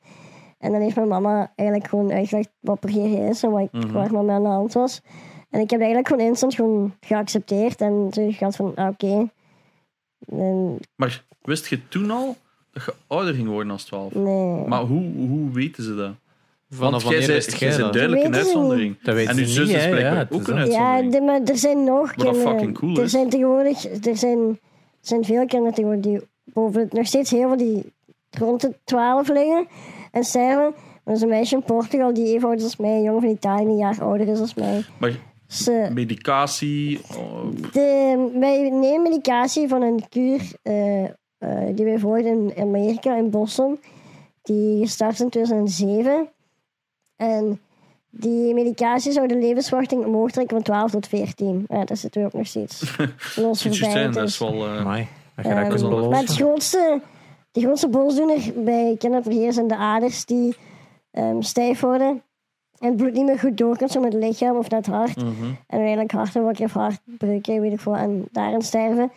S4: En dan heeft mijn mama eigenlijk gewoon uitgelegd wat PGG is en wat ik, waar met mij aan de hand was. En ik heb dat eigenlijk gewoon instant gewoon geaccepteerd en zo gehad van, ah, oké. En
S1: Maar wist je toen al dat je ouder ging worden als 12?
S4: Nee.
S1: Maar hoe, hoe weten ze dat?
S3: Vanaf
S1: jij
S3: wanneer
S1: zei-
S3: wist jij
S1: jij zei
S3: dat?
S1: duidelijk een
S4: Dat weten ze
S1: uitzondering.
S2: Dat weten
S1: En uw
S2: ze
S1: zus
S2: niet,
S1: is
S2: hè?
S1: blijkbaar
S2: Ja, het
S1: ook
S2: is
S1: een
S2: dat.
S4: ja,
S1: uitzondering.
S4: de- maar er zijn nog kinderen.
S1: fucking cool
S4: er
S1: is.
S4: zijn tegenwoordig er zijn, zijn veel kinderen tegenwoordig die boven, nog steeds heel veel die rond de 12 liggen en sterven. Maar er is een meisje in Portugal die even oud is als mij, een jongen van Italië die een jaar ouder is als mij.
S1: Maar
S4: Ze,
S1: medicatie... oh,
S4: de, wij nemen medicatie van een kuur eh, eh, die wij ooit in Amerika, in Boston, die gestart is in 2007. En die medicatie zou de levensverwachting omhoog trekken van 12 tot 14. Ja, daar zitten we ook nog steeds los
S1: Ziet je
S4: voorbij.
S1: zijn, dat
S4: dus.
S1: is wel... eh,
S2: Amai, dat je dat
S4: Ehm,
S2: kunt
S1: maar
S4: Maar het
S2: beloven.
S4: grootste, de grootste boosdoener bij kinderverheers zijn de aders die ehm, stijf worden. En het bloed niet meer goed door kan zo met het lichaam of naar het hart.
S1: mhm.
S4: En uiteindelijk hartinfarct of hartbreuken, weet ik veel, en daarin sterven.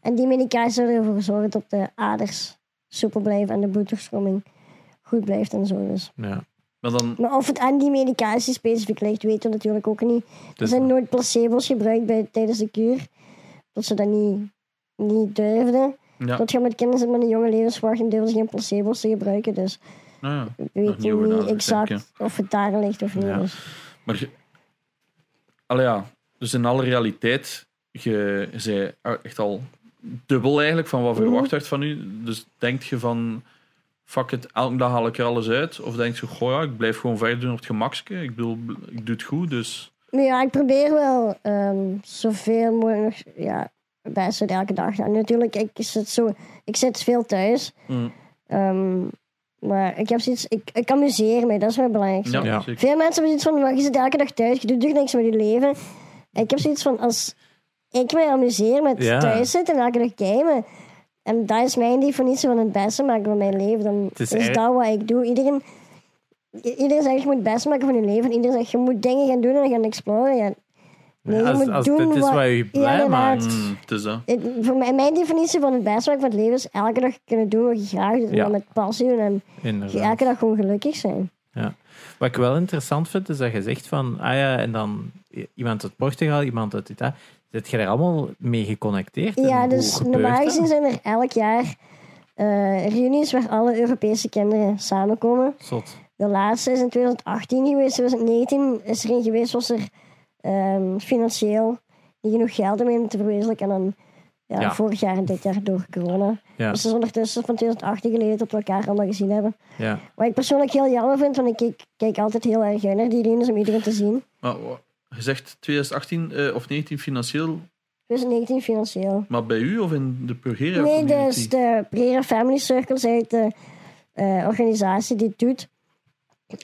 S4: En die medicatie zou ervoor zorgen dat de aders soepel blijven en de bloeddoorstroming goed blijft en zo dus.
S2: Ja.
S1: Maar dan...
S4: Maar of het aan die medicatie specifiek ligt, weten we natuurlijk ook niet. Er
S1: Dus
S4: zijn nooit placebo's gebruikt bij, tijdens de kuur. Dat ze dat niet, niet durfden.
S1: Ja,
S4: Dat je met kinderen zit met een jonge levensverwachting, durven ze geen placebo's te gebruiken. Dus
S1: nou ja.
S4: we
S1: niet
S4: weten
S1: over
S4: niet,
S1: nagedacht,
S4: exact
S1: denk
S4: of het daar ligt of niet.
S2: Ja.
S4: Dus.
S1: Maar, je- allee ja, dus in alle realiteit, je zei ah, echt al dubbel eigenlijk van wat verwacht werd van u. Dus denk je van, fuck it, elke dag haal ik er alles uit? Of denk je, goh ja, ik blijf gewoon verder doen op het gemakske. Ik bedoel, ik doe het goed, dus...
S4: Maar ja, ik probeer wel ehm, zoveel mogelijk, nog- ja, best wel elke dag. Nou, natuurlijk, ik zit, zo, ik zit veel thuis.
S1: Mm.
S4: Ehm, maar ik heb zoiets, ik, ik amuseer me, dat is mijn belangrijkste.
S1: Ja,
S3: Ja.
S1: zeker.
S4: Veel mensen hebben zoiets van, maar je zit elke dag thuis, je doet toch niks met je leven. En ik heb zoiets van, als ik me amuseer met
S2: Ja.
S4: thuis zitten en elke dag gamen, en dat is mijn definitie van het beste maken van mijn leven, dan
S2: is
S4: is,
S2: erg-
S4: dat wat ik doe. Iedereen, i- iedereen zegt, je moet het beste maken van je leven. En iedereen zegt, je moet dingen gaan doen en gaan exploren. Ja, nee, je
S2: als
S4: moet
S2: als
S4: doen
S2: dit is
S4: wat-
S2: wat je blij
S4: inderdaad.
S2: maakt.
S1: Mm, het is dat.
S4: het- voor mij, mijn definitie van het beste maken van het leven is elke dag kunnen doen wat je graag doet. en
S2: Ja.
S4: dat met passie doen en
S2: Inderdaad.
S4: elke dag gewoon gelukkig zijn.
S2: Wat ik wel interessant vind, is dat je zegt van, ah ja, en dan i- iemand uit Portugal, iemand uit Italië. Zit je daar allemaal mee geconnecteerd? En
S4: Ja,
S2: hoe
S4: dus
S2: gebeurt
S4: normaal
S2: dat?
S4: gezien zijn er elk jaar eh, reunies waar alle Europese kinderen samenkomen.
S2: Zot.
S4: De laatste is in 2018 geweest. 2019 is er een geweest, was er ehm, financieel niet genoeg geld om hem te verwezenlijken. En dan ja,
S2: Ja.
S4: vorig jaar en dit jaar door corona.
S2: Ja,
S4: Dus het is ondertussen van 2018 geleden dat we elkaar allemaal gezien hebben.
S2: ja.
S4: Wat ik persoonlijk heel jammer vind, want ik kijk, kijk altijd heel erg uit naar die reunies om iedereen te zien.
S1: Maar wa- je zegt 2018 eh, of 19 financieel,
S4: 2019 financieel.
S1: maar bij u of in de Purgera
S4: nee,
S1: community?
S4: dus de Brera Family Circle is eigenlijk de eh, organisatie die het doet.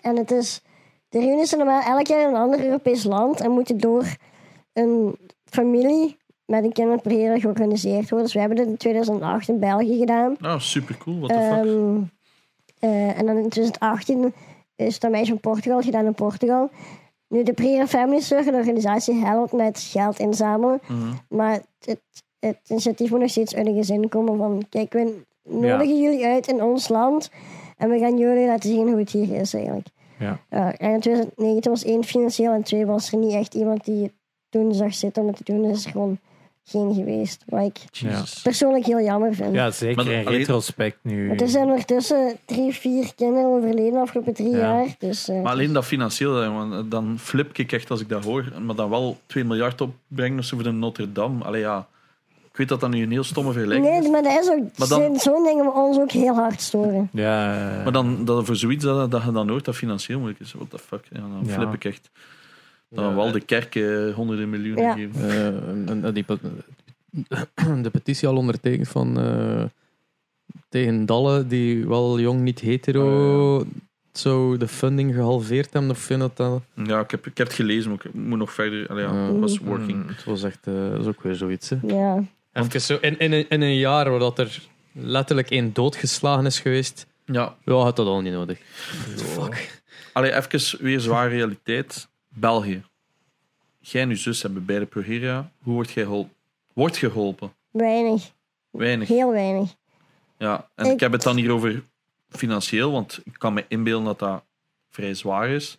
S4: En het is... De reunies zijn normaal elk jaar in een ander Europees land en moeten door een familie met een kind met Brera georganiseerd worden. Dus we hebben dit in 2008 in België gedaan.
S1: Nou, supercool, what the fuck.
S4: Ehm, eh, en dan in 2018 is dat meisje van Portugal gedaan in Portugal. Nu, de Brera Family Circle, de organisatie, helpt met geld inzamelen.
S1: Mhm.
S4: Maar het, het, het initiatief moet nog steeds uit een gezin komen van... Kijk, we nodigen jullie uit in ons land. En we gaan jullie laten zien hoe het hier is eigenlijk.
S2: Ja.
S4: Eh, en in 2019 was één financieel en twee was er niet echt iemand die het toen zag zitten om het te doen. Dus is er gewoon geen geweest. Wat ik
S1: Jesus.
S4: persoonlijk heel jammer vind.
S2: ja zeker
S1: Maar
S2: in
S1: alleen-
S2: retrospect nu.
S4: Want er zijn ondertussen drie, vier kinderen overleden de afgelopen drie
S2: Ja.
S4: jaar. Dus, eh,
S1: Maar alleen dat financieel, hè, want eh, dan flip ik echt als ik dat hoor. Maar dan wel 2 miljard opbrengen of zo voor de Notre Dame. Allee, ja. Ik weet dat dat nu een heel stomme vergelijking is.
S4: nee, maar dat is ook
S1: dus- Maar dan-
S4: zijn- zo'n ding om ons ook heel hard storen.
S2: Ja, eh,
S1: Maar dan dat voor zoiets dat, dat je dan hoort dat financieel moeilijk is. What the fuck. Ja, dan
S2: Ja.
S1: flip ik echt. Dan wel de kerken honderden miljoenen
S4: Ja.
S1: geven.
S3: Eh, en- en die pe- de petitie al ondertekend van eh, tegen Dalle, die wel jong, niet hetero, zou de funding gehalveerd hebben of vind dat dat?
S1: Ja, ik heb, ik heb het gelezen, maar ik moet nog verder. Allee, ja,
S3: Ja.
S1: was working.
S3: Mm, het was echt, eh, dat is ook weer zoiets. Hè.
S4: Ja.
S3: Even zo, in, in, een- in een jaar waar dat er letterlijk één doodgeslagen is geweest,
S1: Ja.
S3: ja, had dat al niet nodig.
S1: Allee, even weer zware realiteit. België. Jij en je zus hebben beide Progeria. Hoe wordt jij geholpen? Wordt geholpen?
S4: Weinig.
S1: Weinig.
S4: Heel weinig.
S1: Ja, en ik...
S4: Ik-
S1: heb het dan hier over financieel, want ik kan me inbeelden dat dat vrij zwaar is.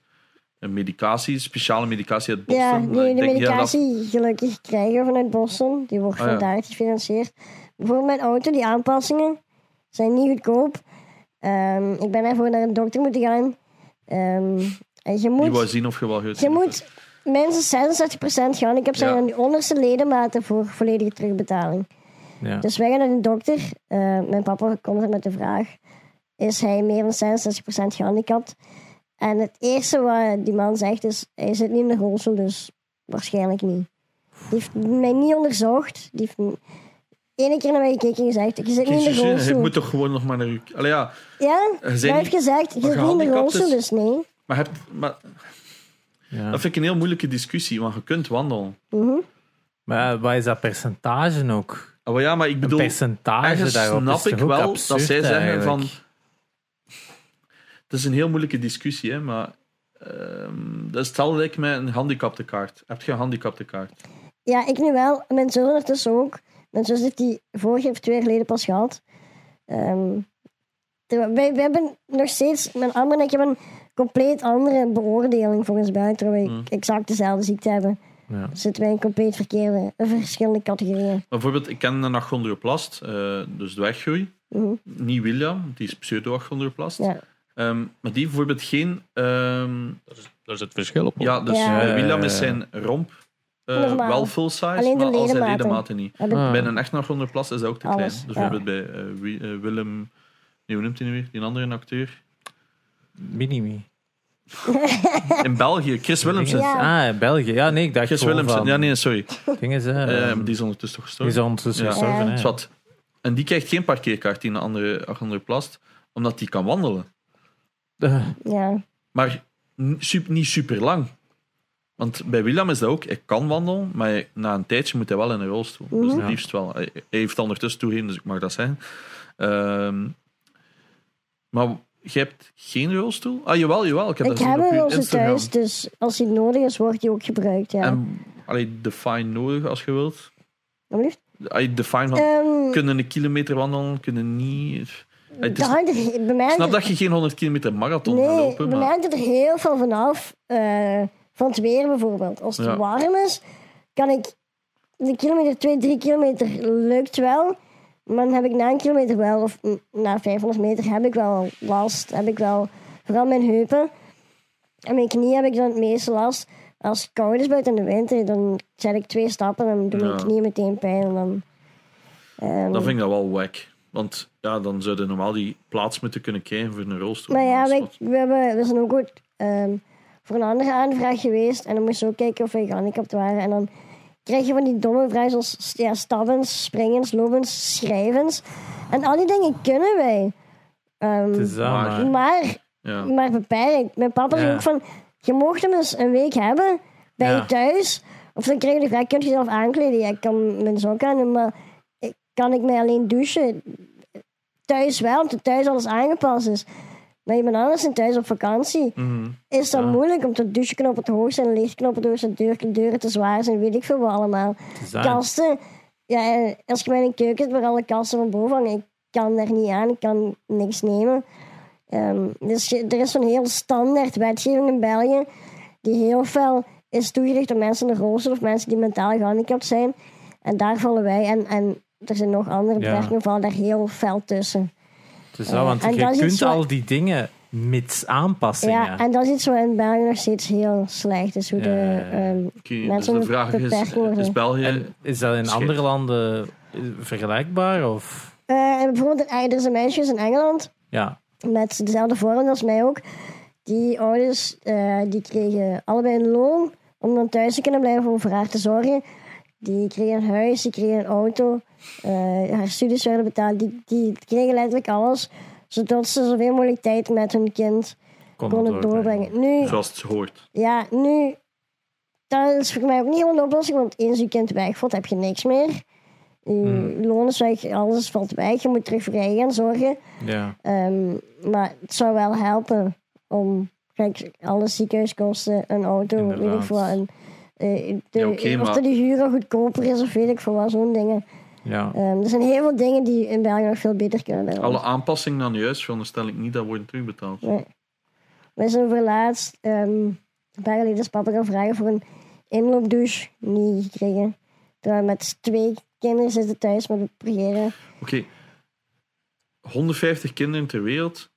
S1: Een medicatie, speciale medicatie uit Boston.
S4: Ja,
S1: maar
S4: die,
S1: ik
S4: die
S1: denk niet dat dat-
S4: medicatie gelukkig krijgen we vanuit Boston. Die wordt
S1: Ah, ja.
S4: vandaag gefinancierd. Bijvoorbeeld mijn auto, die aanpassingen zijn niet goedkoop. Ehm, ik ben daarvoor naar een dokter moeten gaan. Ehm, en je
S1: Die wou
S4: moet,
S1: zien of je wel goed
S4: je moet mensen 36% gaan. Ik heb zijn
S1: Ja.
S4: aan die onderste ledematen voor volledige terugbetaling.
S2: ja.
S4: Dus wij gaan naar de dokter. Eh, mijn papa komt er met de vraag: is hij meer dan 66% gehandicapt? En het eerste wat die man zegt is: hij zit niet in de rolstoel, dus waarschijnlijk niet. Die heeft mij niet onderzocht. Die heeft, ene keer naar mij gekeken en gezegd, je zit niet in de
S1: Jezus, je
S4: rolstoel.
S1: moet Eh, toch gewoon nog maar naar je... Allee, ja,
S4: Ja,
S1: je
S4: maar
S1: zei
S4: hij
S1: niet-
S4: heeft gezegd, je zit niet in de
S1: gehandicapt
S4: rolstoel,
S1: is-
S4: dus nee.
S1: maar, heb, maar
S2: Ja.
S1: dat vind ik een heel moeilijke discussie, want je kunt wandelen.
S4: Mhm.
S2: Maar ja, wat is dat percentage ook?
S1: Ah, maar ja, maar ik
S2: Een
S1: bedoel,
S2: percentage
S1: ergens
S2: daarop
S1: snap
S2: is toch
S1: ik
S2: ook
S1: wel
S2: absurd
S1: dat zij zeggen
S2: eigenlijk?
S1: van... Het is een heel moeilijke discussie, hè, maar... ehm dat is hetzelfde like met een handicapte kaart. Heb je een handicapte kaart?
S4: Ja, ik nu wel. En Mijn zus ondertussen ook. Mijn zus heeft die vorig jaar of twee jaar geleden pas gehad. Ehm, terwijl- wij, wij hebben nog steeds, mijn andere en ik hebben een compleet andere beoordeling volgens mij, terwijl we
S1: Hmm.
S4: exact dezelfde ziekte hebben.
S2: Ja.
S4: Dus zitten wij in compleet verkeerde, eh, verschillende categorieën.
S1: Bijvoorbeeld, ik ken een achondroplast, eh dus dwerggroei.
S4: Mhm.
S1: Niet William, die is pseudo-achondroplast.
S4: Ja.
S1: Ehm, maar die heeft bijvoorbeeld geen... ehm,
S3: Daar zit verschil op.
S1: ja, dus
S4: Ja.
S1: eh, William is zijn romp eh,
S4: Normaal.
S1: wel full size,
S4: Alleen de
S1: maar al zijn
S4: ledematen.
S1: ledematen niet.
S4: Hebben-
S3: Ah.
S1: Bij een echt achondroplast is dat ook te klein.
S4: Alles,
S1: Dus
S4: ja.
S1: bijvoorbeeld bij eh, Wi- eh, Willem... Nee, hoe noemt hij nu weer? Die andere acteur.
S2: Minimi.
S1: In België, Chris Willemsen.
S4: Ja.
S2: Ah, in België. Ja, nee, ik dacht
S1: Chris
S2: gewoon
S1: Willemsen,
S2: van...
S1: ja nee, sorry.
S2: Dingen ze,
S1: Eh,
S2: ehm,
S1: die is ondertussen toch
S2: die
S1: gestorven.
S2: zijn ondertussen
S1: Ja.
S2: gestorven,
S4: Ja.
S2: hè.
S1: Dus wat- En die krijgt geen parkeerkaart die een andere, andere plast, omdat die kan wandelen.
S2: Eh,
S4: Ja.
S1: Maar n- sup- niet super lang. Want bij William is dat ook, ik kan wandelen, maar hij- na een tijdje moet hij wel in een rolstoel. Dus
S4: Mhm.
S1: het liefst wel. Hij hij heeft ondertussen toegeven, dus ik mag dat zeggen. Ehm, maar je hebt geen rolstoel? Ah, jawel, jawel. Ik heb
S4: Ik
S1: dat gezien
S4: heb
S1: op
S4: hem
S1: uw
S4: wel zo
S1: Instagram.
S4: thuis, dus als hij nodig is, wordt hij ook gebruikt. Ja.
S1: En, allee, define nodig als je wilt.
S4: Alsjeblieft.
S1: Allee, define van,
S4: Ehm,
S1: kunnen een kilometer wandelen, kunnen niet. Het is-
S4: dat hangt er- bij mij
S1: Ik snap
S4: hangt
S1: dat je geen 100 kilometer marathon gaat
S4: Nee,
S1: lopen,
S4: bij
S1: maar
S4: mij hangt het er heel veel vanaf. eh, van het weer bijvoorbeeld. Als het
S1: Ja.
S4: warm is, kan ik de kilometer, twee, drie kilometer lukt wel. Maar dan heb ik na een kilometer wel, of mm, na 500 meter, heb ik wel last. Heb ik wel, vooral mijn heupen. En mijn knie heb ik dan het meeste last. Als het koud is buiten in de winter, dan zet ik twee stappen en dan doe mijn
S1: Ja.
S4: knieën meteen pijn. En dan, ehm,
S1: dan vind ik dat wel wack. Want ja, dan zou je normaal die plaats moeten kunnen krijgen voor een rolstoel.
S4: Maar ja,
S1: Dat is
S4: wij,
S1: wat-
S4: we, hebben, we zijn ook ooit ehm, voor een andere aanvraag geweest. En dan moesten we ook kijken of wij gehandicapt waren. En dan krijg je van die domme vragen zoals ja, stabbens, springens, lopens, schrijvens. En al die dingen kunnen wij. Ehm,
S2: het is dat,
S1: Maar-
S2: maar-
S4: maar,
S1: ja.
S4: maar beperkt. Mijn papa zei
S2: Ja.
S4: ook van, je mocht hem eens een week hebben bij
S2: Ja.
S4: je thuis. Of dan kreeg je de vraag, kun je jezelf aankleden? Ja, ik kan mijn sok aan doen, maar ik- kan ik mij alleen douchen? Thuis wel, omdat thuis alles aangepast is. Maar iemand anders in thuis op vakantie
S1: Mhm.
S4: is dat
S2: Ja.
S4: moeilijk om de doucheknoppen te hoog zijn, de lichtknoppen te hoog zijn, deur, deuren te zwaar zijn, weet ik veel wat allemaal.
S2: het is dat.
S4: Kasten, ja, en als je mij in een keuken hebt waar alle kasten van boven hangen, ik kan daar niet aan, ik kan niks nemen. Ehm, dus je- er is zo'n heel standaard wetgeving in België die heel veel is toegericht op mensen in de rolstoel of mensen die mentaal gehandicapt zijn. En daar vallen wij en, en er zijn nog andere
S2: Ja.
S4: beperkingen, vallen daar heel fel tussen.
S2: Het is Dus dat, want
S4: en dat
S2: je
S4: is
S2: kunt
S4: iets wat-
S2: al die dingen mits aanpassingen.
S4: Ja, en dat is iets wat in België nog steeds heel slecht is. Hoe
S2: Ja, ja,
S4: de,
S2: ja.
S4: ehm,
S1: Oké, dus
S4: Mensen
S1: de vraag
S4: met
S1: is,
S4: beperkingen.
S1: is België...
S2: En is dat in
S1: Schrik.
S2: andere landen eh, vergelijkbaar? Of?
S4: Eh, en bijvoorbeeld, er is een meisje in Engeland
S2: Ja.
S4: met dezelfde voorbeelden als mij ook. Die ouders eh, die kregen allebei een loon om dan thuis te kunnen blijven om voor haar te zorgen. Die kregen een huis, die kregen een auto. eh, haar studies werden betaald. Die, die kregen letterlijk alles. Zodat ze zoveel mogelijk tijd met hun kind
S2: Kon dat
S4: konden
S2: doorbrengen.
S4: doorbrengen. Nu,
S1: Zoals het hoort.
S4: ja, nu... Dat is voor mij ook niet helemaal de oplossing, want eens je kind wegvalt, heb je niks meer. Je loon is weg, alles valt weg. Je moet terug voor je eigen gaan zorgen.
S2: Ja.
S4: Ehm, maar het zou wel helpen om kijk, alle ziekenhuiskosten, een auto,
S2: Inderdaad.
S4: weet ik veel wat. En, eh, de,
S1: Ja, oké,
S4: of
S1: maar-
S4: dat de huur al goedkoper is of weet ik veel wat, zo'n dingen.
S2: ja.
S4: Ehm, er zijn heel veel dingen die in België nog veel beter kunnen. dan
S1: Alle aanpassingen aan je huis veronderstel ik niet dat worden terugbetaald.
S4: Nee. Wij zijn verlaatst, ehm een paar jaar geleden is papa gaan vragen voor een inloopdouche. Niet gekregen. Terwijl we met twee kinderen zitten thuis met het proberen.
S1: Oké, 150 kinderen ter wereld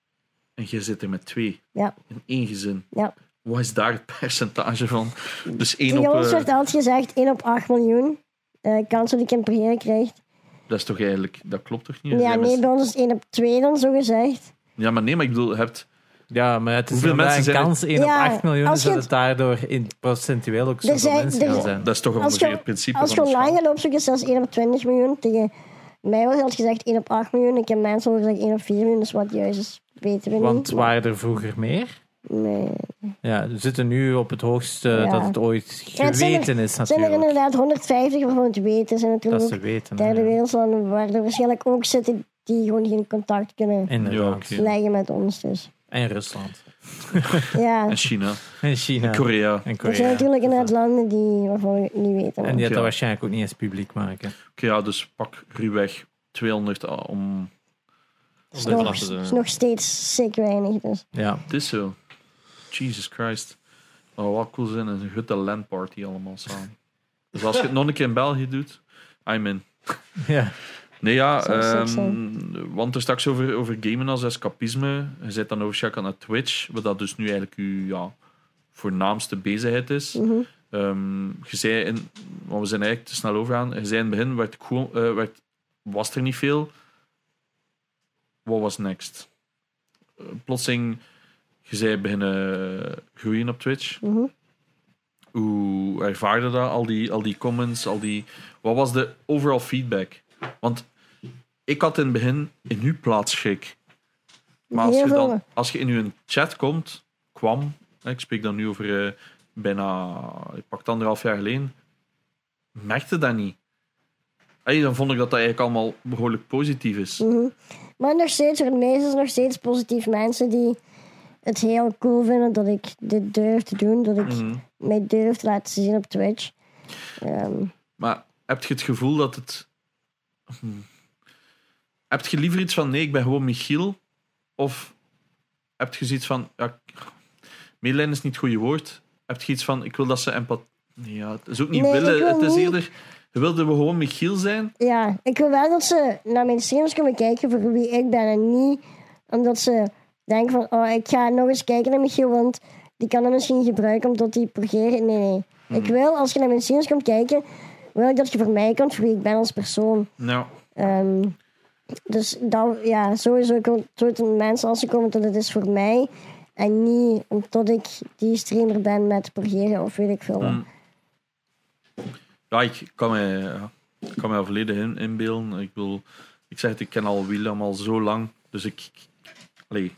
S1: en je zit er met twee.
S4: Ja.
S1: In één gezin.
S4: Ja.
S1: Wat is daar het percentage van? Dus één op...
S4: Tegen ons
S1: eh,
S4: werd altijd gezegd 1 op 8 miljoen eh kans dat ik een proberen krijgt.
S1: dat is toch eigenlijk... Dat klopt toch niet?
S4: Ja,
S1: Jij
S4: nee,
S1: bent-
S4: bij ons is 1 op 2 dan, zo gezegd.
S1: ja maar nee, maar ik bedoel, je hebt...
S2: ja, maar het is
S1: Hoeveel
S2: inderdaad
S1: mensen
S2: een
S1: zijn er-
S2: kans 1
S4: Ja,
S2: op 8 miljoen
S4: als
S2: is
S4: je
S2: dat
S4: het-
S2: het daardoor in procentueel ook zoveel
S4: zijn-
S2: mensen
S4: er-
S2: gaan
S1: Ja,
S2: zijn.
S1: dat is toch
S4: Als
S1: ongeveer
S4: je,
S1: het principe
S4: als je
S1: van de
S4: online
S1: schaal.
S4: gaat opzoeken, is zelfs 1 op 20 miljoen tegen Mij was altijd gezegd 1 op 8 miljoen. Ik heb mensen horen zeggen 1 op 4 miljoen. Dus wat juist is, weten we
S2: Want
S4: niet.
S2: waren er vroeger meer?
S4: Nee.
S2: Ja, we zitten nu op het hoogste
S4: Ja.
S2: dat het ooit
S4: Ja, het zijn er-
S2: geweten is
S4: Zijn er
S2: natuurlijk.
S4: inderdaad 150 waarvan we het weten. Zijn
S2: Dat
S4: natuurlijk
S2: ze
S4: ook
S2: weten. hè.
S4: derde wereldlanden waar er waarschijnlijk ook zitten die gewoon geen contact kunnen
S1: Ja,
S2: Inderdaad.
S1: oké.
S4: leggen met ons. Dus.
S2: En Rusland.
S4: Ja,
S1: En China,
S2: En China.
S1: Korea.
S2: En Korea.
S4: er zijn natuurlijk inderdaad landen die, waarvan we het niet weten.
S2: En die gaat
S1: Ja.
S2: dat waarschijnlijk ook niet eens publiek maken.
S1: Oké, ja, dus pak ruwweg 200 a- om...
S4: Het
S3: Om
S4: is,
S3: er
S4: nog,
S3: vanaf te zijn.
S4: is nog steeds ziek weinig. Dus.
S2: Ja.
S1: Het is zo. Jesus Christ. Oh, wat cool zijn. Een gutte landparty allemaal samen. Dus als je het nog een keer in België doet, I'm in.
S2: ja.
S1: Nee, ja,
S4: Zou sick
S1: ehm,
S4: zijn.
S1: want er straks over, over gamen als escapisme. Je zit dan overschakeld naar Twitch, wat dat dus nu eigenlijk je ja, voornaamste bezigheid is.
S4: Mhm.
S1: Ehm, je zei in, want we zijn eigenlijk te snel overgaan. Je zei in het begin, werd ik gewoon- eh, werd, was er niet veel. Wat was next? Eh, Plotseling, je zei beginnen groeien op Twitch.
S4: Mhm.
S1: Hoe ervaarde dat? Al die, al die comments, al die... Wat was de overall feedback? Want ik had in het begin in uw plaats schrik. Maar als
S4: Heel
S1: je,
S4: veel.
S1: dan, als je in uw chat komt, kwam... hè, Ik spreek dan nu over eh, bijna... Ik pak het anderhalf jaar geleden. Merkte dat niet. Hey, dan vond ik dat dat eigenlijk allemaal behoorlijk positief is.
S4: Mhm. Maar nog steeds, voor het meeste is nog steeds positief mensen die het heel cool vinden dat ik dit durf te doen, dat ik
S1: Mhm.
S4: mij durf te laten zien op Twitch. Ehm,
S1: Maar heb je het gevoel dat het. Hm. Heb je liever iets van nee, ik ben gewoon Michiel? Of heb je zoiets van. Ja, ik- medelijden is niet het goede woord. Heb je iets van ik wil dat ze empathie. Ja, het is ook niet
S4: Nee, ik
S1: willen.
S4: wil
S1: het is
S4: niet.
S1: eerder. Wilden we gewoon Michiel zijn?
S4: ja, ik wil wel dat ze naar mijn streams komen kijken voor wie ik ben en niet omdat ze denken van, oh, ik ga nog eens kijken naar Michiel, want die kan het misschien gebruiken omdat die progeert. Nee, nee. Ik wil, als je naar mijn streams komt kijken, wil ik dat je voor mij komt, voor wie ik ben als persoon.
S1: Nou,
S4: Ehm, dus dan, ja, sowieso komt het de mensen als ze komen dat het is voor mij. En niet omdat ik die streamer ben met porgeren of weet ik veel. wat.
S1: Mm. ja, ik kan me, ja, ik kan me volledig in, inbeelden. Ik, wil, ik zeg het, ik ken al Willem al zo lang. Dus ik. ik- allee, ik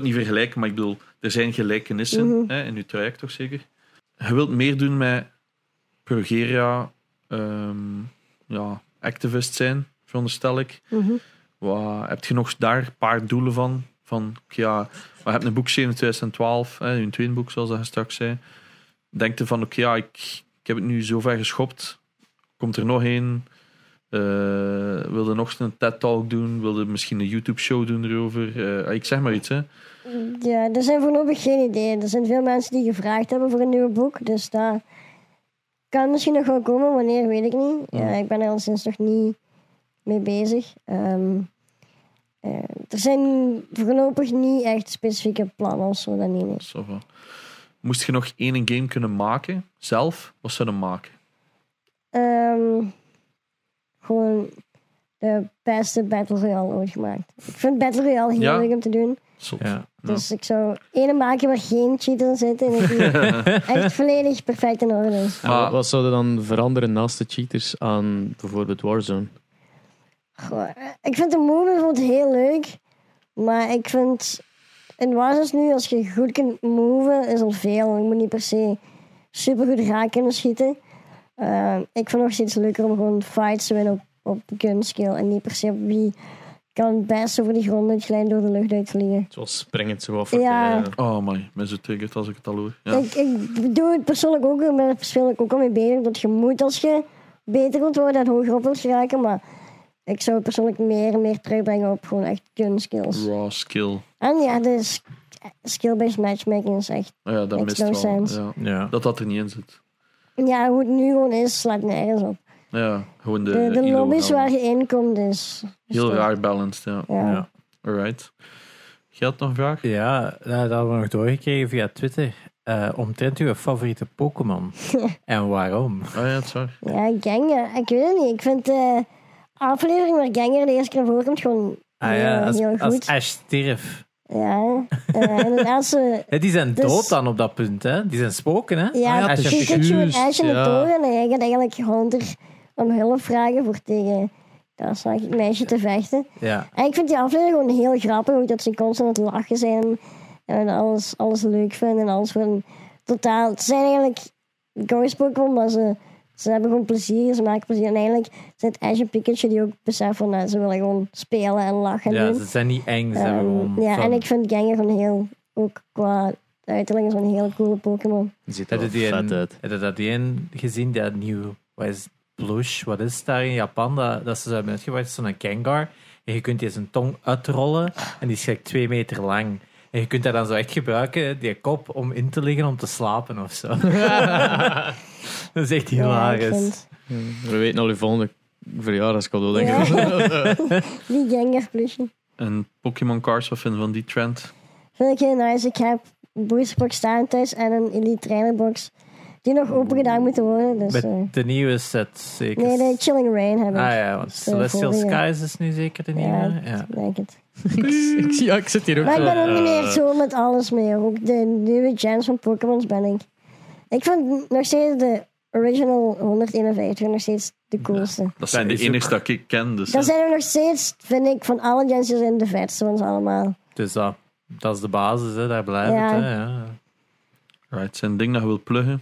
S1: wil het niet vergelijken, maar ik bedoel, er zijn gelijkenissen hè, in uw traject toch zeker. Je wilt meer doen met Progeria, ehm, ja, activist zijn, veronderstel ik.
S4: Mhm.
S1: Wat, heb je nog daar een paar doelen van? Van, oké, ja, we hebben een boek geschreven in 2012, hè, een tweede boek zoals dat je straks zei. Denk je van, oké, ja, ik, ik heb het nu zo ver geschopt. Komt er nog één? Eh, wilde nog eens een TED-talk doen? Wilde misschien een YouTube-show doen erover? Eh, ik zeg maar iets, hè.
S4: Ja, er zijn voorlopig geen ideeën. Er zijn veel mensen die gevraagd hebben voor een nieuw boek. Dus dat kan misschien nog wel komen. Wanneer, weet ik niet. Ja, ik ben er al sinds nog niet mee bezig. Ehm, eh, er zijn voorlopig niet echt specifieke plannen of zo. Dat niet, nee.
S1: Zo van. Moest je nog één game kunnen maken, zelf? Wat zou je dan maken?
S4: Ehm, gewoon de beste Battle Royale ooit gemaakt. Ik vind Battle Royale heel
S1: Ja?
S4: leuk om te doen.
S1: Zot.
S2: ja.
S1: Ja.
S4: Dus ik zou ene maken waar geen cheaters in zitten. En dat die echt volledig perfect in orde is.
S3: En
S1: Maar-
S3: wat- wat zouden dan veranderen naast de cheaters aan bijvoorbeeld Warzone?
S4: Goh, eh, ik vind de mode bijvoorbeeld heel leuk. Maar ik vind... In Warzone nu, als je goed kunt moven, is al veel. Je moet niet per se super goed raak kunnen schieten. Eh, ik vind het nog steeds leuker om gewoon fights te winnen op, op gunskill. En niet per se op wie kan het best over die grond uitglijden door de lucht uitvliegen.
S3: Zoals springend zo af.
S4: Ja.
S3: eh,
S1: Oh man, ik ben zo triggerd als ik het al hoor. Ja.
S4: Ik, ik doe het persoonlijk ook, ik ben er persoonlijk ook al mee bezig. Dat je moet als je beter wilt worden en hoger op wilt geraken. Maar ik zou het persoonlijk meer en meer terugbrengen op gewoon echt gunskills.
S1: Raw skill.
S4: En ja, de sk- skill-based matchmaking is echt...
S1: Ah Ja, dat
S4: Makes
S1: mist
S4: no
S1: wel.
S4: sense.
S1: Ja.
S2: ja.
S1: Dat dat er niet in zit.
S4: Ja, hoe het nu gewoon is, slaat nergens op.
S1: Ja, gewoon de,
S4: De, de
S1: ILO
S4: lobby's
S1: wel.
S4: waar je in komt is... is
S1: Heel
S4: toch-
S1: raar balanced, ja.
S4: Ja.
S2: Ja.
S1: Alright. Jij had nog een vraag?
S2: Ja, eh, dat hadden we nog doorgekregen via Twitter. eh omtrent uw favoriete Pokémon. en waarom?
S1: Ah ja, het is waar.
S4: Ja, Gengar. Ik weet het niet. Ik vind de aflevering waar Gengar de eerste keer voorkomt gewoon
S2: Ah
S4: heel,
S2: ja, als,
S4: heel
S2: als
S4: goed.
S2: Ash stierf.
S4: Ja, eh, en de laatste...
S2: Hè, die zijn
S4: Dus-
S2: dood dan op dat punt, hè? Die zijn spoken, hè? Ah
S4: Ja,
S3: ja,
S2: Ash en
S3: precies.
S2: Pikachu.
S4: Pikachu en
S3: juist,
S4: Ash in de
S3: ja.
S4: toren. En jij gaat eigenlijk Hunter om hulp vragen voor tegen... ja, sta ik meisje te vechten.
S2: Ja.
S4: En ik vind die aflevering gewoon heel grappig. Ook dat ze constant aan het lachen zijn. En alles, alles leuk vinden. En alles van totaal... Het zijn eigenlijk ghost Pokémon, maar ze, ze hebben gewoon plezier. Ze maken plezier. En eigenlijk zijn het Ash en Pikachu die ook beseffen van... nou, ze willen gewoon spelen en lachen.
S2: ja,
S4: doen.
S2: ze zijn niet eng. Ze
S4: Ehm,
S2: hebben gewoon
S4: ja,
S2: fun.
S4: en ik vind Gengar van heel... Ook qua uiterlijk is van een heel coole Pokémon.
S3: Die ziet er
S2: Heb je
S3: wel
S2: die
S3: vet
S2: een,
S3: uit.
S2: heb je dat die een gezien, dat nieuw, wat is het? Blush, wat is het daar in Japan, dat, dat ze hebben uitgebracht, zo'n Kengar. En je kunt die zijn tong uitrollen en die is gelijk twee meter lang. En je kunt dat dan zo echt gebruiken, die kop, om in te liggen om te slapen of zo. dat is echt
S4: Ja, ik
S2: hilarisch.
S4: vind
S3: We weten al je volgende verjaardagscadeau, denk ik.
S4: Die Gengar plushie.
S1: En Pokémon cards, wat vinden we van die trend?
S4: Vind ik heel nice. Ik heb een boosterbox staan thuis en een Elite Trainerbox. Die nog open gedaan moeten worden. Dus, eh,
S2: Met de nieuwe set zeker.
S4: nee, de Chilling Rain heb ik.
S2: ah ja, want
S4: Dus, eh,
S2: Celestial
S4: volgende.
S2: Skies is nu zeker de
S4: Ja,
S2: nieuwe. Ja.
S4: ik denk het.
S3: ik, zie- ja, ik zit hier ook
S4: Maar ik
S3: zo.
S4: ben ook niet meer zo met alles meer. Ook de nieuwe gens van Pokémon's ben ik. Ik vind nog steeds de original 151 nog steeds de coolste.
S1: Dat zijn
S2: Dat
S1: de
S2: is ook-
S1: enigste dat ik ken. Dus,
S4: Dan zijn er nog steeds, vind ik, van alle gens die zijn de vetste van ze allemaal.
S2: Dus dat, dat is de basis, hè, daar blijft
S4: Ja.
S2: het. Hè, ja.
S1: Right, zijn ding dat je wilt pluggen.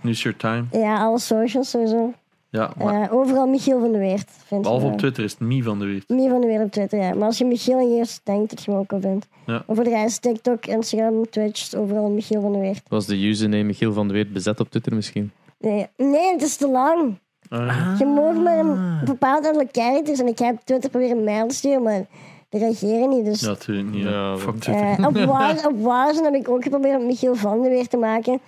S1: Nu is your time.
S4: Ja, alle socials sowieso.
S1: Ja,
S4: Eh,
S1: maar
S4: overal Michiel van de Weert vindt
S1: behalve
S4: je
S1: op
S4: wel.
S1: Twitter is het Mie van de Weert.
S4: Meer van de wereld op Twitter, ja. Maar als je Michiel en Geert denkt dat je hem ook al bent.
S1: Ja.
S4: En voor de rest, TikTok, Instagram, Twitch, overal Michiel van de Weert.
S3: Was de username Michiel van der Weert bezet op Twitter misschien?
S4: Nee, nee het is te lang.
S1: Ah,
S4: Je mag maar een bepaald aantal characters. En ik heb Twitter proberen een mail te sturen, maar die reageren niet. Dus
S1: ja, natuurlijk niet.
S3: Ja,
S1: Ja, Fuck
S3: dat-
S1: Twitter.
S4: eh, op Wazen op Wazen heb ik ook geprobeerd om Michiel van de Weert te maken.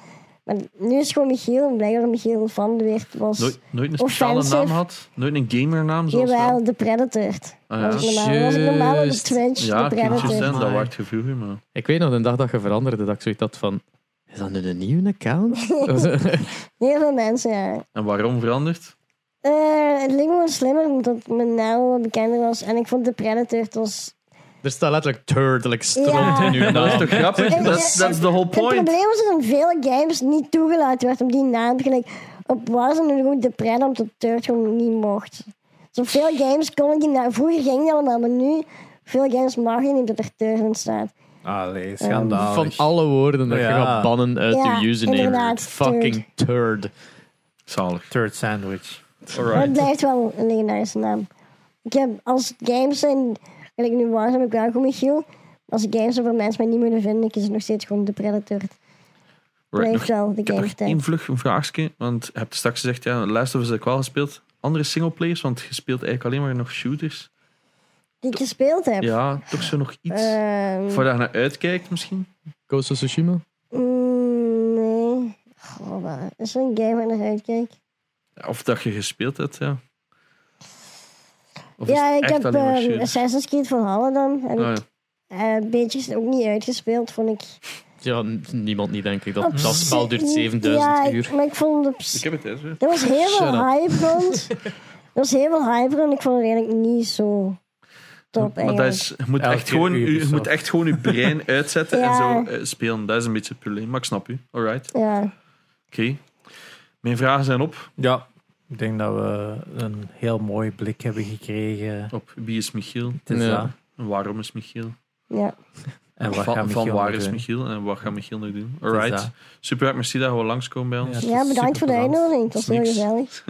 S4: Maar nu is het gewoon Michiel. En blijkbaar Michiel van de Weert was...
S1: Nooit, nooit een speciale
S4: offensive.
S1: naam had? Nooit een gamernaam? Zoals wel?
S4: Jawel, de Predator.
S1: Ah,
S4: was,
S1: ja.
S4: ik normaal, was ik normaal op
S3: Juist.
S4: Twitch,
S1: Ja,
S4: de
S1: kindjes
S4: Predator.
S1: zijn, dat
S2: Amai.
S1: waard gevoel, maar...
S3: Ik weet nog een dag dat je veranderde, dat ik zoiets had van... Is dat nu een nieuwe account? Dat was-
S4: Heel veel mensen, ja.
S1: En waarom veranderd?
S4: Eh, het leek me wel slimmer omdat mijn naam wat bekender was en ik vond de Predator het was.
S3: er staat letterlijk turtelijk stront
S4: Ja.
S3: in uw
S1: En dat is
S3: naam.
S1: toch grappig?
S4: Eh,
S1: That's,
S4: eh,
S1: that's the whole
S4: Het
S1: point.
S4: probleem was dat in veel games niet toegelaten werd om die naam gelijk op was en gewoon de Predator omdat de Turd gewoon niet mocht. Dus op veel games kon ik die naam. Vroeger ging dat allemaal, maar nu veel games mag je niet dat er Turd in staat. Ehm,
S2: Allee,
S3: Van
S2: schandalig.
S3: alle woorden dat je
S2: Ja.
S3: gaat bannen uit
S4: Ja,
S3: je username.
S4: inderdaad,
S3: Fucking turd.
S1: Zalig.
S2: Third sandwich.
S4: Maar het
S1: Alright.
S4: blijft wel een legendarische naam. Ik heb als games zijn, gelijk nu was, heb ik wel gewoon Michiel. Als games zijn waar mensen mij niet moeten vinden, kies ik nog steeds gewoon de Predator.
S1: Right, nog-
S4: Blijft wel de
S1: Ik heb nog
S4: gamertijd.
S1: één vlug een vraagje, want je hebt straks gezegd, ja, Last of Us heb ik wel gespeeld. Andere singleplayers, want je speelt eigenlijk alleen maar nog shooters.
S4: die ik gespeeld heb.
S1: Ja, toch zo nog iets.
S4: Ehm,
S1: Voor dat je naar uitkijkt misschien.
S3: Ghost of Tsushima?
S4: mm, nee. Goh, waar is er een game waar ik naar uitkijk?
S1: Of dat je gespeeld hebt, ja. Of is
S4: ja,
S1: het
S4: ik
S1: echt
S4: heb
S1: alleen maar
S4: ehm,
S1: shooters?
S4: Assassin's Creed Valhalla dan. Heb
S1: Ah,
S4: ik
S1: ja.
S4: eh, een beetje ook niet uitgespeeld, vond ik.
S3: Ja, n- niemand niet, denk ik.
S4: Op
S3: Dat, dat
S4: zich
S3: spel duurt
S4: niet-
S3: 7000
S4: ja, ik-
S3: uur.
S4: maar ik vond... Op,
S1: Ik heb het eens. hoor.
S4: er was heel
S3: Shut
S4: veel
S3: up.
S4: hype rond. er was heel veel hype rond. Ik vond het eigenlijk niet zo top
S1: Maar dat
S4: eigenlijk.
S1: is, je, moet
S2: Elke
S1: echt
S2: keer
S1: gewoon,
S2: uur
S1: je,
S2: of zo.
S1: moet echt gewoon je brein uitzetten en
S4: Ja.
S1: zo eh, spelen. Dat is een beetje het probleem, maar ik snap u. Alright.
S4: Ja.
S1: Oké. Mijn vragen zijn op.
S2: Ja, ik denk dat we een heel mooi blik hebben gekregen.
S1: Op wie is Michiel?
S2: Het is
S3: Ja.
S2: dat.
S1: En waarom is Michiel?
S4: ja.
S2: En wat
S1: van,
S2: gaan we
S1: van
S2: hier
S1: waar
S2: nog
S1: is
S2: doen?
S1: Michiel en wat gaat Michiel nog doen?
S2: is
S1: Alright.
S2: dat.
S1: Super, merci dat je wel langskomen bij ons.
S2: Ja.
S4: ja, bedankt voor de
S2: superplezant.
S4: uitnodiging. Het was heel
S1: Niks.
S4: gezellig.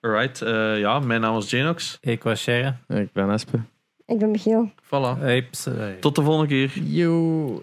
S1: Alright, eh, ja, mijn naam is Janox.
S2: Ik was Sharon.
S3: Ik ben Espe.
S4: Ik ben Michiel.
S2: Eh.
S1: Voilà.
S2: Hey, ps- hey.
S1: Tot de volgende keer.
S3: Yo.